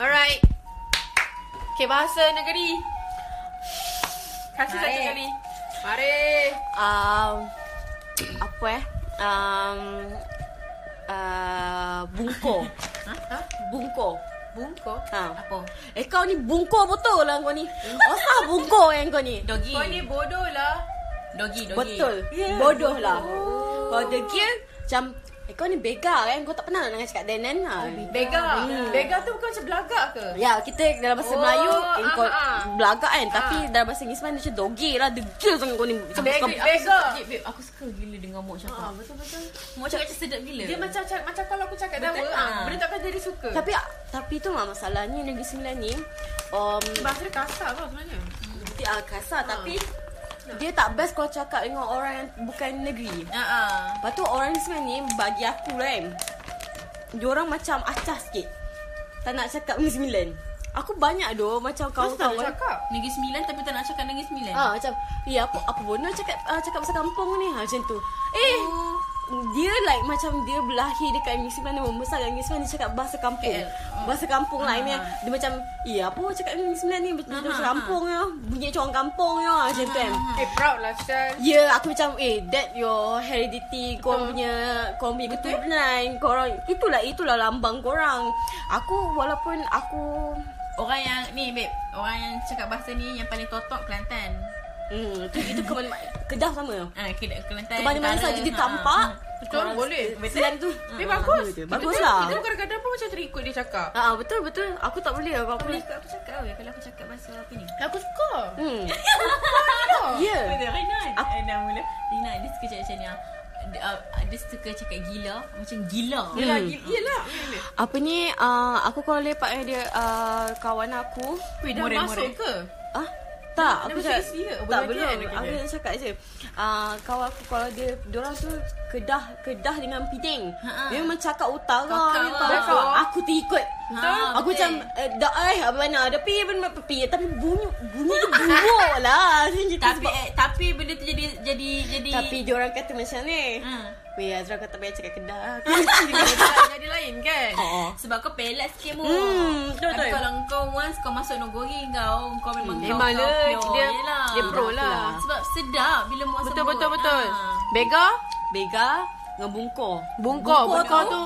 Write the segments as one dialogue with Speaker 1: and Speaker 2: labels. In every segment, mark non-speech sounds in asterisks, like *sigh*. Speaker 1: Alright. Okay, bahasa negeri. Kasih satu
Speaker 2: Baik.
Speaker 1: kali.
Speaker 2: Mari.
Speaker 1: Um, apa eh? Um, uh, bungko.
Speaker 2: Ha? Ha?
Speaker 1: Bungko.
Speaker 2: Bungko?
Speaker 1: Ha.
Speaker 2: Apa?
Speaker 1: Eh kau ni bungko betul lah kau ni. Asal bungko yang kau ni?
Speaker 3: Dogi.
Speaker 2: Kau ni bodoh lah.
Speaker 3: Dogi, dogi.
Speaker 1: Betul.
Speaker 2: Yeah.
Speaker 1: Bodoh lah.
Speaker 2: Oh.
Speaker 1: Kau degil macam eh kau ni bega kan? Kau tak pernah nak cakap Danan ha.
Speaker 2: Oh, Bega. Bega tu bukan macam belagak ke?
Speaker 1: Ya, kita dalam bahasa
Speaker 2: Oh,
Speaker 1: Melayu eh, kau
Speaker 2: ah, ah.
Speaker 1: belagak kan. Tapi dalam bahasa Inggeris mana macam doge lah. Degil sangat kau ni. Macam
Speaker 2: Bega.
Speaker 1: suka-
Speaker 2: Bega.
Speaker 3: Cik, babe, aku suka gila dengar Mok
Speaker 2: Ha,
Speaker 3: cakap.
Speaker 2: betul-betul.
Speaker 3: Mok cakap macam sedap gila.
Speaker 2: Dia macam macam, macam kalau aku cakap dah
Speaker 3: Betul,
Speaker 2: ah,
Speaker 3: ah.
Speaker 2: benda takkan jadi suka.
Speaker 1: Tapi tapi tu mah masalahnya Negeri Sembilan ni um,
Speaker 2: bahasa dia kasar tau sebenarnya.
Speaker 1: dia ah, kasar tapi dia tak best kau cakap dengan orang yang bukan negeri.
Speaker 3: Ha ah.
Speaker 1: Lepas tu orang ni sebenarnya ni bagi aku kan Diorang macam acah sikit Tak nak cakap Negeri Sembilan Aku banyak doh macam
Speaker 2: Kau tak nak
Speaker 1: kawan-kawan
Speaker 2: cakap.
Speaker 3: Negeri Sembilan tapi tak nak cakap Negeri Sembilan.
Speaker 1: Ah macam Eh apa apa bodoh cakap ah, cakap pasal kampung ni ha, Macam tu Eh
Speaker 3: Oh.
Speaker 1: dia like macam dia berlahir dekat Negeri Sembilan Dia membesar dekat Negeri Sembilan Dia cakap bahasa kampung
Speaker 3: KL. Oh.
Speaker 1: Bahasa kampung lah
Speaker 3: Ah.
Speaker 1: uh-huh. Dia macam Eh apa cakap Negeri Sembilan ni Betul
Speaker 3: Ah,
Speaker 1: bahasa
Speaker 3: ah.
Speaker 1: kampung ya Bunyi macam orang kampung ya Macam tu kan
Speaker 2: Eh, proud lah, Syal.
Speaker 1: Ya, yeah, aku macam eh that your heredity, korang punya korang punya keturunan, korang itulah itulah lambang korang. Aku walaupun aku
Speaker 3: Orang yang ni babe, orang yang cakap bahasa ni yang paling totok Kelantan.
Speaker 1: hmm itu, *laughs* itu ke mana Kedah sama.
Speaker 3: Ah, ha, Kelantan.
Speaker 1: Ke mana-mana
Speaker 3: Utara,
Speaker 1: saja dia
Speaker 3: ha,
Speaker 1: tampak.
Speaker 3: ha.
Speaker 2: Betul, boleh.
Speaker 1: Selain tu.
Speaker 2: Tapi bagus.
Speaker 1: betul.
Speaker 2: Kita-
Speaker 1: Bagus
Speaker 2: kita-
Speaker 1: lah.
Speaker 2: Kita kadang-kadang pun macam terikut dia cakap.
Speaker 1: Ah betul betul. Aku tak boleh aku
Speaker 3: Kau
Speaker 1: aku.
Speaker 3: boleh ikut aku cakap weh kalau aku cakap bahasa apa ni? Oh,
Speaker 2: Aku suka.
Speaker 1: Hmm.
Speaker 2: Tengok.
Speaker 1: Ya.
Speaker 3: Betul, Raina.
Speaker 1: Aku-
Speaker 3: Eh, dah mula. Raina, dia suka cakap macam ni. ah. Dia, ah, Dia suka cakap gila. Macam gila.
Speaker 1: Ya.
Speaker 2: Yelah, gila. Yelah.
Speaker 1: Apa ni uh, aku kalau lepak dengan dia uh, kawan aku
Speaker 2: Weh, dah
Speaker 3: Murid,
Speaker 2: masuk
Speaker 3: murid.
Speaker 2: ke?
Speaker 1: Ah, tak,
Speaker 2: Dah
Speaker 1: aku
Speaker 2: masuk
Speaker 1: cakap
Speaker 2: SD ke?
Speaker 1: Tak,
Speaker 2: Boleh
Speaker 1: belum.
Speaker 2: kan? Okay,
Speaker 1: Aku
Speaker 2: okay.
Speaker 1: nak cakap je. Ah, kawan aku kalau dia diorang tu Kedah, Kedah dengan Piding.
Speaker 3: Ha-ha.
Speaker 1: Dia memang cakap utara.
Speaker 3: Kakak
Speaker 1: dia
Speaker 3: lah.
Speaker 1: tahu.
Speaker 2: Betul.
Speaker 1: Aku terikut.
Speaker 3: Betul.
Speaker 1: aku
Speaker 3: betul.
Speaker 1: macam eh, dah eh apa mana ada pi pun pi tapi bunyi bunyi dia buruk lah. *laughs* Macam gitu
Speaker 3: tapi
Speaker 1: sebab-
Speaker 3: eh, tapi benda tu jadi jadi jadi
Speaker 1: tapi diorang kata macam ni.
Speaker 3: ha.
Speaker 1: Weh Azra kau tak payah cakap Kedah.
Speaker 2: Dah Jadi lain kan?
Speaker 1: Oh.
Speaker 3: Sebab kau pelat sikit mu
Speaker 1: Hmm, betul,
Speaker 3: Tapi
Speaker 1: betul.
Speaker 3: kalau kau once Kau masuk nogori kau Kau memang
Speaker 2: Hmm,
Speaker 3: kau
Speaker 2: Memang
Speaker 3: kau
Speaker 2: dia-
Speaker 3: pure.
Speaker 2: dia-
Speaker 3: Yelah.
Speaker 2: dia pro lah.
Speaker 3: Sebab sedap Bila muak
Speaker 2: Betul,
Speaker 3: sebut.
Speaker 2: betul, betul.
Speaker 3: Ah.
Speaker 2: Bega?
Speaker 1: Bega dengan bungko.
Speaker 2: Bungko, bungko tu.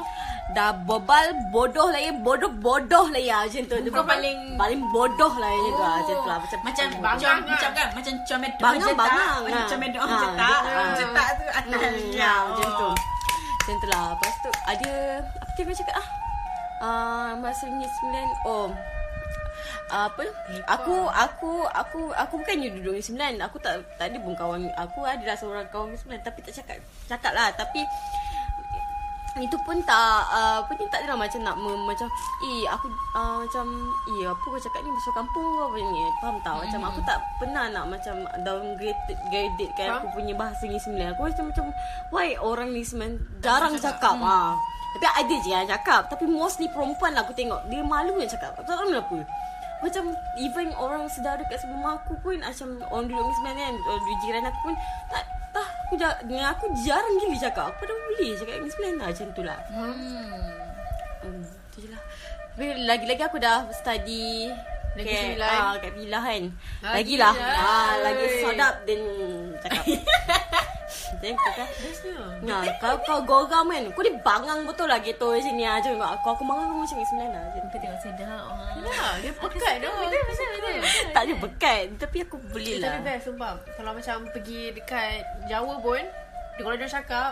Speaker 1: dah bobal bodoh lah, ya. lagi bodoh bodoh lagi ah, macam tu. Dia
Speaker 3: Bungko paling-
Speaker 1: paling bodoh lah oh. juga
Speaker 3: Oh.
Speaker 1: macam tu lah macam
Speaker 3: Macam
Speaker 2: bangang
Speaker 3: com-
Speaker 2: lah.
Speaker 3: Macam kan Macam comedok
Speaker 1: Bangang,
Speaker 3: Macam tak.
Speaker 1: bangang,
Speaker 3: Macam
Speaker 1: ah.
Speaker 3: comedok
Speaker 1: Ah,
Speaker 3: Macam tak
Speaker 1: dia- ah.
Speaker 3: Macam tak tu Atas Oh.
Speaker 1: Hmm, ya, macam tu. Macam tu lah. Lepas tu ada apa dia orang cakap ah? Ah, masa ni sembilan oh Ah, apa aku aku aku aku bukannya duduk Negeri Sembilan aku tak tak ada pun kawan aku ada lah seorang kawan Negeri Sembilan tapi tak cakap cakap lah tapi itu pun tak uh, apa ni tak adalah macam nak mem, macam eh aku uh, macam eh apa kau cakap ni besar kampung kau apa ni faham tak macam aku tak pernah nak macam downgrade graded kan
Speaker 2: Faham.
Speaker 1: aku punya bahasa ni sembilan aku macam macam why orang ni sembilan jarang cakap, ah tapi ada je yang cakap tapi mostly perempuan lah aku tengok dia malu yang cakap tak tahu kenapa macam even orang saudara kat rumah aku pun macam orang duduk ni sembilan kan orang duduk jiran aku pun tak tak aku jar, dengan aku jarang gila cakap aku dah boleh cakap ni sembilan lah macam tu lah
Speaker 3: Hmm.
Speaker 1: Hmm, tu je lah. Tapi lagi-lagi aku dah study
Speaker 2: Lagi
Speaker 1: kat-
Speaker 2: sembilan.
Speaker 1: ah, kat Bila kan.
Speaker 2: Lagi
Speaker 1: Lagilah.
Speaker 2: lah.
Speaker 1: Ah, lagi sedap dan *laughs* cakap. Then aku cakap,
Speaker 2: Bestnya.
Speaker 1: Nah, kau kau gorang kan. Kau ni bangang betul lah gitu sini ah. Jom aku aku bangang kamu macam ni sembilan lah. Jom.
Speaker 3: Kau tengok sedap orang.
Speaker 2: Yelah, dia pekat dah.
Speaker 3: Betul, betul, betul.
Speaker 1: Tak ada bekat tapi aku boleh
Speaker 2: Eh,
Speaker 1: lah.
Speaker 2: Tapi best sumpah Kalau macam pergi dekat Jawa pun dia, Kalau dia cakap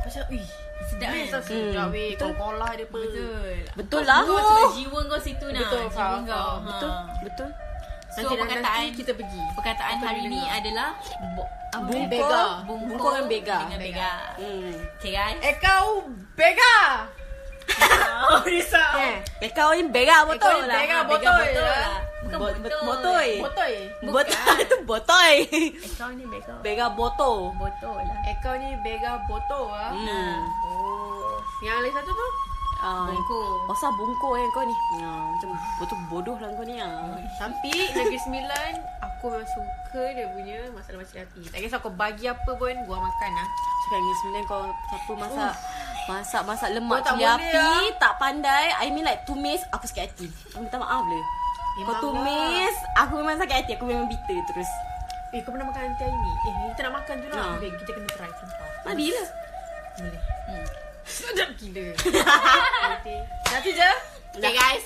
Speaker 2: aku Macam Ui
Speaker 3: Sedap
Speaker 2: Sedap
Speaker 3: kan?
Speaker 2: kan Sedap weh Kau kolah dia pun
Speaker 3: Betul.
Speaker 1: Betul lah.
Speaker 3: Kau sebab jiwa kau situ nak.
Speaker 2: Betul,
Speaker 3: jiwa
Speaker 2: faham,
Speaker 3: kau.
Speaker 2: faham.
Speaker 3: Ha.
Speaker 1: Betul. Betul.
Speaker 3: So
Speaker 2: Nanti dah-
Speaker 3: perkataan
Speaker 2: nanti kita pergi
Speaker 3: perkataan
Speaker 2: Apa
Speaker 3: hari
Speaker 2: dia
Speaker 3: ni
Speaker 2: dengar?
Speaker 3: adalah bo- apa
Speaker 1: Bungko,
Speaker 3: dia?
Speaker 2: bega.
Speaker 3: bungko,
Speaker 1: Bungko dan bega.
Speaker 3: Dengan bega.
Speaker 1: Hmm.
Speaker 3: Okay guys.
Speaker 2: Eh kau Bega Oh Risa
Speaker 1: Eh, kau ni berak
Speaker 2: kau
Speaker 1: betul
Speaker 2: ni
Speaker 1: lah.
Speaker 2: berak
Speaker 3: Ah,
Speaker 2: botol
Speaker 3: botol
Speaker 2: lah.
Speaker 3: lah. Bukan
Speaker 1: Bo-
Speaker 3: botol.
Speaker 1: botol.
Speaker 2: Botol
Speaker 1: Botol tu *laughs* botol.
Speaker 3: Eh, kau ni bega.
Speaker 1: Berak botol.
Speaker 3: Botol lah.
Speaker 2: Eh kau ni Bega botol lah
Speaker 1: Hmm.
Speaker 2: Oh Yang lain satu tu
Speaker 1: Ah,
Speaker 3: Bungko.
Speaker 1: Pasal bongkok eh kau ni ah, Macam betul bodoh lah kau ni ah.
Speaker 2: Tapi Negeri Sembilan Aku memang suka dia punya Masalah-masalah hati Tak kisah kau bagi apa pun Gua makan lah
Speaker 1: Cakap Negeri Sembilan kau Siapa masak Masak-masak lemak
Speaker 2: Kau tak
Speaker 1: cili
Speaker 2: boleh
Speaker 1: api
Speaker 2: lah.
Speaker 1: Tak pandai I mean like tumis Aku sakit hati Aku Minta maaf le Kau
Speaker 2: Memang lah.
Speaker 1: tumis Aku memang sakit hati Aku memang bitter terus
Speaker 2: Eh kau pernah makan nanti hari ni Eh kita nak makan tu lah
Speaker 1: Ha.
Speaker 2: Babe, Kita kena try sumpah
Speaker 1: Marilah
Speaker 2: Boleh
Speaker 3: Hmm.
Speaker 2: *laughs* Sedap gila Nanti Nanti je Okay
Speaker 1: Dah.
Speaker 2: guys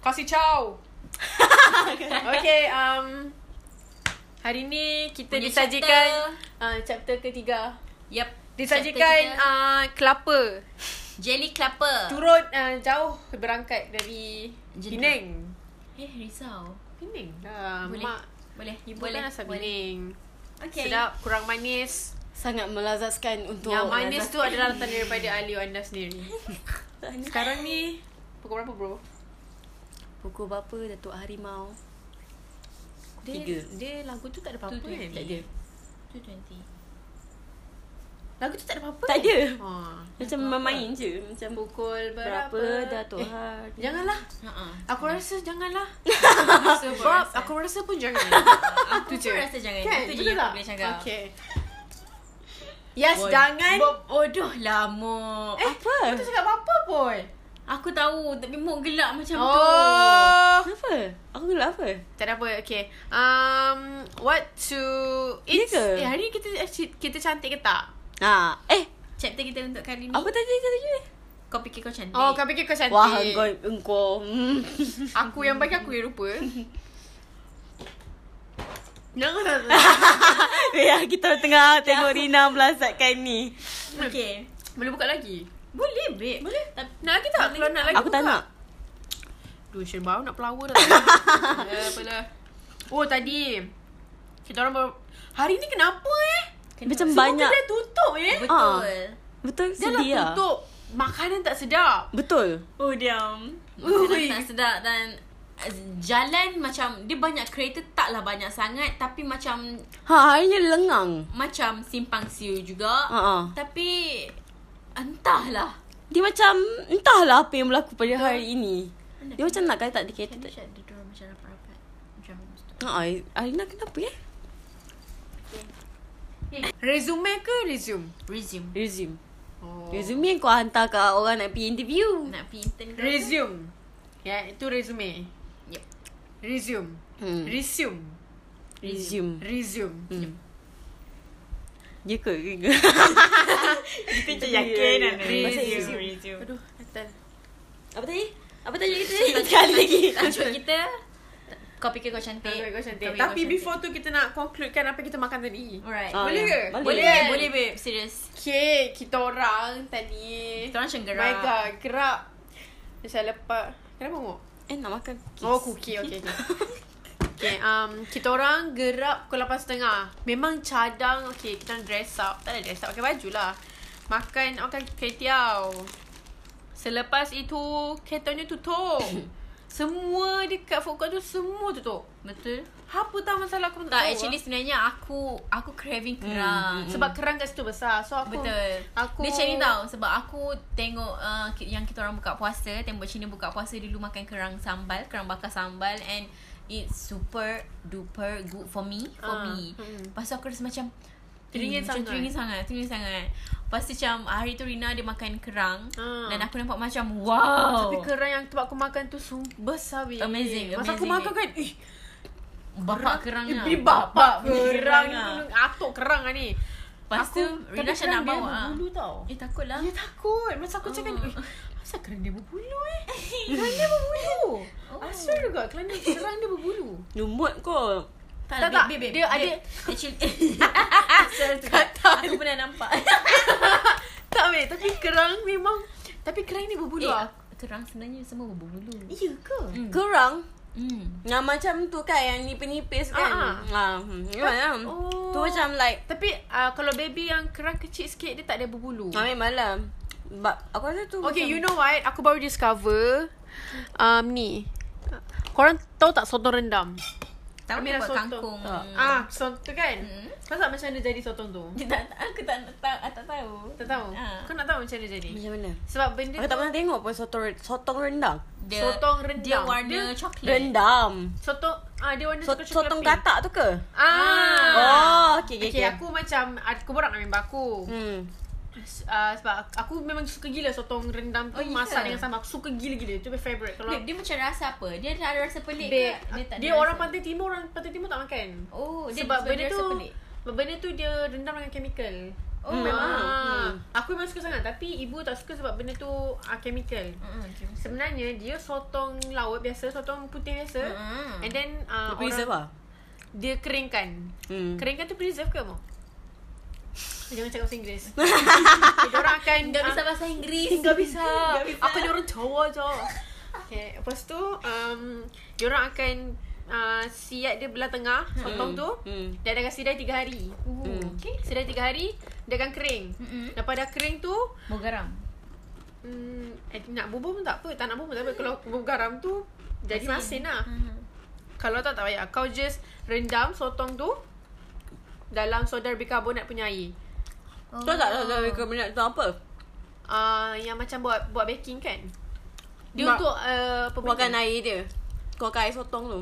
Speaker 2: Kasih ciao *laughs* Okay um, Hari ni kita
Speaker 3: Punya
Speaker 2: disajikan chapter. Uh, chapter ketiga
Speaker 3: Yep.
Speaker 2: Disajikan
Speaker 3: Chapter tiga.
Speaker 2: uh, kelapa
Speaker 3: jelly kelapa.
Speaker 2: Turun uh, jauh berangkat dari
Speaker 3: Jenderal.
Speaker 2: Penang
Speaker 3: Eh, risau.
Speaker 2: Penang lah
Speaker 3: Boleh.
Speaker 2: Mak
Speaker 3: Boleh.
Speaker 2: Ibu
Speaker 3: boleh.
Speaker 2: kan asal
Speaker 3: boleh.
Speaker 2: Penang
Speaker 3: Okay.
Speaker 2: Sedap, kurang manis
Speaker 1: Sangat melazazkan Untuk
Speaker 2: Yang manis
Speaker 1: lazat-
Speaker 2: tu adalah datang daripada Aliu anda sendiri Sekarang ni Pukul berapa bro?
Speaker 1: Pukul berapa Datuk Harimau
Speaker 2: Dia,
Speaker 1: Tiga.
Speaker 2: dia lagu tu tak ada apa-apa
Speaker 3: Tu
Speaker 2: kan?
Speaker 1: Tak ada
Speaker 3: 220.
Speaker 2: Lagu tu tak ada apa-apa
Speaker 1: Tak ada
Speaker 2: ha.
Speaker 1: Macam main je Macam
Speaker 2: Pukul berapa, ha? Eh,
Speaker 1: berapa Datuk Harimau
Speaker 2: Janganlah
Speaker 3: Ha ah.
Speaker 2: Aku rasa
Speaker 3: *laughs*
Speaker 2: janganlah
Speaker 3: Aku
Speaker 2: Sebab aku rasa pun jangan
Speaker 3: *laughs* aku
Speaker 2: Tu je.
Speaker 3: pun rasa jangan.
Speaker 2: Kan?
Speaker 3: Itu
Speaker 2: Betul
Speaker 3: je yang
Speaker 2: tak?
Speaker 3: aku boleh cakap.
Speaker 2: Okay Yes
Speaker 3: Boy.
Speaker 2: jangan
Speaker 3: Bob- Bodoh lah, Mok.
Speaker 2: Eh
Speaker 1: Apa?
Speaker 2: Aku cakap apa pun
Speaker 3: Aku tahu tapi Mok gelak macam tu.
Speaker 2: Oh
Speaker 1: Kenapa? Aku gelap apa?
Speaker 2: Tak ada apa Okay um, What to It's
Speaker 1: ke?
Speaker 2: Eh hari ni kita actually- Kita cantik ke tak?
Speaker 1: Ha, eh,
Speaker 3: Chapter kita untuk kali ni.
Speaker 1: apa tadi kata you?
Speaker 3: Kau fikir kau cantik.
Speaker 2: Oh kau fikir kau cantik
Speaker 1: Wah, kau engkau.
Speaker 2: *laughs*
Speaker 1: Hmm.
Speaker 2: Aku yang bagi aku yang
Speaker 3: *laughs*
Speaker 2: rupa
Speaker 3: *laughs*
Speaker 2: Jangan
Speaker 1: ya, kita tengah tengok Rina melazatkan ni.
Speaker 3: Okey.
Speaker 2: Boleh buka lagi?
Speaker 3: Boleh, babe. Boleh. Tapi
Speaker 2: Nak lagi tak? Kalau nak lagi
Speaker 1: Aku tak
Speaker 2: buka.
Speaker 1: nak.
Speaker 2: Duh, Shin baru nak flower dah. *laughs* Ya, apalah. Oh, tadi. Kita orang baru... Hari ni kenapa eh?
Speaker 3: kena-
Speaker 1: Macam
Speaker 2: Semua
Speaker 1: Banyak.
Speaker 2: kedai tutup eh.
Speaker 3: Betul.
Speaker 1: Betul
Speaker 2: Dah lah
Speaker 1: sedih lah.
Speaker 2: tutup. Makanan tak sedap.
Speaker 1: Betul.
Speaker 3: Oh, diam.
Speaker 2: Ui.
Speaker 3: Makanan tak sedap dan uh, jalan macam dia banyak kereta taklah banyak sangat tapi macam
Speaker 1: Ha, harinya lengang.
Speaker 3: macam simpang siu juga.
Speaker 2: Ah.
Speaker 1: Ha, ha.
Speaker 3: Tapi entahlah.
Speaker 1: Dia macam entahlah apa yang berlaku pada hari ini. Dia macam nak kata tak ada kereta.
Speaker 3: Can you
Speaker 1: tak-
Speaker 3: shut the door macam rapat-rapat? Macam
Speaker 1: Ha, Arina kenapa ya?
Speaker 2: Resume ke resume?
Speaker 3: resume.
Speaker 1: Resume.
Speaker 2: Oh.
Speaker 1: Resume yang kau hantar ke orang nak pergi interview.
Speaker 3: Nak pergi intern ke?
Speaker 2: Resume. Ya, itu resume.
Speaker 3: Yep.
Speaker 2: Resume.
Speaker 1: Hmm.
Speaker 2: Resume.
Speaker 1: Resume.
Speaker 2: Resume.
Speaker 1: Hmm. Ya ke? *laughs* Kita
Speaker 2: lah. Resume. Aduh, gatal.
Speaker 1: Apa tadi? Apa tajuk kita? Sekali
Speaker 3: *laughs*
Speaker 1: lagi.
Speaker 3: Tajuk kita Kau fikir kau cantik
Speaker 2: Kau kau cantik.
Speaker 3: Kau fikir
Speaker 2: Tapi
Speaker 3: kau
Speaker 2: before tu kita nak conclude kan apa kita makan tadi.
Speaker 3: Alright
Speaker 1: Ah,
Speaker 2: Boleh
Speaker 1: ya.
Speaker 2: ke?
Speaker 1: Boleh.
Speaker 3: Boleh
Speaker 2: Boleh.
Speaker 3: Boleh babe Serius
Speaker 2: Okay, kita orang tadi.
Speaker 3: Kita orang macam
Speaker 2: Oh
Speaker 3: gerak
Speaker 2: My god, gerak. Macam lepas. Kenapa ngok?
Speaker 1: Eh, nak makan.
Speaker 2: Oh, cookie. Okay, okay. okay, um, kita orang gerak pukul 8.30. Memang cadang. Okay, kita orang dress up. Tak ada dress up, pakai baju lah. Makan, makan ketiau. Selepas itu, keretonya
Speaker 3: *coughs*
Speaker 2: tutup. semua dekat food court tu semua tutup.
Speaker 3: Betul
Speaker 2: Apa tahu masalah aku pun
Speaker 3: Tak
Speaker 2: tahu
Speaker 3: actually
Speaker 2: lah.
Speaker 3: sebenarnya Aku Aku craving kerang
Speaker 2: Sebab kerang kat situ besar. So, aku...
Speaker 3: Betul
Speaker 2: Aku...
Speaker 3: Dia cari tau Sebab aku tengok uh, ki- Yang kita orang buka puasa Tembok Cina buka puasa Dulu makan kerang sambal Kerang bakar sambal And It's super duper good for me For
Speaker 2: Ah,
Speaker 3: me
Speaker 2: mm.
Speaker 3: Lepas tu aku rasa macam
Speaker 2: Teringin
Speaker 3: eh,
Speaker 2: sangat.
Speaker 3: macam Teringin sangat Teringin sangat Lepas tu macam Hari tu Rina dia makan kerang
Speaker 2: Ah.
Speaker 3: Dan aku nampak macam Wow
Speaker 2: Tapi kerang yang tempat aku makan tu sungguh besar weh.
Speaker 3: Amazing,
Speaker 2: Masa aku
Speaker 3: amazing,
Speaker 2: makan kan, ih,
Speaker 3: Bapak kerang
Speaker 2: eh,
Speaker 3: lah
Speaker 2: beli bapak
Speaker 3: punya
Speaker 2: kerang ni.
Speaker 3: lah.
Speaker 2: Atuk kerang lah ni.
Speaker 3: Lepas tu Rina macam nak bawa ah.
Speaker 2: Bulu tau.
Speaker 3: Eh takutlah
Speaker 2: Dia takut. Masa aku cakap,
Speaker 3: Oh.
Speaker 2: ih, asal kerang dia berbulu
Speaker 3: *laughs*
Speaker 2: eh? kerang dia berbulu.
Speaker 3: Oh.
Speaker 2: I swear to God, kerang dia, kerang dia berbulu.
Speaker 1: Lumut kau.
Speaker 3: Tak, tak,
Speaker 2: tak.
Speaker 3: babe, babe,
Speaker 2: Dia
Speaker 3: babe.
Speaker 2: ada-
Speaker 3: Actually *laughs* Asal tu Aku pernah *laughs* nampak
Speaker 2: Tak weh, tapi kerang memang... Tapi kerang ni berbulu
Speaker 3: Eh,
Speaker 2: lah.
Speaker 3: kerang sebenarnya semua berbulu
Speaker 2: Iya ke?
Speaker 1: Gerang.
Speaker 3: Hmm.
Speaker 1: Yang macam tu kan yang nipis-nipis kan. Ah, hmm. Gimana?
Speaker 2: Oh.
Speaker 1: Tu macam like
Speaker 2: Tapi ah, kalau baby yang kerang kecil sikit, dia tak ada berbulu.
Speaker 3: Ah,
Speaker 1: ambil malam. But aku rasa tu
Speaker 2: Okay,
Speaker 1: macam,
Speaker 2: you know what? Aku baru discover um, ni. Korang tahu tak soto rendam?
Speaker 3: Tahu
Speaker 2: Ambil
Speaker 3: dia
Speaker 2: lah
Speaker 3: buat
Speaker 2: sotong.
Speaker 3: kangkung.
Speaker 1: Tak.
Speaker 2: Ah, sotong kan?
Speaker 3: Mm.
Speaker 2: Kau tak macam mana jadi sotong tu?
Speaker 3: Dia tak, aku tak, tak, tak tahu.
Speaker 2: Tak tahu. Kan
Speaker 3: Ah.
Speaker 2: Kau nak tahu macam mana jadi?
Speaker 1: Macam mana?
Speaker 2: Sebab benda
Speaker 1: Aku tak
Speaker 2: tu
Speaker 1: pernah tengok pun sotong, sotong rendang.
Speaker 3: Dia,
Speaker 2: Sotong
Speaker 3: Dia
Speaker 2: rendang.
Speaker 3: warna
Speaker 2: Dia-
Speaker 3: coklat.
Speaker 1: Rendam.
Speaker 2: sotong ah dia warna
Speaker 1: So,
Speaker 2: coklat-coklat
Speaker 1: sotong
Speaker 2: pink.
Speaker 1: katak tu ke?
Speaker 2: Ah.
Speaker 1: Oh, okey okey.
Speaker 2: Okay, okay, aku macam aku borak dengan member aku.
Speaker 1: Hmm.
Speaker 2: Uh, sebab aku- aku memang suka gila sotong rendang tu
Speaker 3: Oh,
Speaker 2: oh,
Speaker 3: ya
Speaker 2: masak
Speaker 3: ke?
Speaker 2: dengan sambal. Aku suka gila-gila. Itu my favourite. Kalau
Speaker 3: Babe, dia macam rasa apa? Dia ada rasa pelik
Speaker 2: dia,
Speaker 3: ke?
Speaker 2: dia,
Speaker 3: tak ada
Speaker 2: dia
Speaker 3: rasa?
Speaker 2: orang pantai timur, orang pantai timur tak makan.
Speaker 3: Oh, dia
Speaker 2: sebab benda
Speaker 3: dia
Speaker 2: tu
Speaker 3: rasa pelik.
Speaker 2: sebab benda tu dia rendam dengan chemical.
Speaker 3: Oh,
Speaker 2: Ah,
Speaker 3: memang.
Speaker 1: Hmm.
Speaker 2: Aku memang suka sangat tapi ibu tak suka sebab benda tu ah, chemical.
Speaker 3: Mm-mm, okay.
Speaker 2: Sebenarnya dia sotong laut biasa, sotong putih biasa.
Speaker 3: Mm.
Speaker 2: Hmm. And then uh,
Speaker 1: Hmm. Preserve
Speaker 2: orang,
Speaker 1: lah.
Speaker 2: dia keringkan.
Speaker 1: Hmm.
Speaker 2: Keringkan tu preserve ke mau?
Speaker 1: *laughs*
Speaker 2: Jangan cakap bahasa Inggeris. Kita orang akan
Speaker 3: Dah bisa
Speaker 2: ah,
Speaker 3: bahasa Inggeris.
Speaker 2: Enggak bisa.
Speaker 3: Enggak bisa.
Speaker 2: Apa dia orang Jawa je. Okay, lepas tu um, dia orang akan uh, siap dia belah tengah sotong tu.
Speaker 1: Hmm.
Speaker 2: Dia ada kasi dia 3 hari.
Speaker 3: Oh, okay.
Speaker 2: Sedai 3 hari dia akan kering.
Speaker 1: Hmm.
Speaker 3: Mm-mm.
Speaker 2: Lepas dah kering tu
Speaker 3: Mau garam.
Speaker 2: Hmm, eh, nak bubur pun tak apa Tak nak bubur pun tak apa Kalau bubur garam tu Jadi masin lah
Speaker 1: Hmm.
Speaker 3: Mm.
Speaker 2: Kalau tak tak payah Kau just rendam sotong tu Dalam soda bicarbonat punya air
Speaker 3: Oh.
Speaker 1: Tahu tak tahu recommended tu apa?
Speaker 2: uh, Yang macam buat buat baking kan Dia
Speaker 1: Mak-
Speaker 2: untuk uh, apa
Speaker 1: Keluarkan
Speaker 2: benda?
Speaker 1: air dia. Keluarkan air sotong tu.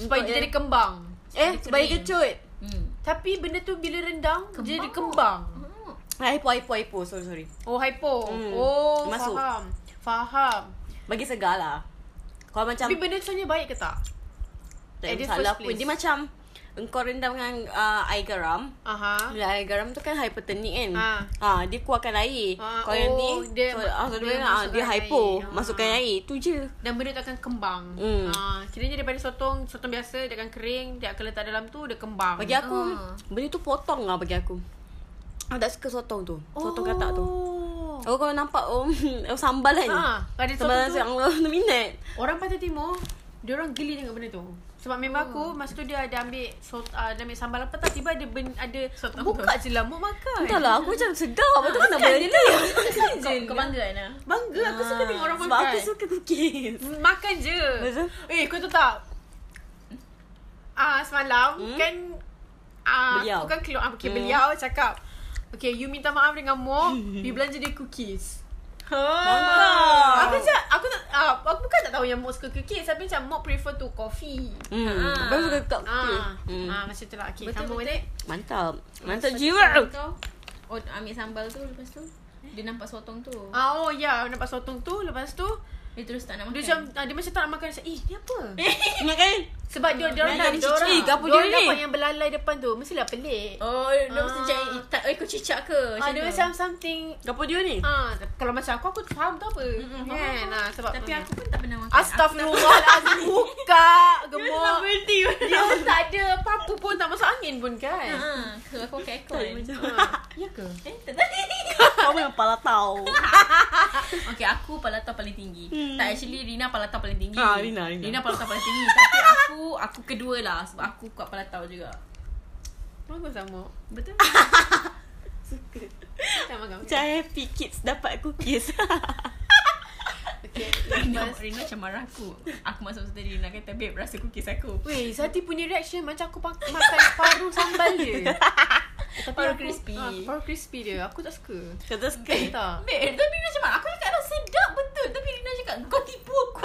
Speaker 2: Supaya
Speaker 1: Untuk
Speaker 2: dia
Speaker 1: yang-
Speaker 2: jadi kembang
Speaker 1: Eh,
Speaker 3: dia
Speaker 1: supaya
Speaker 3: kering.
Speaker 1: kecut.
Speaker 3: Hmm.
Speaker 2: Tapi benda tu bila rendam kembang. Dia jadi
Speaker 3: Kembang.
Speaker 2: kembang
Speaker 3: Oh.
Speaker 1: Ah, Hypo, hypo, hypo. Sorry, sorry.
Speaker 2: Oh hypo
Speaker 1: Hmm.
Speaker 2: Oh
Speaker 1: Masuk.
Speaker 2: faham Faham
Speaker 1: Bagi segar lah. Kalau macam
Speaker 2: Tapi benda tu sebenarnya baik ke tak? at the
Speaker 1: tak ada masalah
Speaker 2: first
Speaker 1: pun.
Speaker 2: place.
Speaker 1: Dia macam engkau rendam dengan uh, air garam.
Speaker 2: Aha
Speaker 1: Bila air garam tu kan hypertonic kan.
Speaker 2: Ha.
Speaker 1: Ha. dia keluarkan air.
Speaker 2: Ha,
Speaker 1: Kalau yang
Speaker 2: oh,
Speaker 1: ni
Speaker 2: dia-
Speaker 1: so, ah, so,
Speaker 2: dia
Speaker 1: dia, ah, dia
Speaker 2: masukkan
Speaker 1: hypo.
Speaker 2: air. Ha.
Speaker 1: Masukkan air. Tu je.
Speaker 2: Dan benda tu akan kembang
Speaker 1: Hmm.
Speaker 2: ha, Kiranya daripada sotong Sotong biasa Dia akan kering Dia akan letak dalam tu Dia kembang
Speaker 1: Bagi aku
Speaker 3: Ah.
Speaker 1: Benda tu potong lah bagi aku Aku tak suka sotong tu
Speaker 2: Oh.
Speaker 1: Sotong katak tu Aku kalau nampak oh, *laughs* oh, Sambal kan
Speaker 2: Ah, ada
Speaker 1: Sambal
Speaker 2: sotong tu.
Speaker 1: yang orang minat
Speaker 2: Orang Pantai Timur dia orang geli dengan benda tu. Sebab
Speaker 1: Oh.
Speaker 2: member aku masa tu dia ada ambil sot, uh, dia ambil sambal apa tak tiba ada ben, ada
Speaker 3: Sotong
Speaker 2: buka je lah mau makan.
Speaker 1: Entahlah aku macam sedap kan Aku tak nak beli
Speaker 3: Kau, kau bangga Ana?
Speaker 2: Bangga aku suka tengok orang
Speaker 1: Sebab
Speaker 2: makan.
Speaker 1: aku suka cookies
Speaker 2: makan je.
Speaker 1: Betul.
Speaker 2: Eh kau tahu tak? Ah semalam
Speaker 1: Hmm?
Speaker 2: kan ah
Speaker 1: Beliau. Hmm.
Speaker 2: aku kan keluar ah, okay, beliau cakap Okay, you minta maaf dengan
Speaker 1: *laughs*
Speaker 2: Mo, you belanja dia cookies. Ha.
Speaker 1: Mantap.
Speaker 2: Aku cak, aku tak ah, aku bukan tak tahu yang Mo suka cookies, tapi macam Mo prefer to coffee.
Speaker 1: Hmm.
Speaker 3: Ah.
Speaker 1: Aku suka cup cookies
Speaker 2: Ah,
Speaker 1: hmm.
Speaker 2: ah macam tu lah. Okay,
Speaker 3: Betul,
Speaker 2: sambung
Speaker 3: betul.
Speaker 2: balik.
Speaker 1: Mantap Mantap
Speaker 3: Lepas tu
Speaker 1: jiwa
Speaker 3: sambal kau, Oh, ambil sambal tu lepas tu dia nampak sotong tu.
Speaker 2: Ah, oh ya, yeah, nampak sotong tu. Lepas tu,
Speaker 3: Dia terus tak nak
Speaker 2: dia
Speaker 3: makan.
Speaker 2: macam ah, dia macam tak nak makan. Dia Macam, eh, ni apa?
Speaker 1: *laughs* Ingat kan
Speaker 2: Sebab dia dia orang
Speaker 1: Dia
Speaker 2: dah
Speaker 1: macam
Speaker 2: dia orang.
Speaker 1: cicik, apa
Speaker 2: dia orang
Speaker 1: dia ni?
Speaker 2: dapat yang belalai depan tu. Mestilah pelik.
Speaker 3: Oh, dia
Speaker 2: Ah.
Speaker 3: mesti macam eh, tak eh kau cicak ke?
Speaker 2: Ah, dia
Speaker 3: tu.
Speaker 2: macam something
Speaker 1: Gapo dia ni
Speaker 2: Ah, kalau macam aku aku faham tu apa. Mm-hmm, kan? Ah, sebab
Speaker 3: tapi aku pun tak pernah makan.
Speaker 2: Astaghfirullahalazim buka
Speaker 1: Tak
Speaker 2: gemuk.
Speaker 1: berhenti
Speaker 2: Dia pun tak ada apa-apa pun tak masuk angin pun kan.
Speaker 3: Ha, kalau aku pakai ekor.
Speaker 1: Tak, macam-
Speaker 2: Ah, ya ke?
Speaker 3: Eh, tak tadi.
Speaker 1: *laughs* Kau memang pala tau
Speaker 3: Okay, aku palatau paling tinggi. Hmm. Tak, actually Rina palatau paling tinggi.
Speaker 1: Ah, Rina, Rina.
Speaker 3: Rina palatau paling tinggi. Tapi aku, aku kedua lah. Sebab aku kuat palatau juga.
Speaker 2: Bagus lah, sama.
Speaker 3: Betul?
Speaker 2: Sama kamu.
Speaker 1: Macam happy kids dapat cookies *laughs*
Speaker 2: Okey.
Speaker 3: Rina,
Speaker 2: Lepas
Speaker 3: Rina macam marah aku. Aku masuk tadi Rina kata, babe, rasa kukis aku.
Speaker 2: Weh, Zati punya reaction macam aku pak- makan paru sambal dia. Tapi
Speaker 3: Paru
Speaker 2: aku-
Speaker 3: crispy.
Speaker 2: Ah, paru crispy dia. Aku tak suka.
Speaker 1: Kau Eh, tak suka
Speaker 2: Tak.
Speaker 3: Babe, tapi Rina macam mana? Aku cakap lah, sedap betul. Tapi Rina cakap, kau tipu *laughs* aku.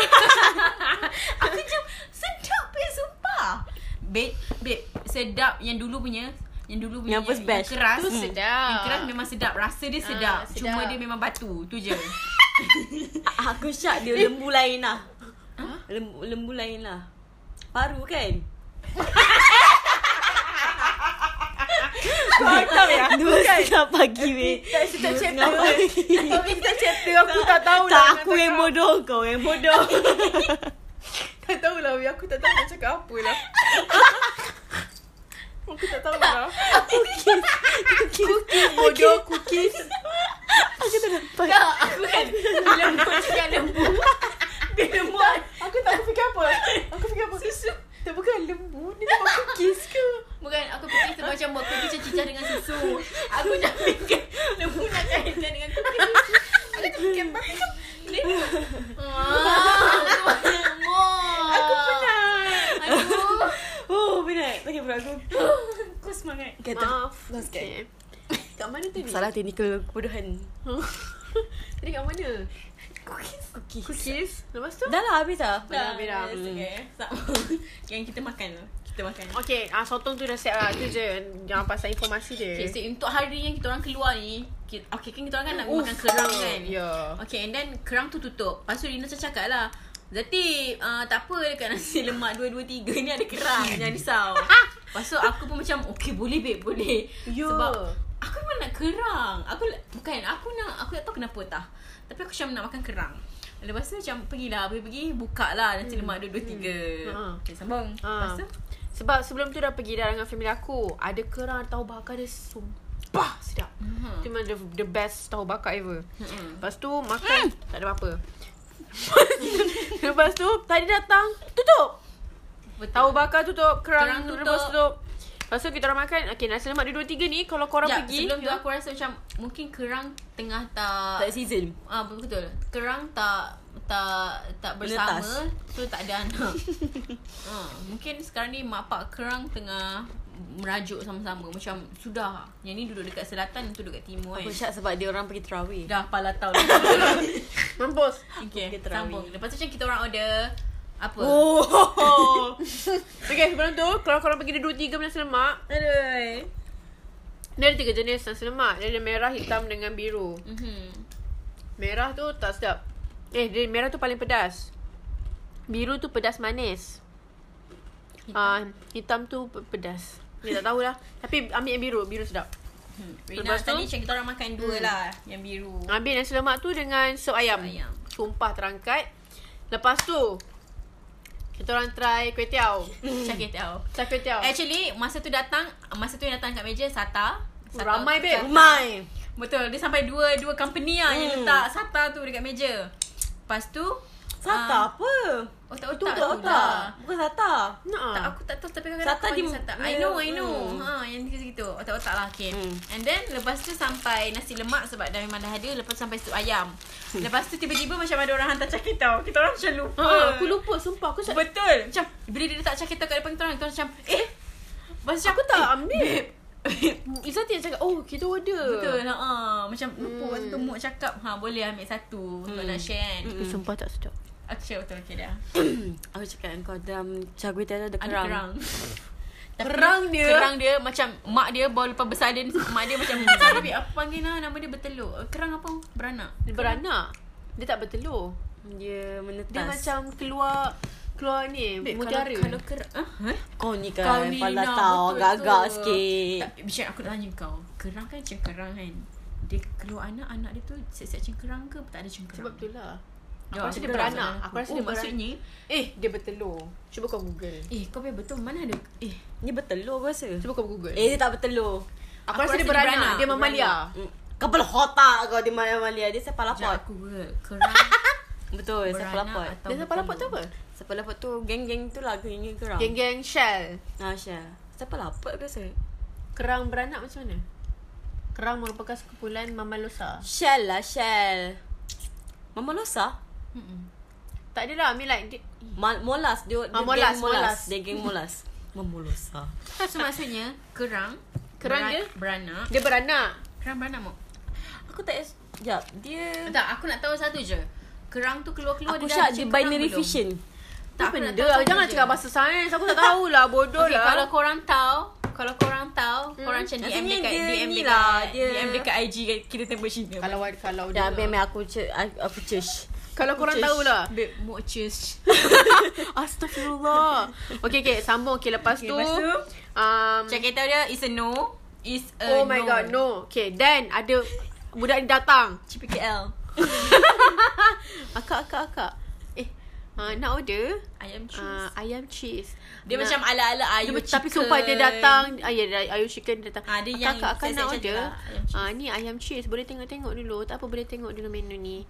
Speaker 3: aku macam, sedap babe, sumpah. Babe, babe, sedap yang dulu punya. Yang dulu punya
Speaker 1: Yang first batch.
Speaker 3: keras. Hmm.
Speaker 2: Tu sedap.
Speaker 3: Yang keras memang sedap. Rasa dia
Speaker 2: Ah,
Speaker 3: sedap.
Speaker 2: sedap.
Speaker 3: Cuma dia memang batu. Tu je.
Speaker 1: Aku syak dia lembu lain lah. Lembu, lembu lain lah. Paru kan? Kau tahu ya? Dua setengah pagi weh.
Speaker 2: Kita
Speaker 1: Dua
Speaker 2: cerita.
Speaker 1: setengah pagi.
Speaker 2: Kita cerita aku tak tahu lah.
Speaker 1: Tak
Speaker 2: nak
Speaker 1: aku yang
Speaker 2: cakap.
Speaker 1: bodoh kau yang *laughs* bodoh.
Speaker 2: Tak tahulah Weh Aku tak tahu nak cakap apa lah Aku tak tahu lah
Speaker 1: Cookies. Cookies
Speaker 2: Bodoh cookies
Speaker 1: Aku tak dapat.
Speaker 3: Tak, aku kan lembu cakap lembu. Dia lembu.
Speaker 2: Aku tak fikir apa Aku fikir apa Susu Tak bukan lembu Ni nama cookies ke
Speaker 3: *laughs* Bukan, aku fikir tu macam buat kopi macam cicah dengan susu. Aku nak fikir lembu nak kaitkan dengan kopi. Aku tu fikir apa macam lembu. Ah, aku
Speaker 2: Penat
Speaker 3: Aduh.
Speaker 1: Oh, masalah teknikal kebodohan.
Speaker 2: *laughs* Tadi kat mana?
Speaker 3: Cookies.
Speaker 1: Cookies.
Speaker 2: Cookies. Lepas tu?
Speaker 1: Dah lah habis dah.
Speaker 2: Dah.
Speaker 3: Dah,
Speaker 2: habis
Speaker 3: dah.
Speaker 2: dah.
Speaker 3: Okay. Sama. Hmm. *laughs* Yang kita makan tu. Kita makan.
Speaker 2: Okay, ah, sotong tu dah siap lah. Itu je yang pasal informasi dia.
Speaker 3: Okay, so untuk hari yang kita orang keluar ni, kita, okay kan kita orang kan nak
Speaker 2: Oof.
Speaker 3: makan kerang kan?
Speaker 2: Ya.
Speaker 3: Okay, and then kerang tu tutup. Lepas tu Rina macam cakap lah, Zati, uh, tak apa dekat nasi *laughs* lemak 223 ni ada kerang. Jangan risau. Lepas tu aku pun macam, okay boleh babe, boleh.
Speaker 2: Ya.
Speaker 3: Sebab aku memang nak kerang. Aku bukan, aku nak, aku tak tahu kenapa tah. Tapi aku macam nak makan kerang. Lepas tu macam pergilah, pergi-pergi buka lah nasi lemak 223.
Speaker 2: Ha.
Speaker 3: Okay, sambung.
Speaker 2: Ha.
Speaker 3: Lepas tu,
Speaker 2: Sebab sebelum tu dah pergi dah dengan family aku. Ada kerang tahu bakar dia sumpah sedap.
Speaker 3: hmm,
Speaker 2: Mm-hmm. Itu memang the, the best tahu bakar ever. Mm-hmm. Lepas tu makan
Speaker 3: Hmm.
Speaker 2: tak ada apa-apa. *laughs* Lepas tu tadi datang tutup.
Speaker 3: betul.
Speaker 2: Tahu bakar tutup, kerang,
Speaker 3: Kerang
Speaker 2: kerang
Speaker 3: tutup.
Speaker 2: rebus tutup. Lepas tu kita orang makan. Okay, nasi lemak dua dua tiga ni kalau korang
Speaker 3: Sekejap,
Speaker 2: pergi.
Speaker 3: Ya,
Speaker 2: ya.
Speaker 3: sebelum tu aku rasa macam mungkin kerang tengah tak
Speaker 1: Tak season.
Speaker 3: ah betul kerang tak tak tak bersama
Speaker 1: Menetas.
Speaker 3: tu tak ada anak. ha, mungkin sekarang ni mak pak kerang tengah merajuk sama-sama macam sudah yang ni duduk dekat selatan tu duduk dekat timur
Speaker 1: Aku
Speaker 3: kan.
Speaker 1: syak sebab dia orang pergi terawih.
Speaker 3: Dah pala tahu dah.
Speaker 2: Mampus.
Speaker 3: Okey,
Speaker 1: Pergi terawih.
Speaker 3: sambung. Lepas tu macam kita orang order apa?
Speaker 2: Oh. okay, sebelum tu kalau korang pergi dia dua tiga nasi lemak.
Speaker 3: Aduh.
Speaker 2: Dia ada tiga jenis nasi lemak. Dia ada merah, hitam dengan biru.
Speaker 3: Mhm.
Speaker 2: Merah tu tak sedap. Eh, dia merah tu paling pedas. Biru tu pedas manis. Hitam, uh, hitam tu pe- pedas. Dia tak tahulah. Tapi ambil yang biru. Biru sedap.
Speaker 3: Rina
Speaker 2: Lepas tu?
Speaker 3: tadi macam kita orang makan dua lah yang biru.
Speaker 2: Ambil nasi lemak tu dengan sup ayam.
Speaker 3: Sup ayam.
Speaker 2: Sumpah terangkat. Lepas tu, kita orang try kuih tiaw.
Speaker 3: Macam kita tahu.
Speaker 2: Try kuih tiaw.
Speaker 3: Actually masa tu datang Masa tu yang datang kat meja Sata Sata-
Speaker 2: Ramai,
Speaker 1: *laughs*
Speaker 2: babe.
Speaker 3: Sata-
Speaker 1: Umai.
Speaker 3: Betul Dia sampai dua Dua company lah Yang
Speaker 1: Hmm.
Speaker 3: letak Sata tu dekat meja Lepas tu
Speaker 1: Sata
Speaker 3: ah,
Speaker 1: apa?
Speaker 3: Otak-otak
Speaker 1: Tu tak
Speaker 3: tu
Speaker 1: otak.
Speaker 3: lah.
Speaker 1: Bukan sata.
Speaker 3: tak,
Speaker 2: Nah.
Speaker 3: aku tak tahu tapi
Speaker 1: Ah.
Speaker 3: kadang-kadang
Speaker 1: Sata
Speaker 3: aku panggil
Speaker 1: dia-
Speaker 3: Sata I
Speaker 1: dia-
Speaker 3: know I know
Speaker 1: hmm.
Speaker 3: ha, Yang gitu-gitu Otak-otak lah okay
Speaker 1: Hmm.
Speaker 3: And then lepas tu sampai nasi lemak Sebab dah memang dah ada Lepas tu sampai sup ayam
Speaker 1: Hmm.
Speaker 3: Lepas tu tiba-tiba macam ada orang hantar cakitau Kita orang macam lupa
Speaker 1: Ah,
Speaker 2: Ha, aku lupa sumpah aku cakap
Speaker 3: Betul Macam bila dia letak cakitau kat depan kita orang Kita orang macam eh Lepas tu macam,
Speaker 2: aku tak ambil.
Speaker 3: eh,
Speaker 2: Izzati yang cakap, oh kita order.
Speaker 3: Betul
Speaker 1: Hmm.
Speaker 3: nak uh, Macam lupa hmm. waktu tu Mok cakap ha, Boleh ambil satu Untuk nak
Speaker 1: Hmm.
Speaker 3: share kan
Speaker 2: Eh, Sumpah tak sedap.
Speaker 3: Aku share betul okay dah
Speaker 1: *clears throat* Aku cakap dengan kau dalam cagui tiada ada
Speaker 3: Ada
Speaker 1: kerang.
Speaker 3: kerang *laughs* Tapi
Speaker 2: Kerang dia-
Speaker 3: Kerang dia macam Mak dia baru lepas besar dia Mak dia *laughs* macam Sorry babe aku panggil lah Nama dia bertelur Kerang apa? Beranak
Speaker 2: Dia beranak. Dia tak bertelur.
Speaker 1: Dia menetas.
Speaker 2: Dia macam keluar keluar ni
Speaker 3: Babe,
Speaker 2: mutiara.
Speaker 3: Kalau, kalau kerang ah, eh?
Speaker 1: kau ni
Speaker 3: Kau
Speaker 1: kan
Speaker 3: ni
Speaker 1: pala
Speaker 3: nak
Speaker 1: tau
Speaker 3: betul
Speaker 1: gagak
Speaker 3: tu.
Speaker 1: sikit.
Speaker 3: lah, tak, Bicak aku nak tanya kau Kerang kan cengkerang kan Dia keluar anak Anak dia tu Siap-siap cengkerang ke Tak ada cengkerang
Speaker 2: sebab tu lah.
Speaker 3: Ya,
Speaker 2: Aku rasa dia
Speaker 3: cengkerang
Speaker 2: beranak.
Speaker 3: soalan
Speaker 2: Aku rasa dia
Speaker 3: oh, maksudnya
Speaker 2: Eh, dia bertelur. Cuba kau Google.
Speaker 3: Eh kau biar betul Mana ada Eh
Speaker 1: Ni bertelur aku rasa.
Speaker 2: Cuba kau Google.
Speaker 1: Eh dia tak bertelur.
Speaker 2: aku, rasa, dia beranak. Dia mamalia.
Speaker 1: Mm. Kau berhotak kau di mana Malia. Dia sepala
Speaker 3: Sekejap
Speaker 1: pot.
Speaker 3: aku Google *laughs* Kerang
Speaker 1: Betul,
Speaker 3: Beranak
Speaker 1: sepala pot.
Speaker 3: atau-
Speaker 2: Dia siapa lapot tu apa?
Speaker 1: Sepala pot tu geng-geng tu lah geng-geng kerang.
Speaker 2: Geng-geng shell.
Speaker 1: Ah, Syah. Sepala pot biasa.
Speaker 2: Kerang beranak macam mana? Kerang merupakan sekumpulan mamalosa.
Speaker 1: Shell lah, shell. Mama Losa?
Speaker 3: Mm-mm.
Speaker 2: Tak adalah. I mean like, dia,
Speaker 1: Ma- molas. Dia, dia
Speaker 2: Ah, molas,
Speaker 1: geng
Speaker 2: molas.
Speaker 1: molas. Dia geng molas. Mama Losa.
Speaker 3: Kan So maksudnya Kerang
Speaker 2: Kerang dia?
Speaker 3: Beranak
Speaker 2: dia beranak.
Speaker 3: Kerang beranak Mok
Speaker 1: Aku tak... Sekejap. Dia...
Speaker 3: Tak aku nak tahu satu je Kerang tu keluar-keluar
Speaker 1: Aku
Speaker 3: dah
Speaker 1: Syah,
Speaker 3: ada
Speaker 1: dia
Speaker 3: kerang
Speaker 1: binary
Speaker 3: belum?
Speaker 1: fission.
Speaker 3: Tak
Speaker 2: Tak
Speaker 3: aku nak
Speaker 2: benda.
Speaker 3: tahu satu
Speaker 2: Jangan
Speaker 3: je.
Speaker 2: cakap bahasa sains. Aku tak tahulah. Bodoh
Speaker 3: Okay
Speaker 2: lah.
Speaker 3: kalau korang tahu Kalau korang tahu
Speaker 2: Hmm.
Speaker 3: Korang macam DM
Speaker 1: Maksudnya
Speaker 3: dekat
Speaker 1: dia
Speaker 3: DM
Speaker 1: ni
Speaker 3: dekat
Speaker 1: lah, dia-
Speaker 3: DM dekat IG kat Kita tempoh Cina
Speaker 2: kalau kalau
Speaker 3: Ya,
Speaker 1: Dah,
Speaker 2: dia-
Speaker 1: memang aku... ce- Aku church.
Speaker 2: Kalau korang tahulah.
Speaker 3: Babe Mok cheers
Speaker 2: Hmm. *laughs* Astagfirullah. Okay, okay. Sambung. Okay, lepas
Speaker 3: Okay,
Speaker 2: tu...
Speaker 3: lepas tu?
Speaker 2: um,
Speaker 3: Macam kata dia Is a no Is a
Speaker 2: oh my god, no. Okay, then ada budak ni datang.
Speaker 3: CPKL
Speaker 2: Akak, akak, akak. Eh, uh, nak order
Speaker 3: Ayam cheese
Speaker 2: uh, ayam cheese.
Speaker 3: Dia
Speaker 2: nak,
Speaker 3: macam ala-ala
Speaker 2: dia,
Speaker 3: ayu
Speaker 2: macam- tapi sumpah dia datang ah, ya, dia- ayam chicken dia datang
Speaker 3: Ah, dia yang
Speaker 2: Akak, akak, akak nak
Speaker 3: siap-siap
Speaker 2: order
Speaker 3: cantik lah, ayam cheese.
Speaker 2: ah, Ni ayam cheese Boleh tengok-tengok dulu Tak apa boleh tengok dulu menu ni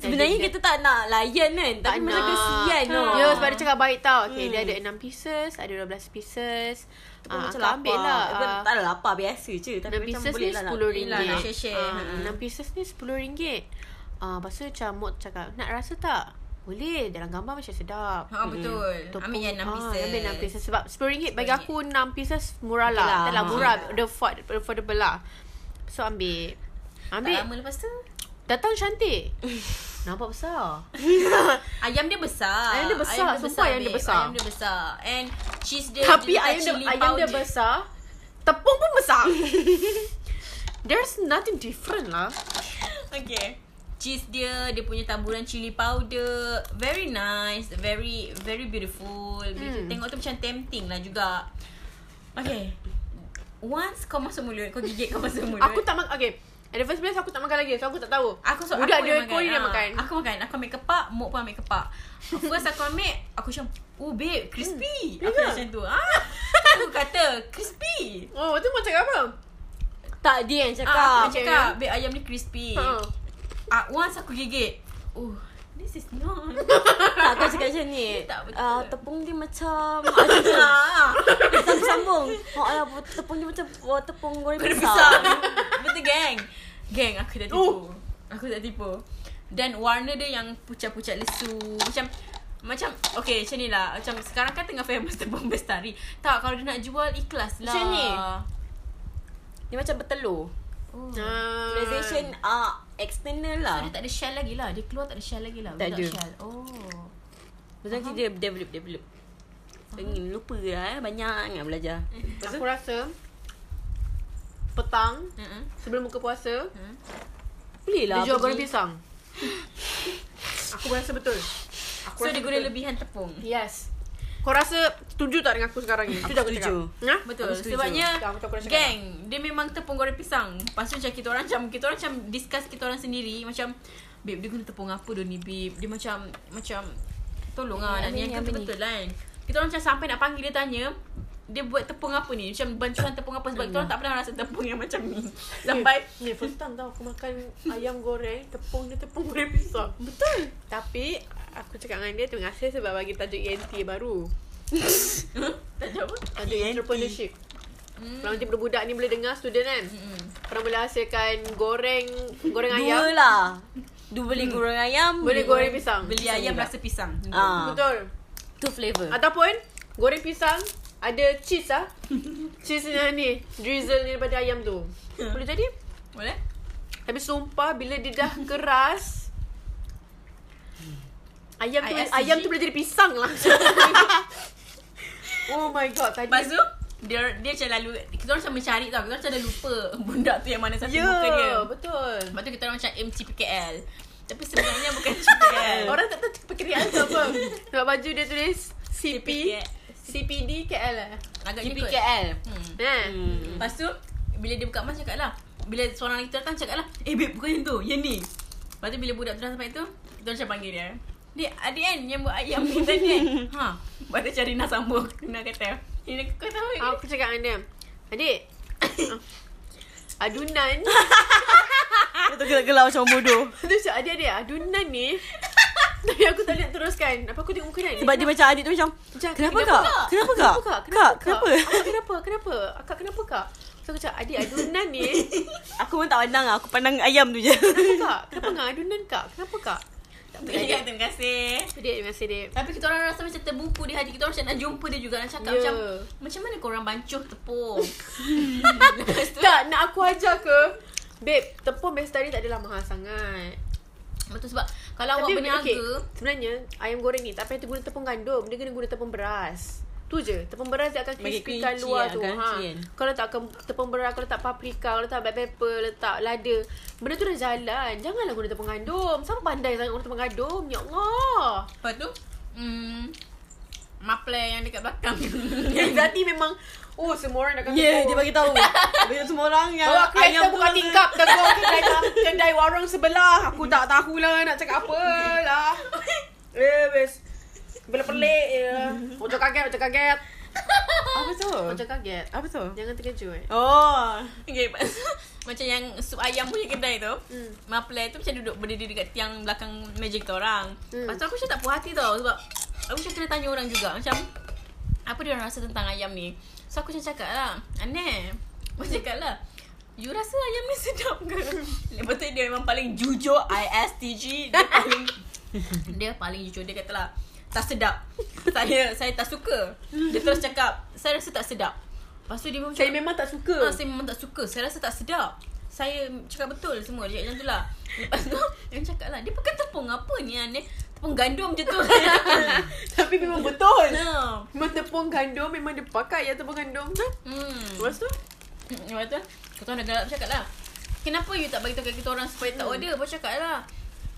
Speaker 1: Sebenarnya kita tak nak layan kan Tapi macam kesian
Speaker 2: no.
Speaker 1: tau
Speaker 2: Ya sebab dia cakap baik tau okay,
Speaker 3: Hmm.
Speaker 2: Dia ada 6 pieces Ada 12 pieces
Speaker 1: Tapi
Speaker 2: Ah,
Speaker 1: macam
Speaker 2: kau
Speaker 1: lapar
Speaker 2: ambil lah
Speaker 1: Tapi
Speaker 2: Ah.
Speaker 1: Tak ada lapar biasa je Tapi
Speaker 2: 6
Speaker 1: macam
Speaker 2: pieces
Speaker 1: boleh
Speaker 2: ni
Speaker 1: lah nak-
Speaker 2: RM10
Speaker 3: Yelah, nak
Speaker 2: ringgit.
Speaker 3: share-share.
Speaker 2: Ah,
Speaker 3: Ha.
Speaker 2: 6 pieces ni RM10 ringgit. Ah, lepas tu macam Mot cakap, nak rasa tak? Boleh, dalam gambar macam sedap.
Speaker 3: Ha betul Ambil yang 6 pieces
Speaker 2: Ah, ambil 6 pieces sebab RM10 bagi
Speaker 3: RM10.
Speaker 2: aku 6 pieces murah
Speaker 1: Okey
Speaker 2: lah.
Speaker 1: lah.
Speaker 2: Tak lah
Speaker 1: Ha.
Speaker 2: murah, the afford, affordable lah. So ambil. Ambil.
Speaker 3: Tak lama lepas tu
Speaker 2: Datang cantik. Nampak besar.
Speaker 3: Ayam dia besar
Speaker 2: Ayam dia besar. Sumpah ayam dia
Speaker 3: babe.
Speaker 2: besar.
Speaker 3: Ayam dia besar And cheese dia
Speaker 2: Tapi
Speaker 3: dia letak
Speaker 2: ayam dia,
Speaker 3: chili
Speaker 2: ayam dia
Speaker 3: powder.
Speaker 2: besar. Tepung pun besar. There's nothing different lah.
Speaker 3: Okay Cheese dia Dia punya taburan chili powder Very nice Very Very beautiful Bila kita
Speaker 2: Hmm.
Speaker 3: Tengok tu macam tempting lah juga Okay Once kau masuk mulut Kau gigit kau masuk mulut
Speaker 2: Aku tak makan. Okay. At the first place aku tak makan lagi. So aku tak tahu.
Speaker 3: Aku so,
Speaker 2: Budak
Speaker 3: aku
Speaker 2: dia
Speaker 3: yang
Speaker 2: Korea dia
Speaker 3: Ah,
Speaker 2: makan.
Speaker 3: Aku makan Aku ambil kepak Mok pun ambil kepak First aku ambil Aku macam Oh babe Crispy Aku
Speaker 2: Ya.
Speaker 3: macam tu ah. *laughs* Aku kata Crispy
Speaker 2: Oh, tu macam apa?
Speaker 1: Tak dia yang cakap.
Speaker 3: ah, Aku
Speaker 2: okay.
Speaker 3: cakap Babe ayam ni crispy
Speaker 2: Ha.
Speaker 3: ah, Once aku gigit Oh This is not
Speaker 1: *laughs* tak kau cakap macam
Speaker 2: *laughs*
Speaker 1: ni.
Speaker 3: Tak betul.
Speaker 1: Ah, tepung dia macam *laughs* macam tu.
Speaker 3: Ah,
Speaker 1: Sambung-sambung. Ha alah tepung dia macam oh, tepung goreng
Speaker 3: Kena
Speaker 1: besar.
Speaker 3: besar Betul gang Gang aku tak
Speaker 2: Oh.
Speaker 3: tipu Aku tak tipu Dan warna dia yang pucat-pucat lesu Macam macam Okay macam ni lah Macam sekarang kan tengah famous *laughs* Tepung bestari Tak kalau dia nak jual Ikhlas lah
Speaker 1: Macam ni. Dia macam bertelur.
Speaker 3: oh.
Speaker 2: Ah.
Speaker 1: Realization ah external
Speaker 3: So
Speaker 1: lah.
Speaker 3: dia tak ada shell lagi lah Dia keluar tak ada shell lagi lah
Speaker 1: Tak
Speaker 3: Without
Speaker 1: ada.
Speaker 3: shell Oh
Speaker 1: Betul nanti dia develop develop. Ingin lupa lah eh banyak nak
Speaker 2: *laughs*
Speaker 1: belajar.
Speaker 2: Aku rasa petang
Speaker 3: uh-uh.
Speaker 2: sebelum buka puasa
Speaker 1: Boleh lah.
Speaker 2: dia jual goreng
Speaker 1: pergi.
Speaker 2: pisang. aku rasa betul. Aku
Speaker 3: So
Speaker 2: rasa
Speaker 3: dia guna lebihan tepung
Speaker 2: Yes. Kau rasa setuju tak dengan aku sekarang ni? Itu dah aku
Speaker 1: setuju.
Speaker 2: cakap. Ha?
Speaker 3: Betul
Speaker 1: Aku setuju.
Speaker 3: Sebabnya
Speaker 2: Tak, aku tak boleh cakap.
Speaker 3: Gang Dia memang tepung goreng pisang Lepas tu macam kita orang macam Kita orang macam discuss kita orang sendiri Macam Babe dia guna tepung apa dah ni babe Dia macam Macam Tolong lah
Speaker 1: Apa
Speaker 3: Nak
Speaker 1: ni,
Speaker 3: ni yang
Speaker 1: apa ni?
Speaker 3: betul-betul lah kan Kita orang macam sampai nak panggil dia tanya Dia buat tepung apa ni Macam bancuan tepung apa Sebab kita orang tak pernah rasa tepung yang macam ni Sampai
Speaker 2: Ni Ya, first time tau aku makan ayam goreng Tepung dia tepung goreng pisang Betul Tapi Aku cakap dengan dia Terima kasih sebab bagi tajuk E ENT
Speaker 3: *laughs*
Speaker 2: baru
Speaker 3: Tak jawab apa? E
Speaker 2: Tajuk entrepreneurship
Speaker 3: Hmm.
Speaker 2: Kalau nanti budak-budak ni boleh dengar student kan
Speaker 3: Mm-mm.
Speaker 2: Korang boleh hasilkan goreng Goreng
Speaker 1: Dua
Speaker 2: ayam
Speaker 1: lah.
Speaker 2: *laughs*
Speaker 1: Dua boleh goreng ayam.
Speaker 2: Boleh goreng pisang
Speaker 3: Beli
Speaker 1: Pisang
Speaker 3: ayam
Speaker 1: juga.
Speaker 3: rasa pisang
Speaker 1: Ah.
Speaker 2: Betul
Speaker 1: Tu flavor.
Speaker 2: Ataupun Goreng pisang Ada cheese
Speaker 3: *laughs*
Speaker 2: lah Cheese yang ni Drizzle ni daripada ayam tu
Speaker 3: Ya.
Speaker 2: Boleh jadi
Speaker 3: Boleh?
Speaker 2: Tapi sumpah bila dia *laughs* dah keras Ayam tu
Speaker 3: ISG?
Speaker 2: ayam tu boleh jadi pisang lah. *laughs* oh my god tadi.
Speaker 3: Lepas tu dia, dia macam lalu Kita orang macam mencari tau Kita orang macam dah lupa *laughs* Bunda tu yang mana satu
Speaker 2: Ya,
Speaker 3: muka dia
Speaker 2: betul.
Speaker 3: Lepas tu kita orang macam aim CPKL Tapi sebenarnya bukan
Speaker 2: *laughs*
Speaker 3: CPKL
Speaker 2: Orang tak tahu pekerjaan tu apa. Sebab baju dia tulis CP CPD KL eh.
Speaker 3: agak ikut
Speaker 2: *laughs*
Speaker 1: GPKL.
Speaker 3: hmm.
Speaker 2: Eh.
Speaker 1: Hmm.
Speaker 3: Lepas tu Bila dia buka mas cakap lah Bila seorang lagi datang cakap lah Eh babe bukan yang tu Yang ni Lepas tu bila budak tu dah sampai tu Kita orang macam panggil dia Dia adik kan yang buat ayam ni tadi
Speaker 2: *laughs*
Speaker 3: kan Ha Lepas tu cari nak sambung Nak kata Ini kau tahu kan
Speaker 2: Eh, Aku cakap dengan dia. *coughs* Adik. ah, adunan. *laughs*
Speaker 1: Dia tu gelap-gelap macam bodoh.
Speaker 2: Dia cakap adik-adik adunan *laughs* ni. Tapi aku tak nak teruskan. Apa aku tengok muka dia?
Speaker 1: Sebab dia macam adik tu macam
Speaker 2: Macam,
Speaker 1: Kenapa kak? Kenapa kak?
Speaker 2: Kenapa kak?
Speaker 1: Kak,
Speaker 2: Kenapa?
Speaker 1: kenapa?
Speaker 2: kak? Akak kenapa? Kenapa? Akak kenapa kak? So aku cakap, adik adunan ni.
Speaker 1: Aku pun tak pandang lah. Aku pandang ayam tu je. *laughs*
Speaker 2: Kenapa kak? Kenapa dengan adunan kak? Kenapa kak?
Speaker 3: Terima kasih, terima kasih
Speaker 2: So dia terima kasih dia.
Speaker 3: Tapi kita orang rasa macam terbuku di hati Kita orang macam nak jumpa dia juga Nak cakap
Speaker 2: Ya.
Speaker 3: yeah. macam Macam mana korang bancuh
Speaker 2: *laughs*
Speaker 3: tepung Lepas tu
Speaker 2: Tak, nak aku ajar ke? Babe, tepung bestari tak adalah mahal sangat.
Speaker 3: Betul sebab Kalau awak berniaga
Speaker 2: okey, sebenarnya ayam goreng ni tak payah tu guna tepung gandum. Dia kena guna tepung beras. Tu je. Tepung beras dia akan
Speaker 1: Bagi
Speaker 2: crispy kat
Speaker 1: crunchy
Speaker 2: luar
Speaker 1: lah,
Speaker 2: tu.
Speaker 1: crunchy
Speaker 2: Ha.
Speaker 1: kan.
Speaker 2: Kalau tak akan tepung beras, kalau tak paprika, kalau tak black pepper, letak lada. Benda tu dah jalan. Janganlah guna tepung gandum. Siapa pandai sangat guna tepung gandum? Ya
Speaker 1: *laughs*
Speaker 2: Allah.
Speaker 3: Lepas tu mm, Maple yang dekat belakang *laughs*
Speaker 2: Zati memang Oh semua orang dah kata
Speaker 1: Ya, yeah,
Speaker 2: oh.
Speaker 1: dia bagi *laughs* tahu. Dia bagi semua orang yang
Speaker 2: Awak kereta buka
Speaker 1: tu-
Speaker 2: tingkap Tegur kedai, kedai warung sebelah Aku tak tahulah nak cakap apa lah
Speaker 1: *laughs*
Speaker 2: Eh bes Bila pelik je Macam kaget Macam kaget
Speaker 1: Apa tu?
Speaker 2: Macam kaget
Speaker 1: Apa tu?
Speaker 2: Jangan terkejut
Speaker 1: Oh.
Speaker 3: okay, lepas tu, *laughs* Macam yang sup ayam punya kedai tu
Speaker 2: Hmm.
Speaker 3: Maple tu macam duduk berdiri dekat tiang belakang meja kita orang
Speaker 2: Hmm.
Speaker 3: Lepas tu aku macam tak puas hati tau Sebab aku macam kena tanya orang juga Macam Apa dia orang rasa tentang ayam ni So aku macam cakap lah Aneh *laughs* Aku cakap lah You rasa ayam ni sedap
Speaker 2: *laughs*
Speaker 3: ke? Lepas tu dia memang paling jujur
Speaker 2: *laughs*
Speaker 3: ISTG Dia paling Dia paling jujur Dia kata lah Tak
Speaker 2: *laughs*
Speaker 3: sedap Saya saya tak suka Dia terus cakap Saya rasa tak sedap Lepas tu dia pun macam
Speaker 2: Saya memang tak suka
Speaker 3: Ah, saya memang tak suka. Saya rasa tak sedap. Saya cakap betul semua Dia cakap macam tu lah Lepas tu *laughs* Dia cakap lah Dia pakai tepung apa ni Han? Dia Tepung gandum je tu *laughs*
Speaker 2: *laughs* Tapi memang betul.
Speaker 3: No
Speaker 2: Memang tepung gandum memang dia pakai ya tepung gandum.
Speaker 3: Hmm
Speaker 2: Lepas tu
Speaker 3: Lepas tu Kau tahu negara cakap lah Kenapa you tak beritahu kat kita orang Supaya tak
Speaker 2: Hmm.
Speaker 3: order Lepas tu cakap lah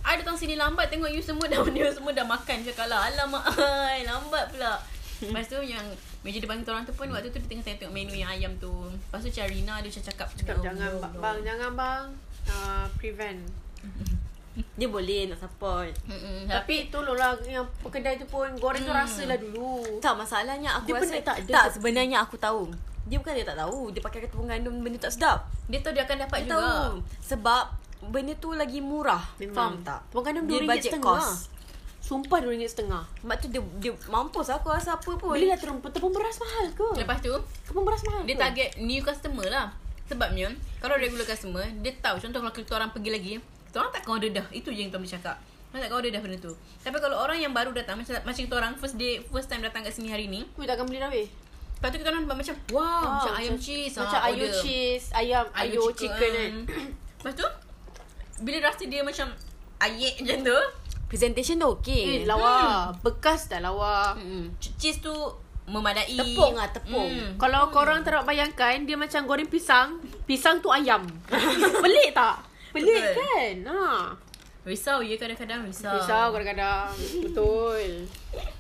Speaker 3: I datang sini lambat Tengok you semua dah *laughs* You semua dah makan Cakap lah Alamak ai, Lambat pula Lepas tu yang Meja depan kita orang tu pun Waktu tu dia tengah tengok menu yang ayam tu Lepas tu Carina dia macam cakap
Speaker 2: cakap
Speaker 3: "No,
Speaker 2: jangan
Speaker 3: no,
Speaker 2: bang,
Speaker 3: no."
Speaker 2: bang jangan bang uh, prevent.
Speaker 1: Dia boleh nak support
Speaker 3: Mm-mm. Tapi
Speaker 2: Tapi tolonglah yang kedai tu pun goreng
Speaker 3: Hmm.
Speaker 2: tu rasalah dulu.
Speaker 1: Tak masalahnya aku
Speaker 2: Dia
Speaker 1: rasa
Speaker 2: pernah tak ada
Speaker 1: tak
Speaker 2: ke-
Speaker 1: sebenarnya aku tahu Dia bukan dia tak tahu Dia pakai tepung gandum benda tak sedap
Speaker 3: dia tahu dia akan dapat
Speaker 1: Dia
Speaker 3: juga
Speaker 1: tahu Sebab benda tu lagi murah
Speaker 2: Memang.
Speaker 1: Faham tak?
Speaker 2: Tepung gandum
Speaker 1: Dia budget
Speaker 2: RM2.50.
Speaker 1: cost.
Speaker 2: Sumpah RM2.50.
Speaker 1: Sebab tu dia, dia mampus aku rasa apa pun
Speaker 2: Boleh lah tepung, tepung beras mahal ke?
Speaker 3: Lepas tu
Speaker 2: Tepung beras mahal ke?
Speaker 3: Dia target new customer lah Sebabnya Kalau regular customer Dia tahu Contoh kalau kita orang pergi lagi Kita orang takkan order dah Itu je yang kita boleh cakap Kita takkan order dah benda tu Tapi kalau orang yang baru datang Macam, macam kita orang First day First time datang kat sini hari ni
Speaker 2: Weh takkan beli dah weh?
Speaker 3: Lepas tu kita orang nampak macam Wow oh, Macam
Speaker 2: Ah,
Speaker 3: ayam cheese
Speaker 2: Macam
Speaker 3: ah,
Speaker 2: ayu
Speaker 3: order. ah.
Speaker 2: cheese Ayam Ayu, chicken kan
Speaker 3: *clears throat* Lepas tu Bila rasa dia macam Ayek *laughs* macam tu
Speaker 1: Presentation tu
Speaker 2: Eh
Speaker 1: okay
Speaker 3: hmm.
Speaker 2: lawa Bekas dah lawa
Speaker 1: Mm-mm.
Speaker 3: ch- Cheese tu Memadai
Speaker 1: Tepung lah, tepung.
Speaker 2: Hmm. Kalau korang tak nak bayangkan Dia macam goreng pisang Pisang tu
Speaker 1: *laughs*
Speaker 2: ayam Pelik tak? Pelik
Speaker 3: Betul.
Speaker 2: kan? Ha.
Speaker 3: Risau ya kadang-kadang risau
Speaker 2: Pisang kadang-kadang Betul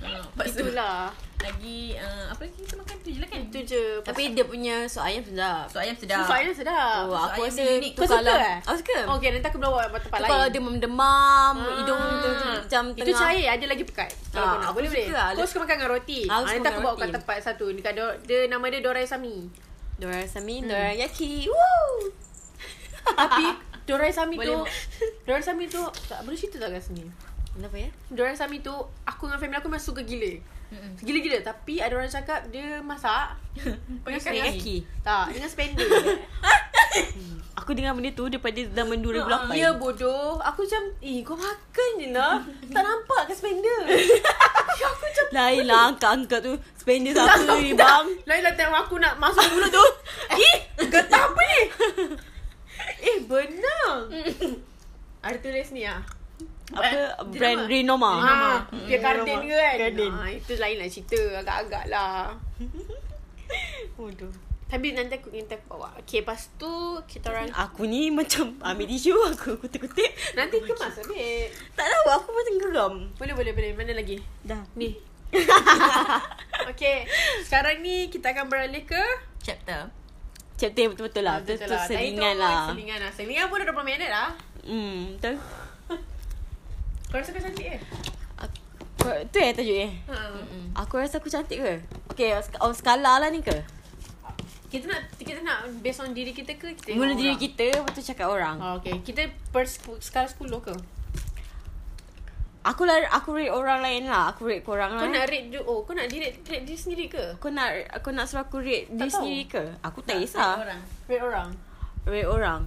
Speaker 3: Ah, lepas tu
Speaker 2: Itulah
Speaker 3: Lagi uh, Apa lagi kita makan tu je lah kan
Speaker 2: Itu je
Speaker 1: Tapi dia punya sup ayam sedap
Speaker 3: So ayam sedap
Speaker 2: Soalnya sedap
Speaker 1: Oh, aku
Speaker 3: ayam
Speaker 1: rasa
Speaker 3: dia unik.
Speaker 1: tu
Speaker 2: Kau suka
Speaker 1: kalau-
Speaker 2: eh?
Speaker 1: Aku suka
Speaker 2: Okay nanti aku bawa tempat
Speaker 1: Tu
Speaker 2: lain Ah.
Speaker 1: kalau demam-demam Hidung tu tu macam
Speaker 2: Itu
Speaker 1: tengah
Speaker 2: cair Ada lagi pekat Kalau
Speaker 1: Ah,
Speaker 2: kau nak
Speaker 1: aku
Speaker 2: Boleh boleh
Speaker 1: suka lah.
Speaker 2: Kau suka makan dengan roti
Speaker 1: Ah, aku
Speaker 2: Ah, Nanti
Speaker 1: suka
Speaker 2: aku
Speaker 1: makan
Speaker 2: bawa kat
Speaker 1: roti.
Speaker 2: tempat satu Dekat Dor- dia Nama dia
Speaker 1: *laughs*
Speaker 2: Doraisami
Speaker 1: Dorasami, dorayaki Woo
Speaker 2: Tapi Doraisami tu
Speaker 3: Boleh, Mak.
Speaker 2: Doraisami tu tak, Boleh cerita tak kat sini
Speaker 1: Kenapa ya?
Speaker 2: Doraisami tu Aku dengan family aku memang suka gila
Speaker 3: Mm-mm.
Speaker 2: Gila-gila Tapi ada orang cakap Dia masak Dengan
Speaker 3: Pakai kaki.
Speaker 1: Dorayaki
Speaker 2: Tak Dengan spender
Speaker 1: Aku dengar benda tu daripada zaman 2008
Speaker 2: Ya bodoh Aku macam Eh kau makan je lah Tak nampak ke spender
Speaker 1: Lain lah angkat-angkat tu Spender siapa ni bang
Speaker 2: Lain lah time aku nak Masuk mulut tu Eh Getah apa ni Eh benar Ada tulis ni ah.
Speaker 1: Apa
Speaker 3: Dia
Speaker 1: brand
Speaker 3: nama?
Speaker 1: Renoma
Speaker 2: Ah, dia
Speaker 1: Mm,
Speaker 2: garden
Speaker 1: Renoma.
Speaker 2: ke kan?
Speaker 1: Garden.
Speaker 2: Ah, itu lain lah cerita agak-agak lah.
Speaker 1: Bodoh
Speaker 2: Tapi nanti aku minta bawa. Okay, lepas tu kita orang
Speaker 1: Aku ni macam ambil tisu aku kutip-kutip
Speaker 2: nanti kemas habis.
Speaker 1: Tak tahu aku macam geram
Speaker 2: Boleh boleh boleh. Mana lagi?
Speaker 1: Dah
Speaker 2: Ni. okay. Sekarang ni kita akan beralih ke
Speaker 3: Chapter
Speaker 1: Chapter yang betul-betul lah Betul-betul
Speaker 2: Betul lah. Tadi
Speaker 1: selingan
Speaker 2: tu
Speaker 1: lah
Speaker 2: Selingan lah. Selingan pun dah 20 minit lah.
Speaker 1: Hmm Betul
Speaker 2: Kau rasa kau cantik eh?
Speaker 1: Aku- kau- Tu eh tajuk eh
Speaker 2: Ha.
Speaker 1: Aku rasa aku cantik ke? Okay On skala lah ni ke?
Speaker 2: Kita nak kita nak based on diri kita ke kita
Speaker 1: Mula
Speaker 2: tengok
Speaker 1: diri
Speaker 2: orang?
Speaker 1: kita Lepas tu cakap orang
Speaker 2: Oh, okay. Kita per sku- skala 10 ke?
Speaker 1: Aku lah Aku rate orang lain lah Aku rate korang
Speaker 2: Kau
Speaker 1: lah
Speaker 2: nak rate dia, oh kau nak di rate, rate diri sendiri ke?
Speaker 1: Kau nak Kau nak suruh aku rate Diri
Speaker 2: tahu.
Speaker 1: sendiri ke? Aku tak
Speaker 3: Ada
Speaker 1: kisah
Speaker 3: orang
Speaker 2: Rate orang.
Speaker 1: Rate orang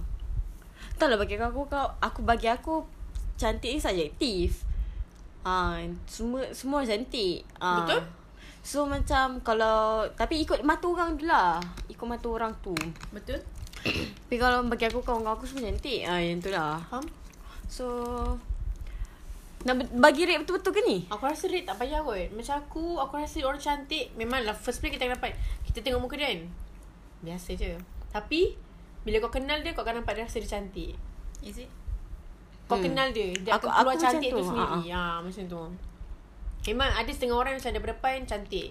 Speaker 1: Tak lah bagi aku kau Aku bagi aku Cantik ni subjektif ha, Semua Semua orang cantik ha.
Speaker 2: Betul.
Speaker 1: So macam Kalau Tapi ikut mata orang tu lah Ikut mata orang tu
Speaker 3: Betul
Speaker 1: Tapi kalau bagi aku Kawan-kawan aku semua cantik ha, Yang tu lah
Speaker 2: Faham?
Speaker 1: So Nak be- bagi rate betul-betul ke ni?
Speaker 2: Aku rasa rate tak payah kot Macam aku Aku rasa orang cantik Memanglah first play kita akan dapat Kita tengok muka dia kan Biasa je Tapi Bila kau kenal dia Kau akan nampak dia rasa dia cantik
Speaker 3: Is it
Speaker 2: Kau hmm.
Speaker 1: Hmm.
Speaker 2: kenal dia Dia aku,
Speaker 1: Aku-
Speaker 2: akan keluar
Speaker 1: aku
Speaker 2: cantik
Speaker 1: macam
Speaker 2: tu,
Speaker 1: tu,
Speaker 2: sendiri ha, Macam tu Memang ada setengah orang Macam daripada depan Cantik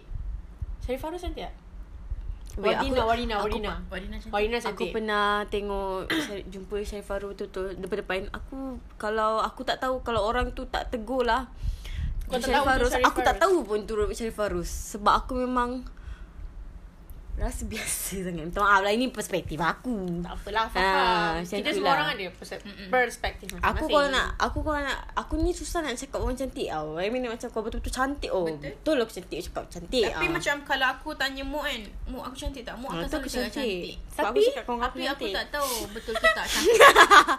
Speaker 2: Syarifah Rose cantik tak?
Speaker 3: Hmm.
Speaker 1: Wait,
Speaker 2: Warina,
Speaker 1: aku-
Speaker 2: Warina,
Speaker 1: aku-
Speaker 2: Warina
Speaker 3: Warina cantik.
Speaker 2: Warina
Speaker 1: Aku
Speaker 2: cantik
Speaker 1: pernah tengok Syar- jumpa Syarifah Ru tu tu depan depan. Aku kalau aku tak tahu kalau orang tu tak tegur lah.
Speaker 2: Kau tak
Speaker 1: Syarifah
Speaker 2: tahu tu
Speaker 1: Rose,
Speaker 2: Syarifah
Speaker 1: aku tak
Speaker 2: Rose.
Speaker 1: tahu pun tu Syarifah Rose sebab aku memang rasa biasa *laughs* sangat. Minta maaf lah ini perspektif aku.
Speaker 2: Tak apalah
Speaker 1: Ah,
Speaker 2: faham
Speaker 1: macam
Speaker 2: Kita
Speaker 1: tu
Speaker 2: semua
Speaker 1: lah.
Speaker 2: orang ada perse-
Speaker 3: Hmm,
Speaker 2: Perspektif
Speaker 1: Aku
Speaker 2: masing-masing.
Speaker 1: kalau nak Aku kalau nak Aku ni susah nak cakap orang cantik tau I mean macam kau betul-betul cantik oh
Speaker 3: Betul.
Speaker 1: Betul, betul aku cantik Cakap cantik
Speaker 3: Tapi
Speaker 1: ah.
Speaker 3: macam kalau aku tanya Mu kan Mu aku cantik tak? Mu
Speaker 1: Ah,
Speaker 3: akan
Speaker 1: tu
Speaker 3: selalu
Speaker 1: aku
Speaker 3: cakap
Speaker 1: cantik.
Speaker 3: cantik
Speaker 1: Sebab aku
Speaker 2: Tapi-
Speaker 1: cakap kau
Speaker 3: Tapi aku
Speaker 1: cantik.
Speaker 3: tak tahu Betul ke tak
Speaker 1: *laughs*
Speaker 3: cantik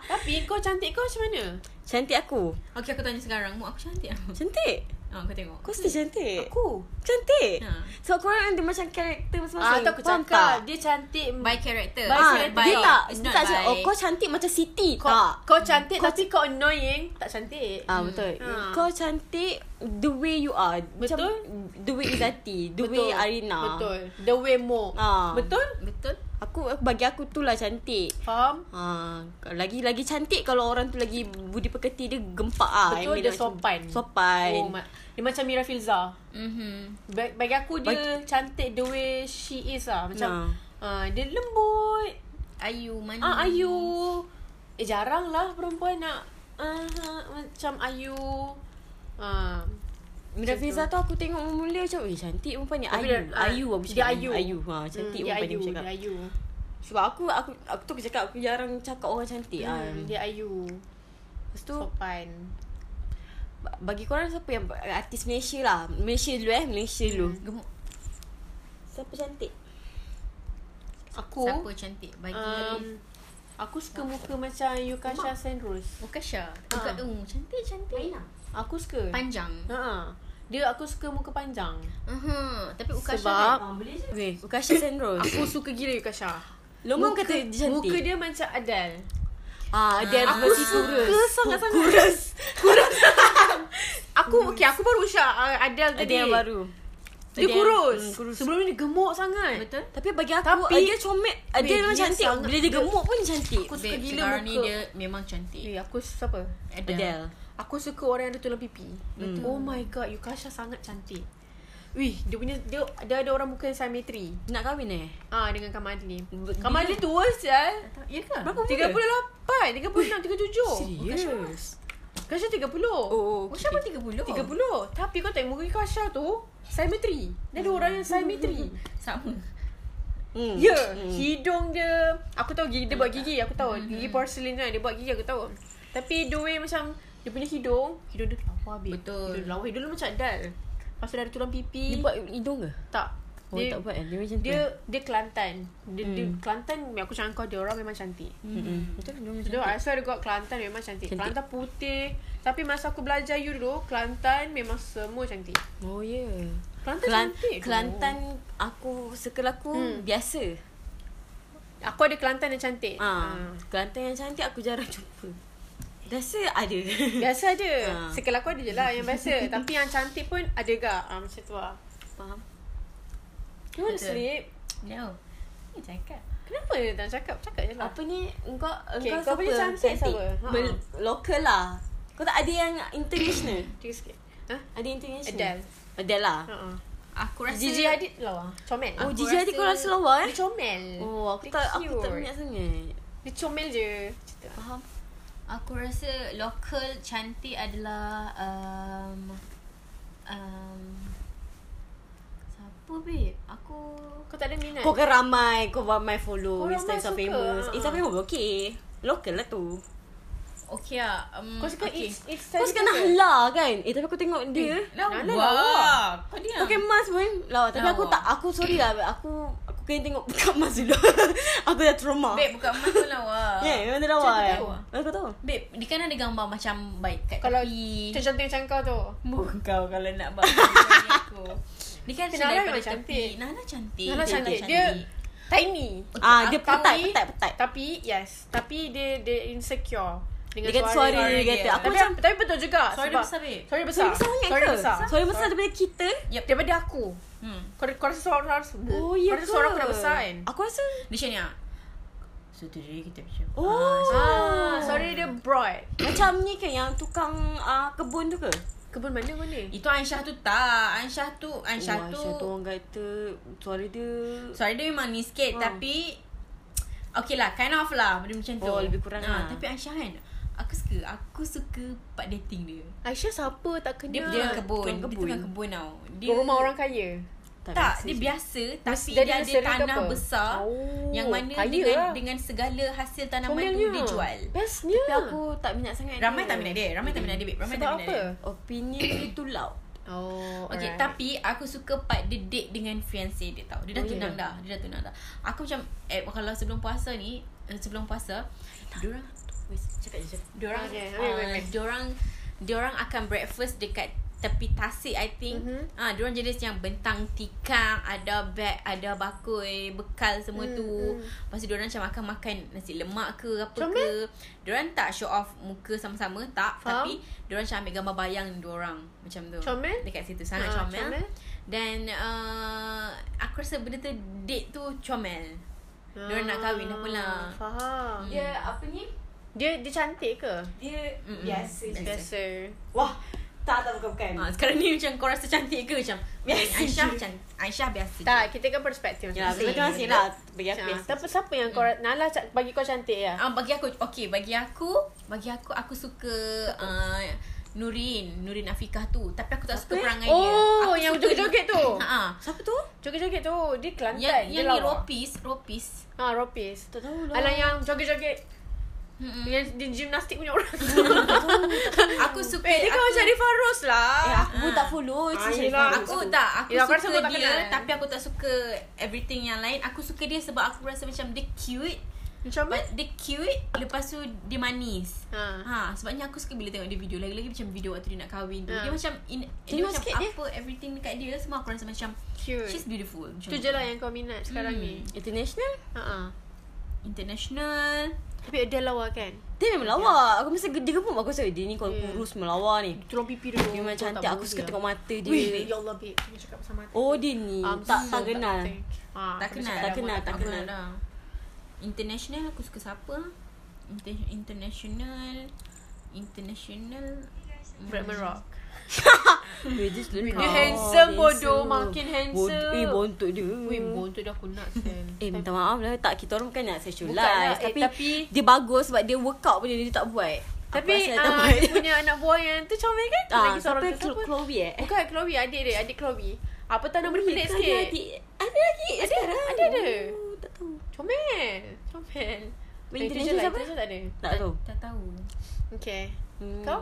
Speaker 2: Tapi kau cantik kau macam mana?
Speaker 1: Cantik aku
Speaker 3: Okay aku tanya sekarang Mu aku cantik tak?
Speaker 1: Cantik
Speaker 3: *laughs* Ah, kau tengok.
Speaker 1: Kau
Speaker 2: Hmm.
Speaker 1: still cantik.
Speaker 3: Aku.
Speaker 1: Cantik.
Speaker 3: Ha.
Speaker 1: So korang ada macam
Speaker 2: Ya. Ah,
Speaker 1: karakter masing-masing.
Speaker 2: tu aku
Speaker 1: Faham
Speaker 2: cakap
Speaker 1: tak?
Speaker 2: dia cantik
Speaker 3: By character.
Speaker 1: Ah,
Speaker 3: It's
Speaker 2: character.
Speaker 3: not by-
Speaker 1: dia tak
Speaker 3: it's
Speaker 1: dia
Speaker 3: not
Speaker 1: tak cakap
Speaker 3: by-
Speaker 1: oh kau cantik macam Siti
Speaker 2: kau,
Speaker 1: tak.
Speaker 2: kau cantik kau tapi kau annoying tak cantik.
Speaker 1: Ah betul.
Speaker 2: Ah.
Speaker 1: Kau cantik the way you are. Macam
Speaker 2: Betul.
Speaker 1: the way Izati, the way Arina.
Speaker 2: Betul. The way Mo.
Speaker 1: Ah.
Speaker 2: Betul?
Speaker 3: Betul.
Speaker 1: Aku bagi aku tu lah cantik.
Speaker 2: Faham?
Speaker 1: Ha, lagi lagi cantik kalau orang tu lagi budi pekerti dia gempak ah.
Speaker 2: Betul dia sopan.
Speaker 1: Sopan.
Speaker 2: Oh, ma- dia macam Mira Filza.
Speaker 3: Mhm.
Speaker 2: Ba- Bagi aku dia
Speaker 1: Bagi-
Speaker 2: cantik the way she is lah. Macam ah,
Speaker 1: Nah.
Speaker 2: dia lembut.
Speaker 3: Ayu manis.
Speaker 1: Hmm.
Speaker 2: Ah Ayu. Eh jarang lah perempuan nak ah, ah, macam Ayu. Ah.
Speaker 1: Mira
Speaker 2: Macam
Speaker 1: Filza tu aku tengok mula macam Eh cantik perempuan ni
Speaker 2: Tapi
Speaker 1: Ayu
Speaker 2: dia-
Speaker 1: Ayu aku
Speaker 2: dia
Speaker 1: cakap
Speaker 2: Ayu.
Speaker 1: Ayu ha, Cantik
Speaker 2: Hmm, dia
Speaker 1: perempuan ni
Speaker 2: Ayu,
Speaker 1: aku
Speaker 2: dia
Speaker 1: cakap
Speaker 2: Ayu.
Speaker 1: Sebab aku aku, aku tu aku cakap Aku jarang cakap orang cantik
Speaker 2: Hmm,
Speaker 1: hmm.
Speaker 2: Dia Ayu.
Speaker 1: Lepas tu
Speaker 2: Sopan.
Speaker 1: ba- Bagi korang siapa yang Artis Malaysia lah Malaysia dulu eh Malaysia dulu
Speaker 2: Hmm,
Speaker 3: Gemuk.
Speaker 1: Siapa cantik Oh.
Speaker 2: Aku
Speaker 3: Siapa cantik bagi
Speaker 2: um,
Speaker 3: um,
Speaker 2: aku suka muka macam Yukasha Senrose.
Speaker 3: Ukasha. Bukan
Speaker 2: Ah.
Speaker 3: uh, cantik cantik.
Speaker 2: Aku suka.
Speaker 3: Panjang.
Speaker 2: Ha. Dia aku suka muka panjang.
Speaker 3: Uh-huh. Tapi Ukasha
Speaker 2: Sebab-
Speaker 3: kan-
Speaker 1: ha, Boleh je Okay Ukasha Senrose
Speaker 2: Aku suka gila Yukasha.
Speaker 1: Lomong kata dia cantik
Speaker 2: Muka dia macam Adele.
Speaker 1: Ah, dia ah,
Speaker 3: Ah, aku
Speaker 1: versi kurus
Speaker 2: suka sangat-sangat. *laughs*
Speaker 1: Kurus
Speaker 2: Aku okay, aku baru usah uh, Adele tadi.
Speaker 1: Ada yang baru
Speaker 2: Dia
Speaker 1: Adele.
Speaker 2: kurus.
Speaker 1: Hmm, kurus.
Speaker 2: Sebelum ni dia gemuk sangat.
Speaker 3: Betul?
Speaker 1: tapi bagi aku
Speaker 2: Tapi-
Speaker 1: dia comel dia
Speaker 2: Weh,
Speaker 1: memang
Speaker 2: dia
Speaker 1: cantik
Speaker 2: sangat-
Speaker 1: bila dia
Speaker 2: dia-
Speaker 1: gemuk pun cantik
Speaker 2: Aku suka
Speaker 3: Babe,
Speaker 2: gila
Speaker 3: sekarang ni
Speaker 2: muka.
Speaker 3: dia memang cantik.
Speaker 2: Eh, aku siapa?
Speaker 3: Adele.
Speaker 1: Adele
Speaker 2: Aku suka orang yang ada tulang pipi. Betul. Oh my god, Yukasha sangat cantik. Wih, dia punya dia, dia ada orang muka yang simetri.
Speaker 1: nak kahwin eh
Speaker 2: Ah dengan Kamadli.
Speaker 1: Be-
Speaker 2: Kamadli tua sial.
Speaker 3: Ya ke?
Speaker 1: Berapa umur dia?
Speaker 2: 38, 36, 37.
Speaker 1: Serius
Speaker 2: Kasha 30.
Speaker 1: Oh,
Speaker 3: Ukasha pun 30.
Speaker 2: 30. Tapi kau tengok muka Kasha tu, simetri. Dia ada orang yang simetri.
Speaker 3: Sama.
Speaker 1: Hmm. Hmm.
Speaker 2: Ya, yeah, hidung dia. Aku tahu gigi dia buat gigi, aku tahu. Gigi porcelain kan dia buat gigi aku tahu. Tapi the way macam dia punya hidung, hidung dia lawa babe.
Speaker 3: Betul.
Speaker 2: Hidung dia lawa. Hidung dia macam dal. Lepas tu dia ada tulang pipi.
Speaker 1: Dia buat hidung ke?
Speaker 2: tak.
Speaker 1: Oh dia, tak buat eh? Dia macam
Speaker 2: Dia
Speaker 1: tu
Speaker 2: dia Kelantan. Dia, hmm. dia
Speaker 1: Hmm.
Speaker 2: Kelantan aku cakap kau dia orang memang cantik.
Speaker 1: Mm-mm. Hmm. Betul dia macam
Speaker 2: So,
Speaker 1: tu
Speaker 2: I swear to God Kelantan memang cantik.
Speaker 1: Cantik.
Speaker 2: cantik. Kelantan putih. Tapi masa aku belajar you dulu, Kelantan memang semua cantik.
Speaker 1: Oh ya yeah.
Speaker 2: Kelantan
Speaker 1: Kelan-
Speaker 2: cantik. tu.
Speaker 1: Kelantan aku sekel aku
Speaker 2: Hmm.
Speaker 1: biasa
Speaker 2: Aku ada Kelantan yang cantik.
Speaker 1: ah,
Speaker 2: Ah.
Speaker 1: Kelantan yang cantik aku jarang jumpa Biasa ada
Speaker 2: Biasa ada
Speaker 1: Ha.
Speaker 2: ha. Sekel aku ada je lah Yang biasa Tapi yang cantik pun Ada gak ha, Macam tu lah
Speaker 1: *laughs* Faham?
Speaker 2: You want to
Speaker 3: Betul.
Speaker 2: sleep
Speaker 3: No. Ni cakap.
Speaker 2: Kenapa dia tak cakap Cakap je lah
Speaker 1: Apa ni engkau
Speaker 2: Okay, kau
Speaker 1: engkau
Speaker 2: punya cantik siapa? Ha.
Speaker 1: Mel- local lah. Kau tak ada yang international. *coughs*
Speaker 2: Cakap sikit ha?
Speaker 1: ada international.
Speaker 2: Adele. Ha.
Speaker 1: Adele lah.
Speaker 2: Ha-ha.
Speaker 3: Aku rasa
Speaker 2: Gigi Hadid lawa Comel
Speaker 1: Oh,
Speaker 3: Aku
Speaker 1: Gigi Hadid kau
Speaker 3: rasa-
Speaker 1: rasa lawa
Speaker 2: Dia
Speaker 1: eh?
Speaker 2: comel
Speaker 1: Oh, aku
Speaker 2: Dia
Speaker 1: tak aku tak
Speaker 2: cute.
Speaker 1: minat sangat.
Speaker 2: Dia comel je Macam tu lah.
Speaker 1: Faham?
Speaker 3: Aku rasa local cantik adalah um, um, siapa babe? Aku
Speaker 2: Kau tak ada minat
Speaker 1: Kau kan ramai, kau ramai
Speaker 2: Kau
Speaker 1: follow Kau Insta
Speaker 2: ramai
Speaker 1: Insta
Speaker 2: suka,
Speaker 1: famous.
Speaker 2: ha.
Speaker 1: Insta famous okay. Local lah tu.
Speaker 3: okay lah. Um,
Speaker 2: Kau suka
Speaker 3: okay.
Speaker 2: it's, it's
Speaker 1: Hmm, Kau suka Nahla kan? Eh tapi aku tengok dia.
Speaker 3: Lawa.
Speaker 2: Nala lawa.
Speaker 3: Lawa. Kau diam.
Speaker 1: Pakai mask pun Lawa Tapi aku
Speaker 2: Oh.
Speaker 3: Lawa.
Speaker 1: tak Aku sorry lah Aku Aku kena tengok *laughs* Buka mask dulu Aku dah trauma
Speaker 3: Babe bukan mas tu
Speaker 2: *laughs*
Speaker 3: lawa.
Speaker 2: ah.
Speaker 1: Ya memang dia lawa
Speaker 3: Macam
Speaker 1: eh.
Speaker 3: kau tahu ah?
Speaker 1: Aku tahu
Speaker 3: Babe, dia kan ada gambar macam baik kat
Speaker 2: Kalau
Speaker 3: tepi.
Speaker 2: Macam cantik macam kau tu
Speaker 3: Mu kau kalau nak
Speaker 2: *laughs*
Speaker 3: bagi aku. Dia kan
Speaker 2: Tapi Nala
Speaker 3: daripada
Speaker 2: memang cantik.
Speaker 3: tepi. Nala cantik.
Speaker 2: Nala
Speaker 3: Dia
Speaker 2: cantik Dia tiny
Speaker 1: Ah dia
Speaker 2: Tapi-
Speaker 1: petai petai petai
Speaker 2: Tapi yes Tapi dia dia insecure Dengan,
Speaker 1: Dengan suara, suara dia kata Aku
Speaker 2: tapi,
Speaker 1: macam
Speaker 2: tapi betul juga
Speaker 3: Suara dia
Speaker 2: sebab
Speaker 3: besar, babe.
Speaker 2: Suara dia besar
Speaker 1: Suara besar
Speaker 2: Suara
Speaker 1: sangat ke?
Speaker 2: dia besar
Speaker 1: Suara besar daripada kita
Speaker 2: Yep. Daripada aku
Speaker 3: Hmm.
Speaker 2: Kau, kau rasa suara suara
Speaker 1: Oh ya
Speaker 2: Kau
Speaker 1: ke
Speaker 2: rasa suara aku dah besar kan
Speaker 1: Aku rasa
Speaker 3: Dia macam ni ah. So today kita macam.
Speaker 1: Oh
Speaker 2: Ah, Suara dia broad
Speaker 1: Macam ni kan yang tukang ah, kebun tu ke
Speaker 2: Kebun mana kau ni?
Speaker 3: Itu Aisyah tu tak. Aisyah tu
Speaker 1: Wah,
Speaker 3: Aisyah tu.
Speaker 1: Oh, Aisyah tu orang kata Suara dia
Speaker 3: Suara dia memang ni sikit
Speaker 1: Hmm.
Speaker 3: tapi Okay lah, kind of lah Benda macam tu
Speaker 1: Oh, lebih kurang lah.
Speaker 3: Tapi Aisyah kan Aku suka Aku suka part dating dia
Speaker 2: Aisyah siapa tak
Speaker 3: Dia
Speaker 2: kenal
Speaker 3: yeah, tukang kebun
Speaker 1: tukang
Speaker 3: Dia
Speaker 1: kebun.
Speaker 3: tukang kebun tau dia,
Speaker 2: Dia rumah orang kaya
Speaker 3: Tak,
Speaker 1: biasa
Speaker 3: dia
Speaker 1: je.
Speaker 3: biasa Tapi
Speaker 2: dari
Speaker 3: dia ada
Speaker 2: nursery ke
Speaker 3: tanah
Speaker 2: apa?
Speaker 3: besar
Speaker 2: Oh,
Speaker 3: Yang mana
Speaker 2: kaya
Speaker 3: dengan
Speaker 2: lah.
Speaker 3: dengan segala hasil tanaman
Speaker 2: Comel
Speaker 3: tu Dia jual
Speaker 2: Bestnya
Speaker 1: Tapi aku tak minat sangat
Speaker 3: Ramai
Speaker 1: dia.
Speaker 3: tak minat dia Ramai tak minat dia babe. Ramai
Speaker 2: Sebab
Speaker 3: tak minat
Speaker 2: apa?
Speaker 3: dia
Speaker 1: Opinion dia tu loud
Speaker 2: Oh
Speaker 3: Okay,
Speaker 2: alright.
Speaker 3: tapi aku suka part dia date dengan fiancé dia tau. Dia dah
Speaker 1: Oh, ya
Speaker 3: tunang
Speaker 1: ke?
Speaker 3: dah. Dia dah tunang dah. Aku macam eh kalau sebelum puasa ni, eh, sebelum puasa, ah, diorang
Speaker 1: Weh, Cakap je cakap.
Speaker 3: diorang
Speaker 2: Okay,
Speaker 3: okay,
Speaker 2: wait, wait,
Speaker 3: uh,
Speaker 2: wait.
Speaker 3: diorang diorang akan breakfast dekat tepi tasik I think.
Speaker 2: Mhm.
Speaker 3: Mm-hmm. Ah, ha, diorang jenis yang bentang tikar, ada beg, ada bakul, bekal semua
Speaker 2: Mm,
Speaker 3: mm, tu.
Speaker 2: mm.
Speaker 3: Mm. Lepas tu diorang macam makan-makan nasi lemak ke apa
Speaker 2: Comel.
Speaker 3: Comel. ke. Diorang tak show off muka sama-sama tak,
Speaker 2: Faham.
Speaker 3: Faham. tapi diorang macam ambil gambar bayang diorang macam tu.
Speaker 2: Comel.
Speaker 3: Dekat situ
Speaker 2: Ah,
Speaker 3: sangat ha, comel.
Speaker 2: comel.
Speaker 3: comel. Dan uh, aku rasa benda tu date tu comel. Diorang nak kahwin apa lah.
Speaker 2: Ah, Faham.
Speaker 1: Dia apa ni?
Speaker 2: Dia dia cantik ke?
Speaker 1: Dia
Speaker 3: Mm-mm.
Speaker 1: biasa je.
Speaker 3: Biasa.
Speaker 2: Biasa.
Speaker 1: Wah, tak tak bukan-bukan.
Speaker 3: Ha, sekarang ni macam kau rasa cantik ke macam
Speaker 1: Biasa
Speaker 3: Aisyah
Speaker 1: je.
Speaker 3: macam Aisyah biasa je.
Speaker 2: Tak, kita kan perspektif
Speaker 1: Ya,
Speaker 2: masing-masing.
Speaker 1: betul masih lah. Bagi aku
Speaker 2: Ah,
Speaker 1: biasa. Hmm.
Speaker 2: Tapi siapa yang kau Nala ca- bagi kau cantik ya?
Speaker 3: Ah bagi aku okey bagi aku bagi aku aku suka uh, Nurin, Nurin Afiqah tu. Tapi aku tak suka
Speaker 1: Siapa eh?
Speaker 3: perangai dia.
Speaker 2: Oh,
Speaker 3: Aku
Speaker 2: yang
Speaker 3: suka-
Speaker 2: joget-joget tu.
Speaker 3: Ha *laughs* ah.
Speaker 1: Siapa tu?
Speaker 2: Joget-joget tu dia Kelantan.
Speaker 3: Yang
Speaker 2: dia
Speaker 3: yang ni
Speaker 2: lawa.
Speaker 3: Ropis, Ropis.
Speaker 2: Ha, ropis.
Speaker 1: Tak tahu lah.
Speaker 2: Alah yang joget-joget.
Speaker 1: Hmm.
Speaker 3: Mm-mm.
Speaker 2: Yang dia gimnastik punya
Speaker 1: *laughs*
Speaker 2: orang.
Speaker 3: Aku suka
Speaker 2: eh, dia kan
Speaker 3: aku,
Speaker 2: macam Arifah Rose lah.
Speaker 1: Eh, aku pun
Speaker 3: Ah.
Speaker 1: tak follow.
Speaker 2: Ah,
Speaker 1: Cik
Speaker 2: yelah.
Speaker 1: Sharifah.
Speaker 3: Aku tak, aku
Speaker 2: Ya, aku rasa
Speaker 3: suka
Speaker 2: kau tak
Speaker 3: dia
Speaker 2: kenal.
Speaker 3: tapi aku tak suka everything yang lain. Aku suka dia sebab aku rasa macam dia cute.
Speaker 2: Macam
Speaker 3: But dia cute, lepas tu dia manis.
Speaker 2: Ha.
Speaker 1: Ah,
Speaker 3: Ha, sebabnya aku suka bila tengok dia video Lagi-lagi macam video waktu dia nak kahwin tu
Speaker 2: Ha.
Speaker 3: Dia macam in, Dia
Speaker 2: Tengok
Speaker 3: macam
Speaker 2: sikit
Speaker 3: apa
Speaker 2: dia.
Speaker 3: everything dekat dia Semua aku rasa macam She's
Speaker 2: Cute.
Speaker 3: beautiful macam
Speaker 2: Tu je lah yang kau minat sekarang
Speaker 3: Hmm.
Speaker 2: ni.
Speaker 1: International?
Speaker 2: Ha ah.
Speaker 3: International
Speaker 2: Tapi dia lawa kan?
Speaker 1: Dia memang lawa. Aku masa dia gemuk aku rasa dia ni kalau
Speaker 2: Yeah.
Speaker 1: kurus melawa ni.
Speaker 2: Tolong pipi dulu.
Speaker 1: Ya. Dia memang
Speaker 2: Kau tak
Speaker 1: cantik. Aku
Speaker 2: boleh
Speaker 1: suka
Speaker 2: lah.
Speaker 1: tengok mata
Speaker 2: Wih,
Speaker 1: dia.
Speaker 2: ya Allah, babe. Jangan cakap pasal mata.
Speaker 1: Oh, dia ni.
Speaker 2: I'm
Speaker 1: Tak
Speaker 2: so
Speaker 1: tak kenal.
Speaker 2: think. Ah,
Speaker 3: Tak
Speaker 2: aku
Speaker 3: kenal
Speaker 2: cakap
Speaker 1: tak
Speaker 2: dah
Speaker 1: kenal,
Speaker 2: buat
Speaker 1: tak
Speaker 3: Aku
Speaker 1: kenal.
Speaker 3: dah. International aku suka siapa Inter- International International
Speaker 2: Brad Rock.
Speaker 1: Dia just lenak.
Speaker 2: Dia handsome,
Speaker 1: Oh,
Speaker 2: bodoh.
Speaker 1: handsome.
Speaker 2: Makin handsome.
Speaker 1: Bod- Eh, bontot dia.
Speaker 2: Weh, bontot dah aku nak, Sel.
Speaker 1: Eh minta maaf lah Tak kita orang bukan nak sexual
Speaker 2: Bukan lah.
Speaker 1: life
Speaker 2: Eh,
Speaker 1: tapi,
Speaker 2: tapi-
Speaker 1: Dia bagus Sebab dia workout pun Dia dia tak buat
Speaker 2: Tapi
Speaker 1: Aku rasa dia tak
Speaker 2: ah,
Speaker 1: buat.
Speaker 2: dia punya anak buah yang tu comel kan?
Speaker 1: Ah,
Speaker 2: Lagi seorang
Speaker 1: siapa
Speaker 2: tu siapa?
Speaker 1: Chloe eh Eh,
Speaker 2: Bukan Chloe, adik dia, adik Chloe. Apa tak nama dia pelik
Speaker 1: kan
Speaker 2: sikit?
Speaker 1: Ada adik Ada lagi Ada
Speaker 2: ada, ada.
Speaker 1: Tak tahu
Speaker 2: Comel. Comel.
Speaker 1: Main
Speaker 2: Eh, tu je
Speaker 1: international
Speaker 2: lah,
Speaker 1: siapa?
Speaker 2: tu je tak ada.
Speaker 1: Tak tahu
Speaker 3: Hmm. Tak tahu
Speaker 2: Okay.
Speaker 1: Hmm.
Speaker 2: Kau?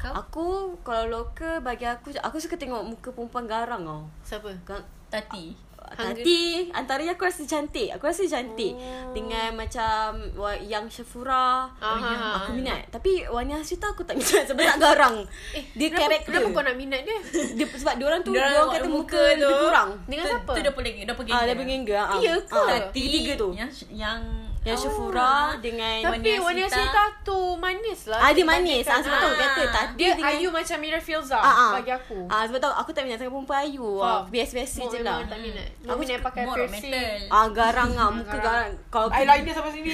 Speaker 3: Kau
Speaker 1: Aku Kalau lokal Bagi aku Aku suka tengok muka perempuan garang tau
Speaker 2: Siapa?
Speaker 1: Gar-
Speaker 3: Tati
Speaker 1: Tati Antaranya aku rasa cantik Aku rasa cantik
Speaker 2: Oh.
Speaker 1: Dengan macam wa- Yang Syafura
Speaker 2: Ah,
Speaker 1: yang
Speaker 2: ah, ah.
Speaker 1: Aku minat Tapi Wani Hasrita aku tak minat *laughs* Sebab tak garang
Speaker 2: Eh,
Speaker 1: Dia
Speaker 2: kenapa,
Speaker 1: karakter
Speaker 2: Kenapa kau nak minat dia?
Speaker 1: dia, Sebab diorang tu
Speaker 3: Diorang
Speaker 1: Diorang
Speaker 3: buat
Speaker 1: kata
Speaker 3: muka
Speaker 1: muka Lebih
Speaker 2: tu.
Speaker 1: kurang
Speaker 2: Dengan
Speaker 3: Tu-
Speaker 2: siapa?
Speaker 3: Tu dah boleh Dah pergi
Speaker 1: Ah, dia pengengga. Ah,
Speaker 2: Ya ke?
Speaker 1: Ah,
Speaker 3: lah. Tati
Speaker 1: tiga tu.
Speaker 3: Yang Yang
Speaker 1: Yang
Speaker 3: Oh.
Speaker 1: Syafura dengan
Speaker 2: Tapi Wania Sita tu manis lah.
Speaker 1: Ah, dia manis. Ah, sebab
Speaker 3: Ah.
Speaker 1: tu aku kata Tati
Speaker 2: kan? Dia
Speaker 1: dengan
Speaker 2: Ayu macam Mira Filza
Speaker 1: Ah, ah.
Speaker 2: bagi aku.
Speaker 1: Ah, sebab tu aku tak minat sangat perempuan Ayu.
Speaker 2: Faham.
Speaker 1: Ah, biasa-biasa
Speaker 2: Mok
Speaker 1: je
Speaker 2: memang
Speaker 1: lah.
Speaker 2: tak minat.
Speaker 1: Aku
Speaker 2: Hmm. Aku nak pakai
Speaker 3: More of metal
Speaker 2: piercing.
Speaker 1: Ah, garang ah, muka garang. Kalau
Speaker 2: Eyeliner sampai *laughs* sini.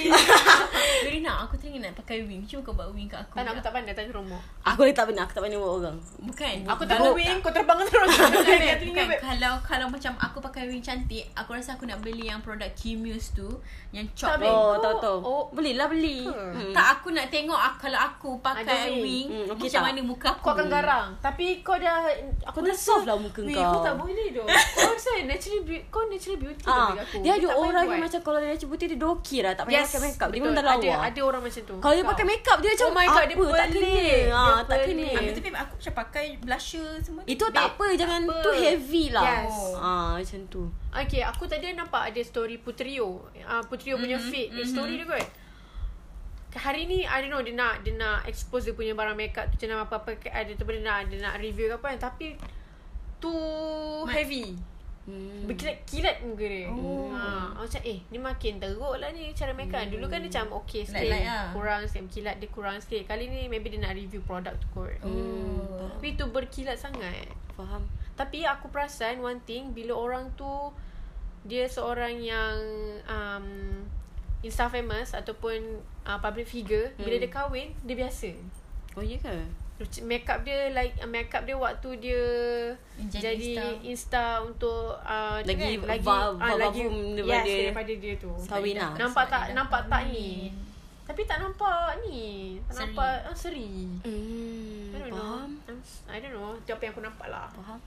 Speaker 3: Verina aku teringin nak pakai wing Cuma kau buat wing kat aku
Speaker 2: Tak nak aku tak pandai tanya romo.
Speaker 1: aku ni tak pernah, aku tak pandai buat orang.
Speaker 3: Bukan
Speaker 2: Aku tak
Speaker 1: Kalau-
Speaker 2: wing, kau terbang *laughs* terus.
Speaker 3: Bukan,
Speaker 2: Kat telinga,
Speaker 3: bukan.
Speaker 2: babe.
Speaker 3: Kalau kalau macam aku pakai wing cantik, aku rasa aku nak beli yang produk Kimuse tu, yang
Speaker 2: Tak
Speaker 3: chop
Speaker 2: beli.
Speaker 3: wing.
Speaker 1: Oh, tahu tahu.
Speaker 2: oh.
Speaker 1: Oh, belilah beli.
Speaker 2: Ke?
Speaker 1: Hmm.
Speaker 3: Tak aku nak tengok aku, kalau aku
Speaker 2: Ada
Speaker 3: pakai
Speaker 2: wing.
Speaker 3: wing,
Speaker 1: Hmm, okay
Speaker 3: macam
Speaker 1: tak?
Speaker 3: mana muka aku.
Speaker 2: Kau akan garang Tapi kau dah
Speaker 1: Kau dah soft lah muka
Speaker 2: Weh, kau
Speaker 1: kau.
Speaker 2: tak boleh
Speaker 1: *laughs*
Speaker 2: doh Kau rasa naturally beauty Kau naturally beauty
Speaker 1: Ah,
Speaker 2: ah, bagi aku
Speaker 1: dia ada
Speaker 2: tak payah
Speaker 1: orang
Speaker 2: buat.
Speaker 1: yang macam kalau dia nak putih dia doki lah, tak payah
Speaker 2: Yes,
Speaker 1: pakai makeup. Dia
Speaker 2: betul.
Speaker 1: memang dah
Speaker 2: Ada,
Speaker 1: lawa.
Speaker 2: ada orang macam tu
Speaker 1: Kalau dia
Speaker 2: Kau.
Speaker 1: pakai makeup dia macam
Speaker 2: Oh my god, dia
Speaker 1: apa, tak
Speaker 2: pelik.
Speaker 1: kena.
Speaker 2: Dia
Speaker 1: Ah, tak
Speaker 2: pelik.
Speaker 1: kena.
Speaker 2: Habis
Speaker 3: Habis tapi aku macam pakai blusher semua.
Speaker 1: Itu tak
Speaker 2: Babe,
Speaker 1: apa Jangan
Speaker 2: tak apa.
Speaker 1: tu heavy lah
Speaker 2: Yes.
Speaker 1: ah, Macam tu
Speaker 2: Okay aku tadi nampak ada story Putrio uh, Putrio punya
Speaker 3: Mhm,
Speaker 2: feed
Speaker 3: mhm.
Speaker 2: Story dia kot Hari ni I don't know Dia nak Dia nak expose dia punya barang makeup tu Macam nama apa-apa ke- Ada tu dia nak Dia nak review ke apa kan Tapi Too
Speaker 3: Mat.
Speaker 2: heavy
Speaker 1: hmm.
Speaker 2: Berkilat-kilat muka dia
Speaker 3: Oh. Hmm.
Speaker 2: ha, Aku Macam eh Ni makin teruk lah ni Cara make up Dulu kan dia macam Okay sikit
Speaker 3: Light-light lah.
Speaker 2: Kurang sikit Berkilat dia kurang sikit Kali ni maybe dia nak review produk tu kot
Speaker 3: Oh.
Speaker 2: Tapi tu berkilat sangat
Speaker 1: Hmm, Faham
Speaker 2: Tapi aku perasan One thing Bila orang tu Dia seorang yang um, Insta famous Ataupun uh, Public figure Bila
Speaker 1: Hmm.
Speaker 2: dia kahwin Dia biasa
Speaker 1: Oh ya ke
Speaker 2: makeup dia like makeup dia waktu dia jadi,
Speaker 3: Jadi
Speaker 2: jadi insta. untuk uh, tu
Speaker 1: Lagi
Speaker 2: kan, lagi ah,
Speaker 1: va- va-
Speaker 2: lagi
Speaker 1: vavum
Speaker 2: yes,
Speaker 1: daripada-
Speaker 2: daripada dia tu
Speaker 1: Kahwin lah
Speaker 2: nampak
Speaker 3: Sebab
Speaker 2: tak
Speaker 3: dia dah
Speaker 2: nampak tak ni
Speaker 3: kahwin.
Speaker 2: tapi tak nampak ni tak
Speaker 3: Seri.
Speaker 2: nampak ah, seri
Speaker 1: hmm,
Speaker 2: I don't
Speaker 1: Faham
Speaker 2: know I'm s- I don't know Itu apa yang aku nampak lah
Speaker 1: Faham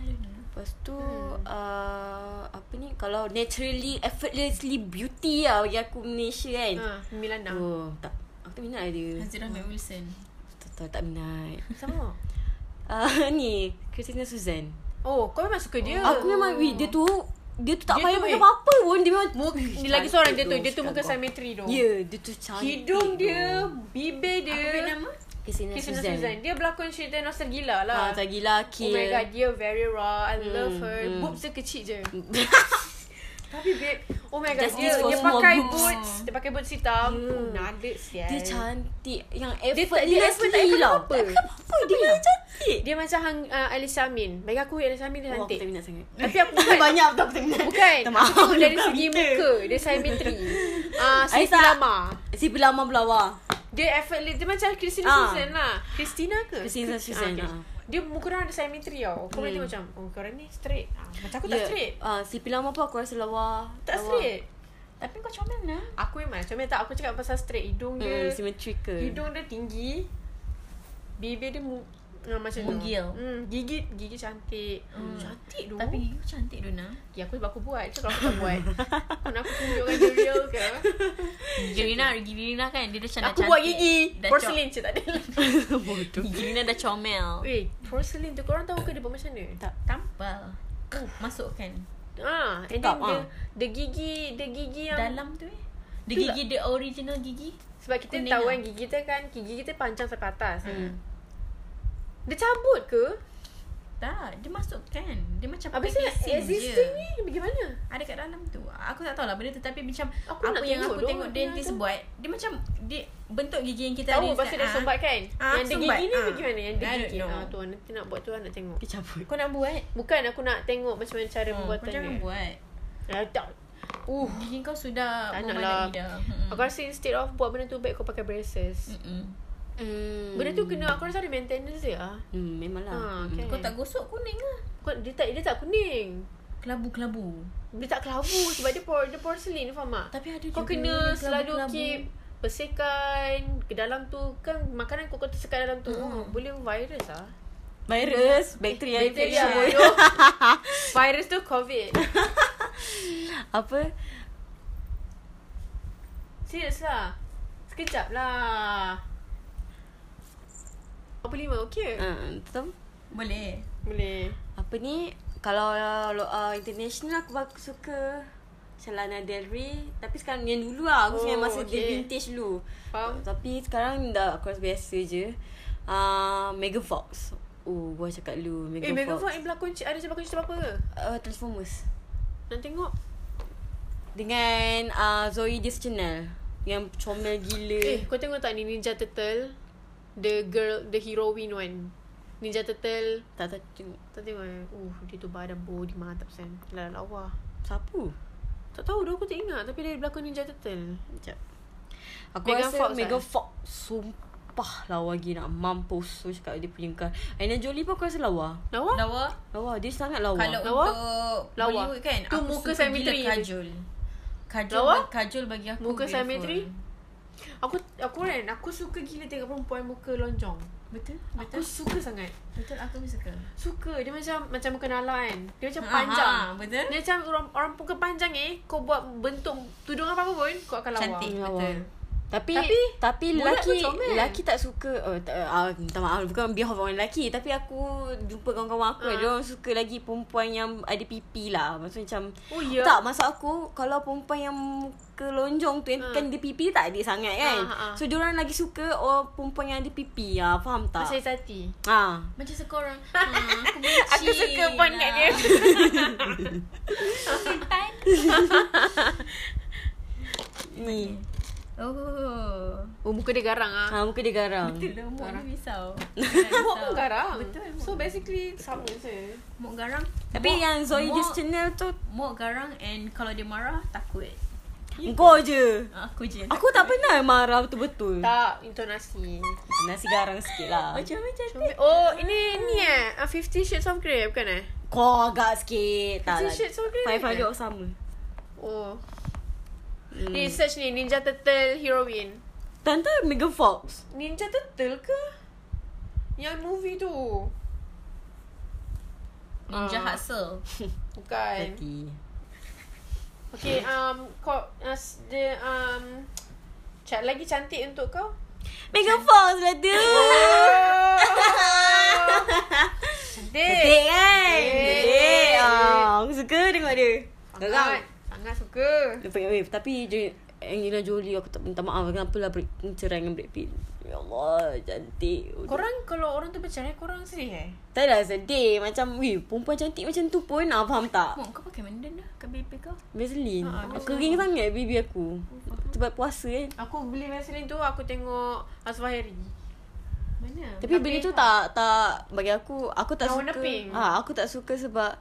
Speaker 3: I don't know.
Speaker 1: Lepas tu hmm. uh, Apa ni Kalau naturally Effortlessly beauty lah Bagi aku Malaysia kan
Speaker 2: ha, Milana oh.
Speaker 1: Oh tak Aku tak minat lah dia
Speaker 3: Hazirah Mac Wilson.
Speaker 1: Tak tahu tak minat *laughs*
Speaker 2: sama
Speaker 1: uh, Ni Christina Suzanne
Speaker 2: oh kau memang suka dia
Speaker 1: Aku memang weh, Dia tu Dia tu tak
Speaker 2: Dia
Speaker 1: payah
Speaker 2: tu,
Speaker 1: pakai
Speaker 2: eh.
Speaker 1: apa-apa pun Dia memang
Speaker 2: Muka,
Speaker 1: Wih,
Speaker 2: ni lagi seorang dia tu
Speaker 1: cantik
Speaker 2: Dia tu
Speaker 1: doh,
Speaker 2: muka
Speaker 1: cakap.
Speaker 2: symmetry tu
Speaker 1: Ya yeah, Dia tu cantik
Speaker 2: Hidung dia
Speaker 1: doh.
Speaker 2: Bibir dia
Speaker 3: Apa dia nama?
Speaker 1: Kesina,
Speaker 2: Kisina Susan. Susan. Dia berlakon cerita Nostal Gila lah.
Speaker 1: Ah, tak gila
Speaker 2: oh
Speaker 1: kill.
Speaker 2: my
Speaker 1: *laughs*
Speaker 2: god, dia very raw. I
Speaker 1: Hmm,
Speaker 2: love her.
Speaker 1: hmm.
Speaker 2: Boobs dia kecil je. Tapi babe, oh my god,
Speaker 1: Justice
Speaker 2: dia,
Speaker 1: for
Speaker 2: dia
Speaker 1: small
Speaker 2: pakai
Speaker 1: boobs.
Speaker 2: boots. Dia pakai boots hitam.
Speaker 1: Yeah.
Speaker 2: Oh, nugget sial.
Speaker 1: Dia cantik Yang
Speaker 2: Dia
Speaker 1: effort
Speaker 2: tak
Speaker 1: dia,
Speaker 2: dia
Speaker 1: asli
Speaker 2: effort tak effort
Speaker 1: lah.
Speaker 2: apa.
Speaker 1: Apa dia cantik
Speaker 2: Dia macam hang uh, Alisa Min. Bagi aku Alisa Min dia
Speaker 1: Oh, aku
Speaker 2: cantik.
Speaker 1: tak minat sangat
Speaker 2: Tapi
Speaker 1: *laughs*
Speaker 2: aku bukan
Speaker 1: Banyak betul aku tak minat
Speaker 2: Bukan
Speaker 1: Tak
Speaker 2: Aku
Speaker 1: maaf
Speaker 2: tengok dari
Speaker 1: bukan
Speaker 2: segi
Speaker 1: minat.
Speaker 2: muka Dia
Speaker 1: *laughs*
Speaker 2: symmetry Ah, uh, Siti
Speaker 1: Aisyah.
Speaker 2: Lama
Speaker 1: Si Belama Belawa
Speaker 2: Dia effortless Dia macam Christina
Speaker 1: Ah.
Speaker 2: Susan lah Christina ke?
Speaker 1: Christina
Speaker 2: Chris-
Speaker 1: Susan,
Speaker 2: okay.
Speaker 1: ah.
Speaker 2: Dia muka orang ada symmetry tau Kau boleh tengok
Speaker 1: Hmm.
Speaker 2: macam Oh korang ni straight ah, Macam aku
Speaker 3: Ya.
Speaker 2: tak straight
Speaker 1: uh, Si Belama pun aku rasa lawa
Speaker 2: Tak
Speaker 1: lawa.
Speaker 2: straight
Speaker 3: Tapi kau comel lah.
Speaker 2: Aku memang macam tak Aku cakap pasal straight Hidung
Speaker 1: Hmm,
Speaker 2: dia
Speaker 1: symmetrical
Speaker 2: Hidung dia tinggi Bibir dia mu, ah, Macam
Speaker 3: Bugil.
Speaker 2: tu hmm, Gigi Gigi cantik hmm. Cantik tu
Speaker 3: Tapi you cantik Duna.
Speaker 2: Ya aku sebab aku buat Itu kalau aku tak
Speaker 3: *laughs*
Speaker 2: buat Kau nak aku tunjukkan dia real ke
Speaker 3: Girina, Girina kan dia dah cantik.
Speaker 2: Aku buat gigi
Speaker 3: Dah
Speaker 2: Porcelain je tak ada
Speaker 1: *laughs* Bodoh
Speaker 3: co- Girina dah comel.
Speaker 2: Weh, porcelain tu korang tahu ke dia buat macam mana?
Speaker 1: Tak.
Speaker 3: Tampal. Oh, Masukkan.
Speaker 2: Ah, and
Speaker 1: Tetap,
Speaker 2: then dia,
Speaker 1: ah.
Speaker 2: dia gigi, dia gigi yang
Speaker 3: Dalam tu eh. Dia gigi dia original gigi.
Speaker 2: sebab kita
Speaker 3: kuning
Speaker 2: tahu
Speaker 3: lah.
Speaker 2: kan gigi kita kan, gigi kita panjang sampai atas. Hmm. Dia cabut ke?
Speaker 3: Tak, dia masukkan. Dia macam
Speaker 2: Habis dia
Speaker 3: casing
Speaker 2: existing ni bagaimana?
Speaker 3: Ada kat dalam tu. Aku tak tahu lah benda tu tapi macam
Speaker 2: Aku
Speaker 3: aku apa
Speaker 2: nak
Speaker 3: yang
Speaker 2: tengok
Speaker 3: aku
Speaker 2: dong,
Speaker 3: tengok
Speaker 2: dia
Speaker 3: dentist
Speaker 2: ada.
Speaker 3: buat, dia macam dia bentuk gigi yang kita
Speaker 2: Tahu
Speaker 3: ada
Speaker 2: pasal dia
Speaker 3: sekarang.
Speaker 2: sombat kan?
Speaker 3: Ah,
Speaker 2: yang dia
Speaker 3: sombat,
Speaker 2: gigi ni
Speaker 3: ah.
Speaker 2: bagaimana? Yang dia
Speaker 3: I don't
Speaker 2: gigi.
Speaker 3: know.
Speaker 2: Ah, tu nanti nak buat tu lah, nak tengok.
Speaker 1: Dia cabut
Speaker 3: Kau nak buat?
Speaker 2: Bukan aku nak tengok macam mana cara
Speaker 3: Oh, kau jangan
Speaker 2: pembuatannya.
Speaker 3: buat. Hmm.
Speaker 2: Ah, tak. Uh,
Speaker 3: Gigi kau sudah
Speaker 2: Tak nak lah.
Speaker 3: memadai dah. Mm-mm.
Speaker 2: aku rasa instead of buat benda tu baik kau pakai braces.
Speaker 3: Mm-mm.
Speaker 1: hmm.
Speaker 2: Benda tu kena aku rasa ada maintenance dia ah.
Speaker 1: hmm, Memang lah
Speaker 2: Ah,
Speaker 1: Hmm.
Speaker 2: okay.
Speaker 3: Kau tak gosok kuning lah.
Speaker 2: Kau dia tak dia tak kuning.
Speaker 3: Kelabu-kelabu.
Speaker 2: Dia tak kelabu sebab dia, por, dia porcelain faham tak?
Speaker 3: Tapi ada
Speaker 2: Kau
Speaker 3: juga
Speaker 2: kena
Speaker 3: yang
Speaker 2: selalu
Speaker 3: kelabu-kelabu.
Speaker 2: keep bersihkan ke dalam tu kan makanan kau kau tersekat dalam tu oh, boleh virus ah.
Speaker 1: Virus
Speaker 2: Bakteria
Speaker 1: Bakteria infection. *laughs*
Speaker 2: bodoh. virus tu covid.
Speaker 1: Apa
Speaker 2: Serius lah. Sekejap lah. Apa lima okey? Uh.
Speaker 1: uh, Betul
Speaker 3: Boleh.
Speaker 2: Boleh.
Speaker 1: Apa ni Kalau uh, International aku bak- suka Macam Lana Del Rey Tapi sekarang yang dulu lah Aku
Speaker 2: Oh,
Speaker 1: oh, masa dia
Speaker 2: okay.
Speaker 1: vintage dulu
Speaker 2: Faham?
Speaker 1: Tapi sekarang dah Aku rasa biasa je uh, Megan Fox Oh gua cakap lu
Speaker 2: Eh
Speaker 1: Megan
Speaker 2: Megan Fox
Speaker 1: Fox,
Speaker 2: yang berlakon ci- ada siapa cerita apa ke?
Speaker 1: Uh, Transformers
Speaker 2: Nak tengok.
Speaker 1: Dengan uh, Zoe Deschanel Yang comel gila
Speaker 2: Eh, kau tengok tak ni Ninja Turtle? The girl, the heroine one. Ninja Turtle.
Speaker 1: Tak tak tengok
Speaker 2: Tak tengok eh. Uh, dia tu badan body mantap sen. Lah lawa.
Speaker 1: Sapu
Speaker 2: Tak tahu dah aku tak ingat tapi dia berlakon Ninja Turtle.
Speaker 1: Sekejap Aku
Speaker 2: Megan
Speaker 1: Megan rasa
Speaker 2: Fox,
Speaker 1: Fox Megan
Speaker 2: eh?
Speaker 1: Fox Sumpah lawa gila nak mampus So cakap dia punya kan Aina Jolie pun aku rasa lawa
Speaker 2: Lawa?
Speaker 3: Lawa.
Speaker 1: Lawa dia sangat lawa
Speaker 3: Kalau
Speaker 2: Lawa?
Speaker 3: untuk
Speaker 2: Lawa.
Speaker 3: Bollywood kan
Speaker 2: Tu
Speaker 3: aku
Speaker 2: muka
Speaker 3: suka
Speaker 2: cemetery
Speaker 3: gila
Speaker 2: dia.
Speaker 3: kajol. Kajol,
Speaker 2: Lawa?
Speaker 3: kajol bagi aku
Speaker 2: Muka
Speaker 3: beautiful.
Speaker 2: cemetery? Aku aku kan aku suka gila tengok perempuan muka lonjong.
Speaker 3: Betul?
Speaker 2: Aku
Speaker 3: Betul?
Speaker 2: suka sangat.
Speaker 3: Betul aku pun suka.
Speaker 2: Suka dia macam macam muka Nala kan. Dia macam panjang.
Speaker 3: Aha, betul?
Speaker 2: Dia macam orang orang muka panjang eh kau buat bentuk tudung apa-apa pun kau akan lawa.
Speaker 3: Cantik,
Speaker 1: Lawa.
Speaker 3: betul.
Speaker 1: tapi tapi,
Speaker 2: Tapi-
Speaker 1: tapi
Speaker 2: Mulut
Speaker 1: lelaki
Speaker 2: pun comel.
Speaker 1: lelaki tak suka oh, tak, uh, minta maaf bukan behalf orang lelaki tapi aku jumpa kawan-kawan aku
Speaker 2: Ah.
Speaker 1: uh. dia orang suka lagi perempuan yang ada pipi lah maksudnya macam
Speaker 2: Oh ya.
Speaker 1: tak maksud aku kalau perempuan yang muka lonjong tu uh.
Speaker 2: Ah.
Speaker 1: kan dia pipi tak ada sangat kan
Speaker 2: Ah, ah, ah.
Speaker 1: so dia orang lagi suka oh perempuan yang ada pipi ah faham tak
Speaker 2: Masa Izzati.
Speaker 1: ah
Speaker 3: Macam suka *laughs* orang ha, Aku benci
Speaker 2: Aku suka point kat dia.
Speaker 3: Simpan
Speaker 1: ni
Speaker 3: *laughs* Oh
Speaker 2: Oh muka dia garang ah.
Speaker 1: ah muka dia garang
Speaker 3: Betul lah Mok ni
Speaker 2: *laughs*
Speaker 3: risau
Speaker 2: Mok pun garang.
Speaker 3: Betul
Speaker 2: So basically sama je.
Speaker 3: Mok garang
Speaker 1: tapi
Speaker 3: Mok-
Speaker 1: yang Zoe
Speaker 3: Mok-
Speaker 1: Dis channel tu
Speaker 3: Mok garang And kalau dia marah Takut
Speaker 1: Kau je
Speaker 3: Aku je
Speaker 1: Aku tak pernah marah betul-betul
Speaker 2: Tak intonasi.
Speaker 1: Nasi garang sikit lah
Speaker 3: Macam macam
Speaker 2: Comel. Oh, ini ni eh. Ah, Fifty Shades of Grey bukan eh?
Speaker 1: Kau agak sikit
Speaker 2: Fifty
Speaker 1: Tak lah
Speaker 2: Shades of Grey
Speaker 1: Five
Speaker 2: kan?
Speaker 1: Hundred of Summer
Speaker 2: Oh.
Speaker 1: hmm.
Speaker 2: Ni search ni Ninja Turtle heroine.
Speaker 1: Tante Megan Fox
Speaker 2: Ninja Turtle ke? Yang movie tu.
Speaker 3: Ninja
Speaker 2: Ah.
Speaker 3: hustle
Speaker 2: Bukan.
Speaker 1: Nanti
Speaker 2: Okay, um kau uh, s- dia um chat lagi cantik untuk kau.
Speaker 1: Megan Fox lah tu
Speaker 2: *laughs*
Speaker 1: Cantik
Speaker 2: Cantik.
Speaker 1: kan
Speaker 2: Cantik.
Speaker 1: Cantik ah, Aku suka tengok dia Garang
Speaker 2: Sangat, sangat suka.
Speaker 1: Dia pegang wave Tapi dia Angelina Jolie Aku tak minta maaf Kenapa lah Brad- cerai dengan Brad Pitt Ya Allah Cantik
Speaker 2: Korang kalau orang tu bercerai Korang sedih eh
Speaker 1: Tak adalah sedih Macam Weh perempuan cantik macam tu pun ah, Faham tak
Speaker 3: Mak kau pakai menden dah Kat BB kau
Speaker 1: Vaseline
Speaker 2: Ah, ah,
Speaker 1: Kering sangat baby aku Sebab puasa kan
Speaker 2: Aku beli Vaseline tu Aku tengok Azwar Harry Mana?
Speaker 1: Tapi benda tu tak tak bagi aku aku tak
Speaker 2: Yang
Speaker 1: suka.
Speaker 2: warna pink.
Speaker 1: Ah aku tak suka sebab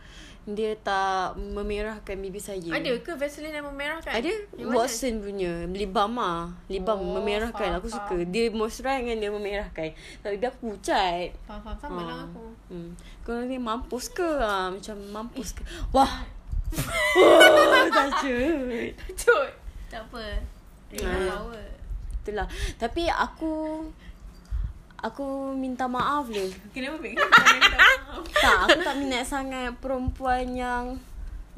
Speaker 1: dia tak memerahkan bibir saya.
Speaker 2: Ada ke Vaseline yang memerahkan?
Speaker 1: Ada
Speaker 2: Kan? Yang mana?
Speaker 1: Watson punya Lip balm ah. Lip balm
Speaker 2: Oh,
Speaker 1: oh, memerahkan
Speaker 2: faham,
Speaker 1: aku
Speaker 2: faham.
Speaker 1: suka. Dia moisturize dengan dia memerahkan. Tapi dia aku pucat.
Speaker 2: Faham, faham. Sama lah aku.
Speaker 1: Hmm. Kau ni mampus ke? Ah, macam mampus ke?
Speaker 2: *laughs*
Speaker 1: Wah. oh, tajud.
Speaker 2: Betul.
Speaker 3: Tak apa
Speaker 1: Ah.
Speaker 3: Rina power
Speaker 1: Itulah. Tapi aku aku minta maaf dia.
Speaker 3: Kenapa Beb? Kau tak minta maaf *laughs*
Speaker 1: Tak, aku tak minat sangat perempuan yang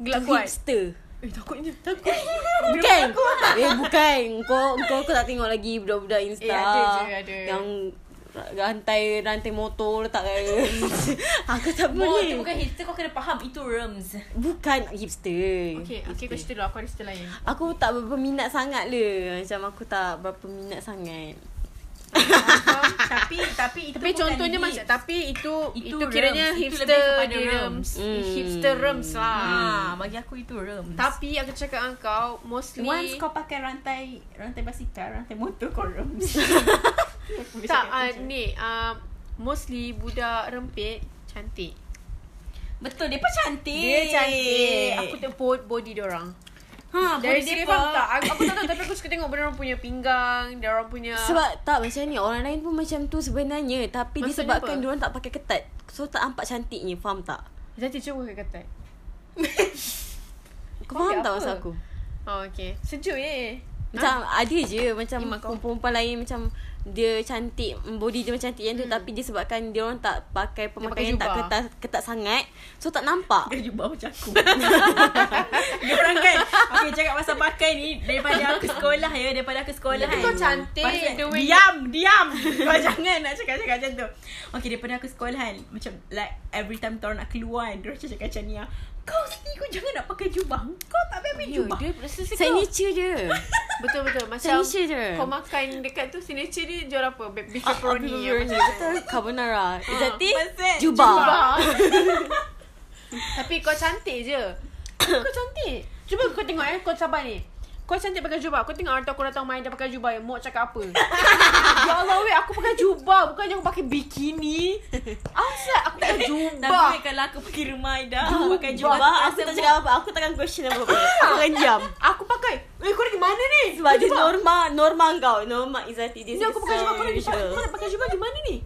Speaker 2: Gelap
Speaker 1: tu
Speaker 2: kuat.
Speaker 1: hipster.
Speaker 2: Eh, takutnya. Takut.
Speaker 1: Bukan.
Speaker 2: lah.
Speaker 1: eh, bukan. Kau kau kau tak tengok lagi budak-budak Insta.
Speaker 2: Eh, ada je, ada.
Speaker 1: Yang rantai rantai motor letak kat
Speaker 2: *laughs*
Speaker 1: Aku tak
Speaker 3: Mo
Speaker 1: boleh.
Speaker 3: tu bukan hipster Kau kena faham Itu realms
Speaker 1: bukan hipster.
Speaker 2: Okay, okay. Kau
Speaker 1: Hipster.
Speaker 2: cerita dulu. Aku ada cerita *laughs* lain.
Speaker 1: Aku tak berapa minat sangat le. Macam aku tak berapa minat sangat.
Speaker 2: Faham?
Speaker 3: Tapi Tapi itu
Speaker 2: Tapi contohnya macam Tapi itu Itu,
Speaker 3: Itu
Speaker 2: itu kiranya
Speaker 3: realms. Itu
Speaker 2: hipster
Speaker 3: lebih kepada
Speaker 2: dia
Speaker 3: realms.
Speaker 1: Hmm.
Speaker 2: Hipster realms lah
Speaker 3: Ah, bagi aku itu realms
Speaker 2: Tapi aku cakap dengan kau Mostly
Speaker 3: Once kau pakai rantai Rantai basikal Rantai motor kau *laughs* ah, realms
Speaker 2: Tak uh, ni uh, Mostly budak rempit Cantik
Speaker 3: Betul Dia pun cantik
Speaker 2: Dia cantik Aku tengok bo- body diorang
Speaker 3: ha,
Speaker 2: Dari
Speaker 3: boleh
Speaker 2: segi
Speaker 3: depa.
Speaker 2: faham tak aku, aku tak tahu Tapi aku suka tengok Benda orang punya pinggang Dia orang punya
Speaker 1: Sebab tak macam ni Orang lain pun macam tu sebenarnya Tapi
Speaker 2: Maksudnya
Speaker 1: disebabkan
Speaker 2: apa?
Speaker 1: diorang tak pakai ketat So tak nampak cantiknya Faham tak?
Speaker 2: Zati cuba ke kata
Speaker 1: Kau
Speaker 2: Kau ambil
Speaker 1: faham tak
Speaker 2: apa?
Speaker 1: maksud aku?
Speaker 2: Oh okay Sejuk eh. ye
Speaker 1: Macam ada je Macam
Speaker 2: Iman kau.
Speaker 1: perempuan lain Macam dia cantik Body dia macam cantik yang tu Tapi disebabkan dia orang tak pakai
Speaker 2: Hmm. pakai
Speaker 1: Pemakaian tak
Speaker 2: jubah.
Speaker 1: ketat, ketat sangat So tak nampak
Speaker 3: Dia jubah macam aku *laughs* Dia orang kan Okay cakap pasal pakai ni Daripada aku sekolah ya Daripada aku sekolah
Speaker 2: Tapi kau cantik,
Speaker 3: Pasal-
Speaker 2: the way-
Speaker 3: Diam Diam *laughs* Kau jangan nak cakap-cakap macam tu Okay daripada aku sekolah kan Macam like Every time orang nak keluar kan Dia cakap macam ni ah, Kau sini kau jangan nak pakai jubah Kau tak payah ambil jubah
Speaker 2: Ya, Dia rasa sejuk
Speaker 1: Signature dia
Speaker 2: Betul-betul Macam
Speaker 1: Signature Ah, dia
Speaker 2: Kau makan dekat tu Signature dia jual apa Beef beef
Speaker 1: Ah, ah,
Speaker 2: pepperoni
Speaker 1: betul,
Speaker 2: ah,
Speaker 1: betul.
Speaker 2: macam
Speaker 1: Betul, Carbonara Zati
Speaker 3: pasal
Speaker 2: *laughs*
Speaker 3: *laughs*
Speaker 1: Jubah
Speaker 2: Bah. Tapi kau cantik je Kau cantik Cuba kau tengok eh Kau sabar ni kau cantik pakai jubah. Kau tengok waktu aku datang main dah pakai jubah. Mok cakap apa? *laughs* ya Allah weh, aku pakai jubah. Bukannya aku pakai bikini. Asal aku pakai
Speaker 3: Tapi
Speaker 2: jubah.
Speaker 3: weh, kalau aku pergi rumah Ida
Speaker 2: Ah.
Speaker 1: Ah,
Speaker 3: Pakai
Speaker 1: Jubah
Speaker 3: jubah
Speaker 1: Aku tak cakap apa Aku takkan question
Speaker 2: *laughs*
Speaker 1: apa-apa Aku akan diam
Speaker 2: Aku pakai. Eh, kau dari mana ni?
Speaker 1: Sebab dia norma Norma kau Norma Izati Dia
Speaker 2: Ni aku pakai jubah. Kau dari
Speaker 1: social.
Speaker 2: Kau nak pakai jubah di mana ni?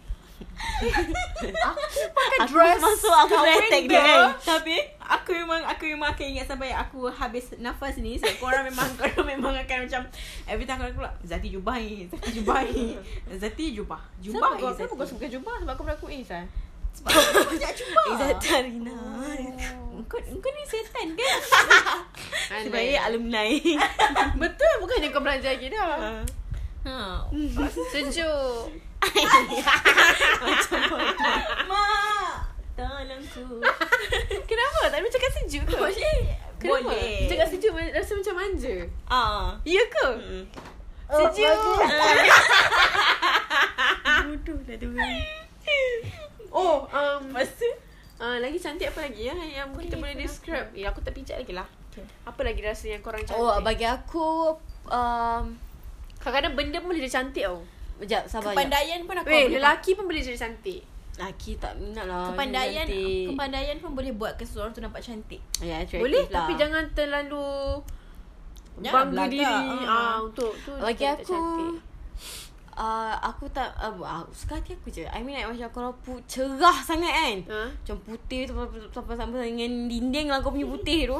Speaker 1: Aku
Speaker 2: dress
Speaker 1: masuk Aku
Speaker 2: kat
Speaker 1: boleh attack dia
Speaker 2: window.
Speaker 1: kan
Speaker 3: Tapi aku memang aku memang akan ingat sampai aku habis nafas ni. So korang memang *laughs* korang memang akan macam every time korang keluar Zati jubah ni, Zati jubah ni. Zati jubah.
Speaker 2: Jubah
Speaker 3: Jubah ni.
Speaker 2: kau?
Speaker 3: Zati.
Speaker 2: Kenapa kau suka pakai jubah? Sebab aku berlaku is lah.
Speaker 3: Sebab aku tak jubah.
Speaker 1: Izati Arina
Speaker 2: Oh.
Speaker 3: Kau kau ni setan
Speaker 2: *laughs*
Speaker 3: ke?
Speaker 1: Sebagai alumni
Speaker 2: Betul bukannya kau belajar lagi
Speaker 1: Ah.
Speaker 2: dah.
Speaker 3: Ha.
Speaker 2: Sejuk.
Speaker 3: Mak, tolongku.
Speaker 2: Kenapa? Tak boleh cakap sejuk ke?
Speaker 3: Boleh.
Speaker 2: eh, Kenapa?
Speaker 3: Boleh.
Speaker 2: Cakap sejuk ma- rasa macam manja.
Speaker 3: ah.
Speaker 2: Ya ke? Sejuk.
Speaker 3: Bodoh
Speaker 2: lah
Speaker 3: dah tu. *laughs*
Speaker 2: Oh, um,
Speaker 3: Lepas tu
Speaker 2: uh, lagi cantik apa lagi ya yang boleh, kita boleh describe? Ya, aku tak pijak lagi lah.
Speaker 3: Okay.
Speaker 2: Apa lagi rasa yang korang cantik?
Speaker 1: Oh bagi aku um,
Speaker 2: Kadang-kadang benda pun boleh jadi cantik tau.
Speaker 1: Sekejap sabar Kepandaian
Speaker 3: Kepandaian pun aku
Speaker 2: Weh,
Speaker 3: boleh
Speaker 2: lelaki pun boleh jadi cantik.
Speaker 1: Laki tak minat lah
Speaker 3: Kepandaian
Speaker 1: cantik.
Speaker 3: Kepandaian pun boleh buatkan seseorang tu nampak cantik
Speaker 1: Ya atraktif
Speaker 2: Boleh
Speaker 1: lah
Speaker 2: tapi jangan terlalu
Speaker 3: Jangan
Speaker 2: bangga
Speaker 3: belagak.
Speaker 2: diri.
Speaker 3: Ah.
Speaker 2: Ah, untuk tu dia
Speaker 1: Bagi
Speaker 2: tak
Speaker 1: aku ah, uh, Aku tak uh, uh, Suka hati aku je I mean like macam Kalau pu- cerah sangat kan
Speaker 2: Ha?
Speaker 1: Macam putih tu Sampai-sampai dengan dinding lah Kau punya putih tu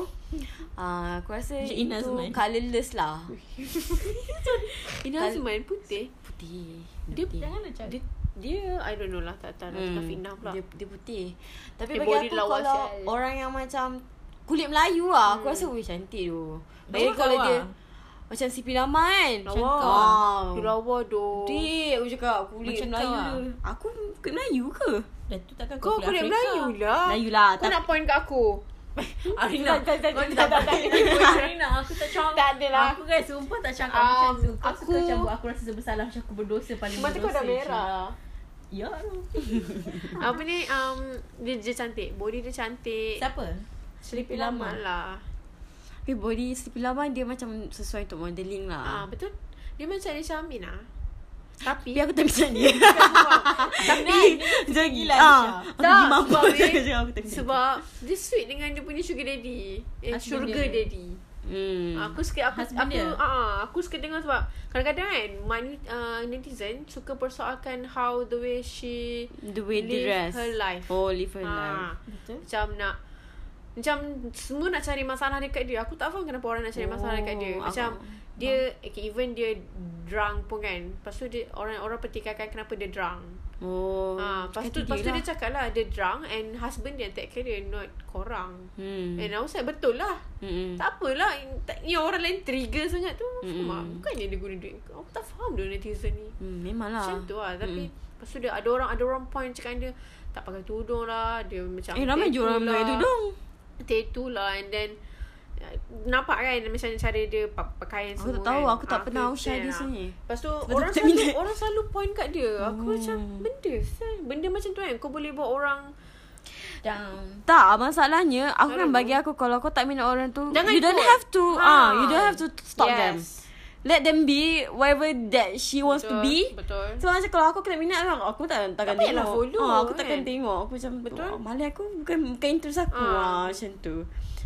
Speaker 1: uh, Aku rasa
Speaker 3: Macam
Speaker 1: Itu
Speaker 3: Ina Azman.
Speaker 1: colourless lah
Speaker 2: Ina Azman putih.
Speaker 1: Putih
Speaker 2: Dia
Speaker 1: putih. Hmm.
Speaker 3: Janganlah cakap
Speaker 2: Dia dia I don't know lah tak tahu nak cakap fitnah pula.
Speaker 1: Dia, dia putih Tapi
Speaker 2: Dia
Speaker 1: bagi
Speaker 2: body
Speaker 1: aku
Speaker 2: lawa
Speaker 1: kalau
Speaker 2: sial.
Speaker 1: orang yang macam Kulit Melayu lah hmm. Aku rasa weh cantik tu Bagi
Speaker 3: Lawa
Speaker 1: kalau
Speaker 3: kau
Speaker 1: dia
Speaker 3: ah.
Speaker 1: Macam Siti Lama kan
Speaker 2: Lawa. Dia
Speaker 1: Macam kau
Speaker 2: lawa doh.
Speaker 1: Dik aku cakap kulit
Speaker 3: Macam
Speaker 1: Melayu
Speaker 3: kau
Speaker 1: tu.
Speaker 3: ah.
Speaker 1: Aku kulit Melayu ke?
Speaker 3: Dah tu takkan
Speaker 2: Kau kulit Melayu lah.
Speaker 1: Melayu lah
Speaker 2: Kau nak point kat aku.
Speaker 3: *laughs* Arina
Speaker 1: Tak, tak, tak,
Speaker 3: *laughs* kau
Speaker 1: tak,
Speaker 3: tak
Speaker 1: tak, tak.
Speaker 3: pandai tipu Arina Aku tak cakap
Speaker 2: Tak ada lah.
Speaker 3: Aku kan sumpah tak cakap
Speaker 2: Um,
Speaker 3: macam tu Kau suka
Speaker 2: aku-
Speaker 3: macam buat aku rasa bersalah Macam aku berdosa paling
Speaker 2: Mata kau
Speaker 3: berdosa
Speaker 2: dah merah
Speaker 3: je. Ya
Speaker 2: Apa ni um, dia, dia cantik Body dia cantik
Speaker 3: Siapa?
Speaker 2: Sleepy
Speaker 1: Lama.
Speaker 2: lama lah
Speaker 1: Tapi body Siti Laman dia macam sesuai untuk modeling
Speaker 2: Ah
Speaker 1: lah.
Speaker 2: Betul Dia macam Risha Amin lah Tapi
Speaker 1: *laughs* Tapi aku tak bisa
Speaker 2: *laughs*
Speaker 1: dia.
Speaker 2: Tapi
Speaker 1: Jangan
Speaker 3: gila, Aisyah.
Speaker 1: Ah, aku pergi
Speaker 2: Tak,
Speaker 1: *laughs* mampus
Speaker 2: sebab dia-
Speaker 1: aku cakap aku tak bisa.
Speaker 2: Sebab Dia sweet dengan dia punya sugar daddy Eh
Speaker 3: Husband
Speaker 2: sugar
Speaker 3: dia.
Speaker 2: daddy
Speaker 1: hmm.
Speaker 2: Hmm. Aku suka aku
Speaker 3: Husband
Speaker 2: aku
Speaker 3: dia?
Speaker 2: ah uh, aku suka dengar sebab kadang-kadang kan manu, uh, netizen suka persoalkan how the way she
Speaker 1: the
Speaker 2: live
Speaker 1: way they dress.
Speaker 2: her life.
Speaker 1: Oh, live her
Speaker 2: Ah,
Speaker 1: life.
Speaker 3: Betul
Speaker 2: macam nak macam semua nak cari masalah dekat dia. Aku tak faham kenapa orang nak cari masalah dekat dia.
Speaker 1: Oh,
Speaker 2: Macam
Speaker 1: aku-
Speaker 2: dia okay, even dia drunk pun kan. Lepas tu dia orang-orang petikakan kenapa dia drunk.
Speaker 1: Oh.
Speaker 2: Ah, lepas tu
Speaker 1: kata
Speaker 2: lepas tu
Speaker 1: lah.
Speaker 2: dia cakap lah dia drunk and husband dia take care dia not korang.
Speaker 1: Hmm.
Speaker 2: And I was like betul lah
Speaker 1: Mm-mm.
Speaker 2: tak apalah tak, Ni orang lain trigger sangat tu
Speaker 1: Mm-mm.
Speaker 2: Faham mm. Bukannya dia guna duit kau. Aku tak faham dia netizen ni
Speaker 1: Hmm, memanglah.
Speaker 2: Macam tu lah Tapi
Speaker 1: Mm.
Speaker 2: Lepas tu dia ada orang Ada orang point cakap dia Tak pakai tudung lah Dia macam
Speaker 1: Eh, ramai je
Speaker 2: tattoo
Speaker 1: orang pakai
Speaker 2: lah,
Speaker 1: tudung.
Speaker 2: Tattoo lah And then uh, Nampak kan Macam cara dia pa- Pakaian
Speaker 1: Aku
Speaker 2: semua
Speaker 1: tak tahu,
Speaker 2: kan.
Speaker 1: aku tak
Speaker 2: Ah,
Speaker 1: pernah
Speaker 2: aku
Speaker 1: usah
Speaker 2: understand
Speaker 1: dia
Speaker 2: lah.
Speaker 1: sini.
Speaker 2: Lepas tu
Speaker 1: Sebab tu
Speaker 2: orang
Speaker 1: tak
Speaker 2: selalu
Speaker 1: minat.
Speaker 2: orang selalu point kat dia. Aku
Speaker 1: Oh.
Speaker 2: macam benda sah. Benda macam tu kan. Kau boleh buat orang
Speaker 3: Down
Speaker 1: Tak, masalahnya aku kan
Speaker 2: Kalau-
Speaker 1: bagi aku kalau kau tak minat orang tu,
Speaker 2: Jangan
Speaker 1: you don't
Speaker 2: ikut.
Speaker 1: have to ah,
Speaker 2: Ha.
Speaker 1: you don't have to stop yes. them. Let them be whatever that she wants
Speaker 2: Betul,
Speaker 1: to be.
Speaker 2: Betul.
Speaker 1: So macam kalau aku kena minat kan Aku tak takkan
Speaker 2: Tak payahlah
Speaker 1: tengok
Speaker 2: follow,
Speaker 1: Ah, Aku
Speaker 2: kan?
Speaker 1: takkan tengok Aku macam
Speaker 2: Betul.
Speaker 1: Betul oh, Malah aku bukan Bukan interest aku
Speaker 2: Ah.
Speaker 1: ah. Macam tu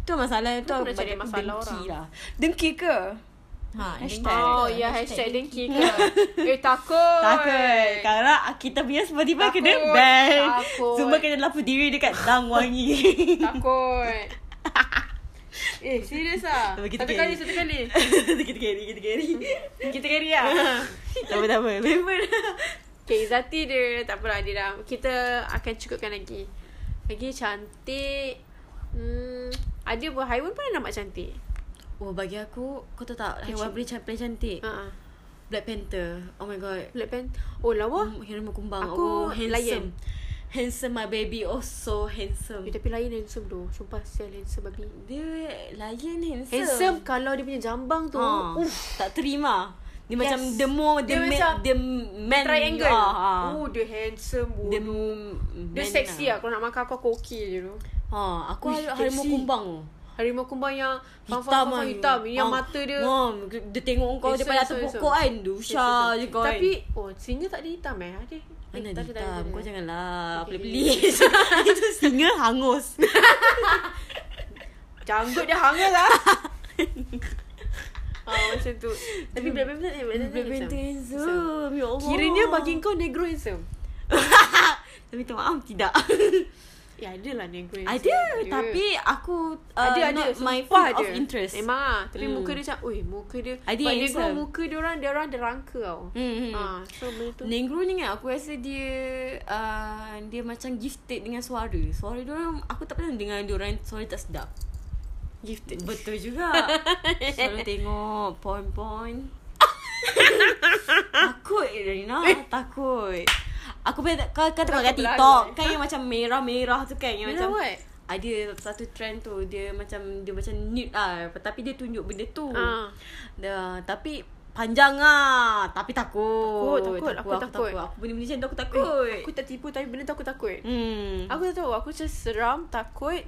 Speaker 1: Tu masalah tu
Speaker 2: Kenapa nak
Speaker 1: aku
Speaker 2: cari
Speaker 1: bagi aku
Speaker 2: masalah
Speaker 1: dengki
Speaker 2: orang?
Speaker 1: lah Dengki ke?
Speaker 3: Ha,
Speaker 1: Hashtag.
Speaker 2: Oh, ya hashtag dengki ke? eh, takut.
Speaker 1: Takut Kalau kita punya Spotify
Speaker 2: Takut,
Speaker 1: kena ban
Speaker 2: takut.
Speaker 1: Semua kena lapor diri dekat
Speaker 2: *laughs*
Speaker 1: Dang Wangi
Speaker 2: Takut. eh, serius lah.
Speaker 1: Tapi kita
Speaker 2: Satu kali,
Speaker 1: carry.
Speaker 2: satu *laughs* kali.
Speaker 1: Kita carry Kita carry
Speaker 2: Kita carry lah.
Speaker 1: Tak apa tak apa Memang
Speaker 2: Okay, Izzati dia tak apalah dia dah. Kita akan cukupkan lagi. Lagi cantik. Hmm, ada pun Haiwan pun nampak cantik.
Speaker 1: Oh bagi aku Kau tahu tak Haiwan boleh can- paling cantik
Speaker 2: Ha ah.
Speaker 1: Black Panther Oh my god
Speaker 2: Black Panther. Oh, lawa.
Speaker 1: Oh, Haiwan kumbang
Speaker 2: Aku
Speaker 1: Oh handsome Handsome my baby Oh so handsome
Speaker 2: Eh, tapi lain handsome tu. Sumpah sial handsome babi.
Speaker 1: Dia lion handsome.
Speaker 2: Handsome kalau dia punya jambang tu.
Speaker 1: Ha.
Speaker 2: Uff.
Speaker 1: Tak terima. Dia
Speaker 2: Yes.
Speaker 1: yes. macam the more
Speaker 2: Dia
Speaker 1: the man,
Speaker 2: macam
Speaker 1: the man
Speaker 2: Triangle.
Speaker 1: Ah, ah.
Speaker 2: Oh, dia handsome.
Speaker 1: The
Speaker 2: bodoh.
Speaker 1: m-
Speaker 2: Dia
Speaker 1: man ah.
Speaker 2: seksi lah. Kalau nak makan aku, aku okey je tu.
Speaker 1: Ha, aku
Speaker 2: Ui,
Speaker 1: har- harimau
Speaker 2: seksi.
Speaker 1: kumbang.
Speaker 2: Harimau kumbang yang
Speaker 1: Hitam
Speaker 2: faham-faham
Speaker 1: kan.
Speaker 2: hitam. Yang
Speaker 1: Ah,
Speaker 2: mata dia. Eh,
Speaker 1: ah, dia tengok kau
Speaker 2: Handsome,
Speaker 1: daripada atas
Speaker 2: handsome,
Speaker 1: pokok kan.
Speaker 2: handsome.
Speaker 1: Dusha je kau. kan.
Speaker 2: Eh, Tapi, oh, singa tak ada hitam eh? Ada. Eh, tak
Speaker 1: mana dia
Speaker 2: tak
Speaker 1: hitam?
Speaker 2: tak
Speaker 1: Kau janganlah
Speaker 2: Okay. *laughs*
Speaker 1: pelik-pelik. *laughs* Itu singa hangus.
Speaker 2: Janggut dia hangat
Speaker 1: *laughs*
Speaker 2: lah. Ah, macam tu. Tapi Black Panther eh, Black
Speaker 1: Black Panther
Speaker 2: Panther handsome.
Speaker 1: handsome. Ya Allah.
Speaker 2: Kiranya bagi kau negro handsome.
Speaker 1: Tapi minta maaf
Speaker 2: *laughs*
Speaker 1: tidak.
Speaker 2: Eh, ada lah negro handsome.
Speaker 1: Ya, Ada tapi aku uh,
Speaker 2: ada ada
Speaker 1: not
Speaker 2: sumpah
Speaker 1: my point
Speaker 2: ada.
Speaker 1: of interest.
Speaker 2: Memang ah, tapi
Speaker 1: Hmm.
Speaker 2: muka dia macam, oi, muka dia.
Speaker 1: Ada
Speaker 2: Sebab dia
Speaker 1: handsome.
Speaker 2: grow muka dia orang, dia orang ada rangka tau.
Speaker 1: Hmm.
Speaker 2: Ha,
Speaker 1: hmm.
Speaker 2: so benda tu.
Speaker 1: Negro ni kan aku rasa dia uh, dia macam gifted dengan suara. Suara dia orang aku tak pernah dengar dia orang suara tak sedap. Gifted. Betul
Speaker 2: *laughs*
Speaker 1: juga. Selalu tengok porn-porn. takut Rina, takut. Aku pernah kau, kau tengok kat
Speaker 2: Kenapa
Speaker 1: TikTok
Speaker 2: berlagak?
Speaker 1: kan yang macam merah-merah tu kan yang
Speaker 2: Merah
Speaker 1: macam
Speaker 2: what?
Speaker 1: ada satu trend tu dia macam dia macam nude lah tapi dia tunjuk benda tu.
Speaker 2: Ah.
Speaker 1: Dah, tapi panjang ah. Tapi takut.
Speaker 2: Takut, takut. Aku takut.
Speaker 1: Aku benda-benda macam tu aku takut.
Speaker 2: Eh, Aku tak tipu tapi benda tu aku takut.
Speaker 1: hmm.
Speaker 2: Aku tak tahu, aku macam seram, takut.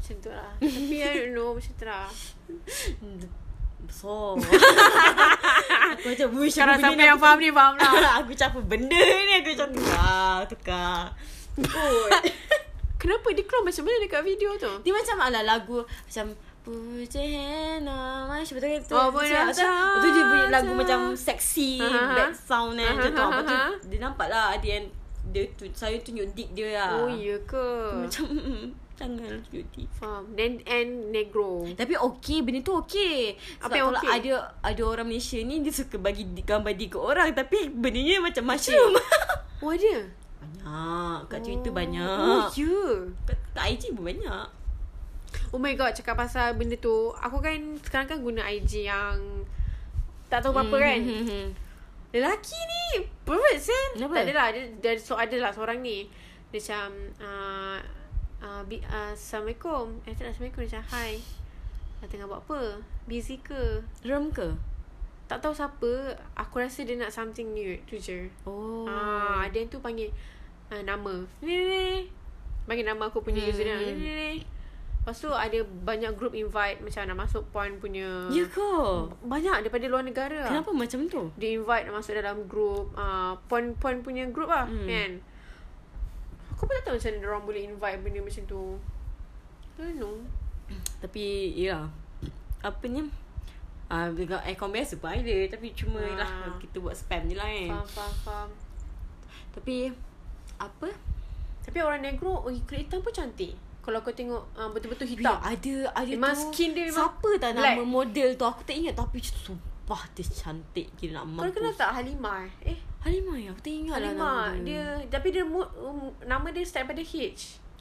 Speaker 2: Macam tu lah. Tapi I don't know, macam tu
Speaker 1: *laughs*
Speaker 2: lah. *laughs*
Speaker 1: So. aku macam wish
Speaker 2: Sekarang siapa yang faham ni, faham lah.
Speaker 1: lah. aku macam apa benda ni aku macam tu. Ah, tukar.
Speaker 2: Takut. *laughs* Kenapa dia keluar macam mana dekat video tu?
Speaker 1: *laughs* Dia macam ala lagu macam Put your hand on my shoulder Betul
Speaker 2: Oh,
Speaker 1: kan?
Speaker 2: boleh
Speaker 1: Macam-
Speaker 2: rasa.
Speaker 1: Lepas tu dia bunyi lagu macam Sexy
Speaker 2: Aha.
Speaker 1: That sound kan Macam tu
Speaker 2: Aha.
Speaker 1: Lepas tu dia nampak lah Dia yang dia tu, saya tunjuk dick dia lah
Speaker 2: Oh, ya ke?
Speaker 1: Macam mm, Jangan tunjuk dick
Speaker 2: Faham. Then, and negro.
Speaker 1: Tapi okey Benda tu okey Sebab
Speaker 2: Apa yang
Speaker 1: kalau
Speaker 2: okey?
Speaker 1: ada Ada orang Malaysia ni Dia suka bagi di- gambar dia ke orang Tapi bendanya macam mushroom
Speaker 2: Oh, ada?
Speaker 1: Banyak Kat Twitter
Speaker 2: Oh,
Speaker 1: banyak
Speaker 2: ya. Yeah.
Speaker 1: kat, kat IG pun banyak
Speaker 2: Oh my god, cakap pasal benda tu. Aku kan sekarang kan guna IG yang tak tahu apa-apa kan.
Speaker 1: Mhm.
Speaker 2: Lelaki ni pervert kan?
Speaker 1: Kenapa?
Speaker 2: Tak adalah. Dia, dia, so, adalah seorang ni. Dia macam... Uh, uh, bi, uh, Assalamualaikum Eh tak Assalamualaikum Dia Macam hi Dah tengah buat apa Busy ke
Speaker 1: Rem ke?
Speaker 2: Tak tahu siapa Aku rasa dia nak something new Tu je
Speaker 1: Oh.
Speaker 2: Ah, ada yang tu panggil uh, nama. Ni ni ni. Panggil nama aku punya
Speaker 1: Hmm,
Speaker 2: hmm. username. Ni
Speaker 1: hmm.
Speaker 2: ni ni. Lepas tu ada banyak group invite macam nak masuk puan punya.
Speaker 1: Ya ke?
Speaker 2: Banyak daripada luar negara. lah.
Speaker 1: Kenapa macam tu?
Speaker 2: Dia invite nak masuk dalam group uh, puan puan punya group lah hmm.
Speaker 1: Hmm.
Speaker 2: kan. Aku pun tak tahu macam mana orang boleh invite benda macam tu. I don't know.
Speaker 1: Tapi ya Apa ni Ah, dengan aircon biasa pun ada Tapi cuma
Speaker 2: Ah.
Speaker 1: lah Kita buat spam je lah kan
Speaker 2: Faham, faham, faham.
Speaker 1: Tapi Apa
Speaker 2: Tapi orang negro, oh, kulit hitam pun cantik. Kalau kau tengok uh, betul-betul hitam.
Speaker 1: Hitam Ada ada
Speaker 2: Memang
Speaker 1: tu
Speaker 2: skin dia memang
Speaker 1: Siapa tak
Speaker 2: black.
Speaker 1: nama model tu Aku tak ingat Tapi sumpah dia cantik Gila nak
Speaker 2: Kau
Speaker 1: mampus
Speaker 2: kenal tak Halimah? Eh,
Speaker 1: Halimah ya Aku tak ingat lah nama
Speaker 2: Halimah dia. dia tapi dia mu, um, nama dia start pada H.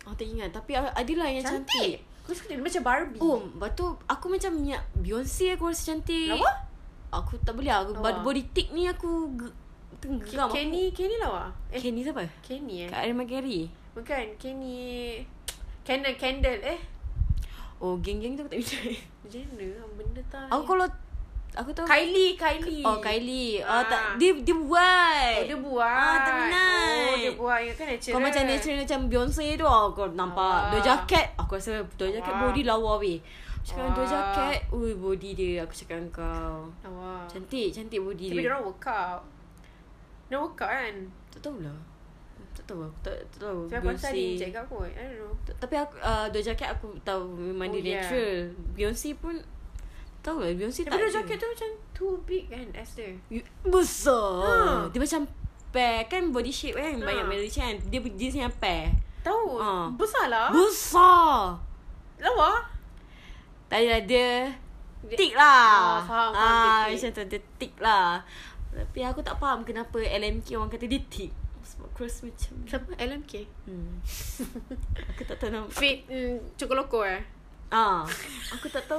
Speaker 1: Aku tak ingat Tapi a- ada lah yang cantik,
Speaker 2: Kau suka dia dia macam Barbie.
Speaker 1: Oh Lepas tu Aku macam minyak Beyonce aku rasa cantik
Speaker 2: Lawa?
Speaker 1: Aku tak boleh lah. aku
Speaker 2: Lawa.
Speaker 1: Body tick ni aku ge- Tenggeram
Speaker 2: K- Kenny, Kenny lawa.
Speaker 1: eh.
Speaker 2: Eh,
Speaker 1: Kenny siapa?
Speaker 2: Kenny eh.
Speaker 1: Kak Arima Gary
Speaker 2: Bukan Kenny. Candle, candle eh.
Speaker 1: Oh geng-geng tu aku tak percaya
Speaker 2: Jenna benda eh? tak.
Speaker 1: Aku kalau Aku tahu
Speaker 2: Kylie, Kylie.
Speaker 1: Oh Kylie ah. Oh tak
Speaker 2: Ah.
Speaker 1: Dia dia buat
Speaker 2: Oh, dia buat.
Speaker 1: Ah, tak minat.
Speaker 2: Oh, dia buat. Ingat kan natural.
Speaker 1: Kau macam natural Macam Beyonce tu ah, Kau nampak
Speaker 2: Ah.
Speaker 1: Dua jaket Aku rasa Dua jaket
Speaker 2: Wah.
Speaker 1: body lawa weh Cakap dua
Speaker 2: Wah.
Speaker 1: jaket Ui body dia Aku cakap dengan kau
Speaker 2: Lawa.
Speaker 1: Cantik Cantik body
Speaker 2: Oh, Tapi dia
Speaker 1: dia
Speaker 2: orang workout. Dia workout kan.
Speaker 1: Tak tahulah Tak tahu aku tak, tak tahu
Speaker 2: Sebab aku hantar dia inject kat aku. I don't know.
Speaker 1: T- Tapi aku uh, Dua jaket aku tahu Memang
Speaker 2: Oh,
Speaker 1: dia
Speaker 2: yeah.
Speaker 1: natural Beyonce pun Tahu lah Beyonce
Speaker 2: Tapi
Speaker 1: tak
Speaker 2: dia
Speaker 1: ada.
Speaker 2: jaket tu macam too big kan as dia.
Speaker 1: You- Besar
Speaker 2: Ha.
Speaker 1: Dia macam pear Kan body shape
Speaker 2: Ha.
Speaker 1: kan Banyak variation kan Dia dia macam pear
Speaker 2: Tahu.
Speaker 1: Ah.
Speaker 2: Besar lah.
Speaker 1: Besar
Speaker 2: Lawa.
Speaker 1: Tak adalah dia
Speaker 2: Dia-
Speaker 1: Tick
Speaker 2: Ah,
Speaker 1: lah
Speaker 2: faham, faham,
Speaker 1: ah,
Speaker 2: dia
Speaker 1: Macam tu Dia tick lah Tapi aku tak faham Kenapa LMK orang kata dia tick Sebab aku rasa macam
Speaker 2: Siapa? LMK.
Speaker 1: hmm. *laughs* Aku tak tahu nama
Speaker 2: Fit mm, Cokoloko eh.
Speaker 1: ah. Aku tak tahu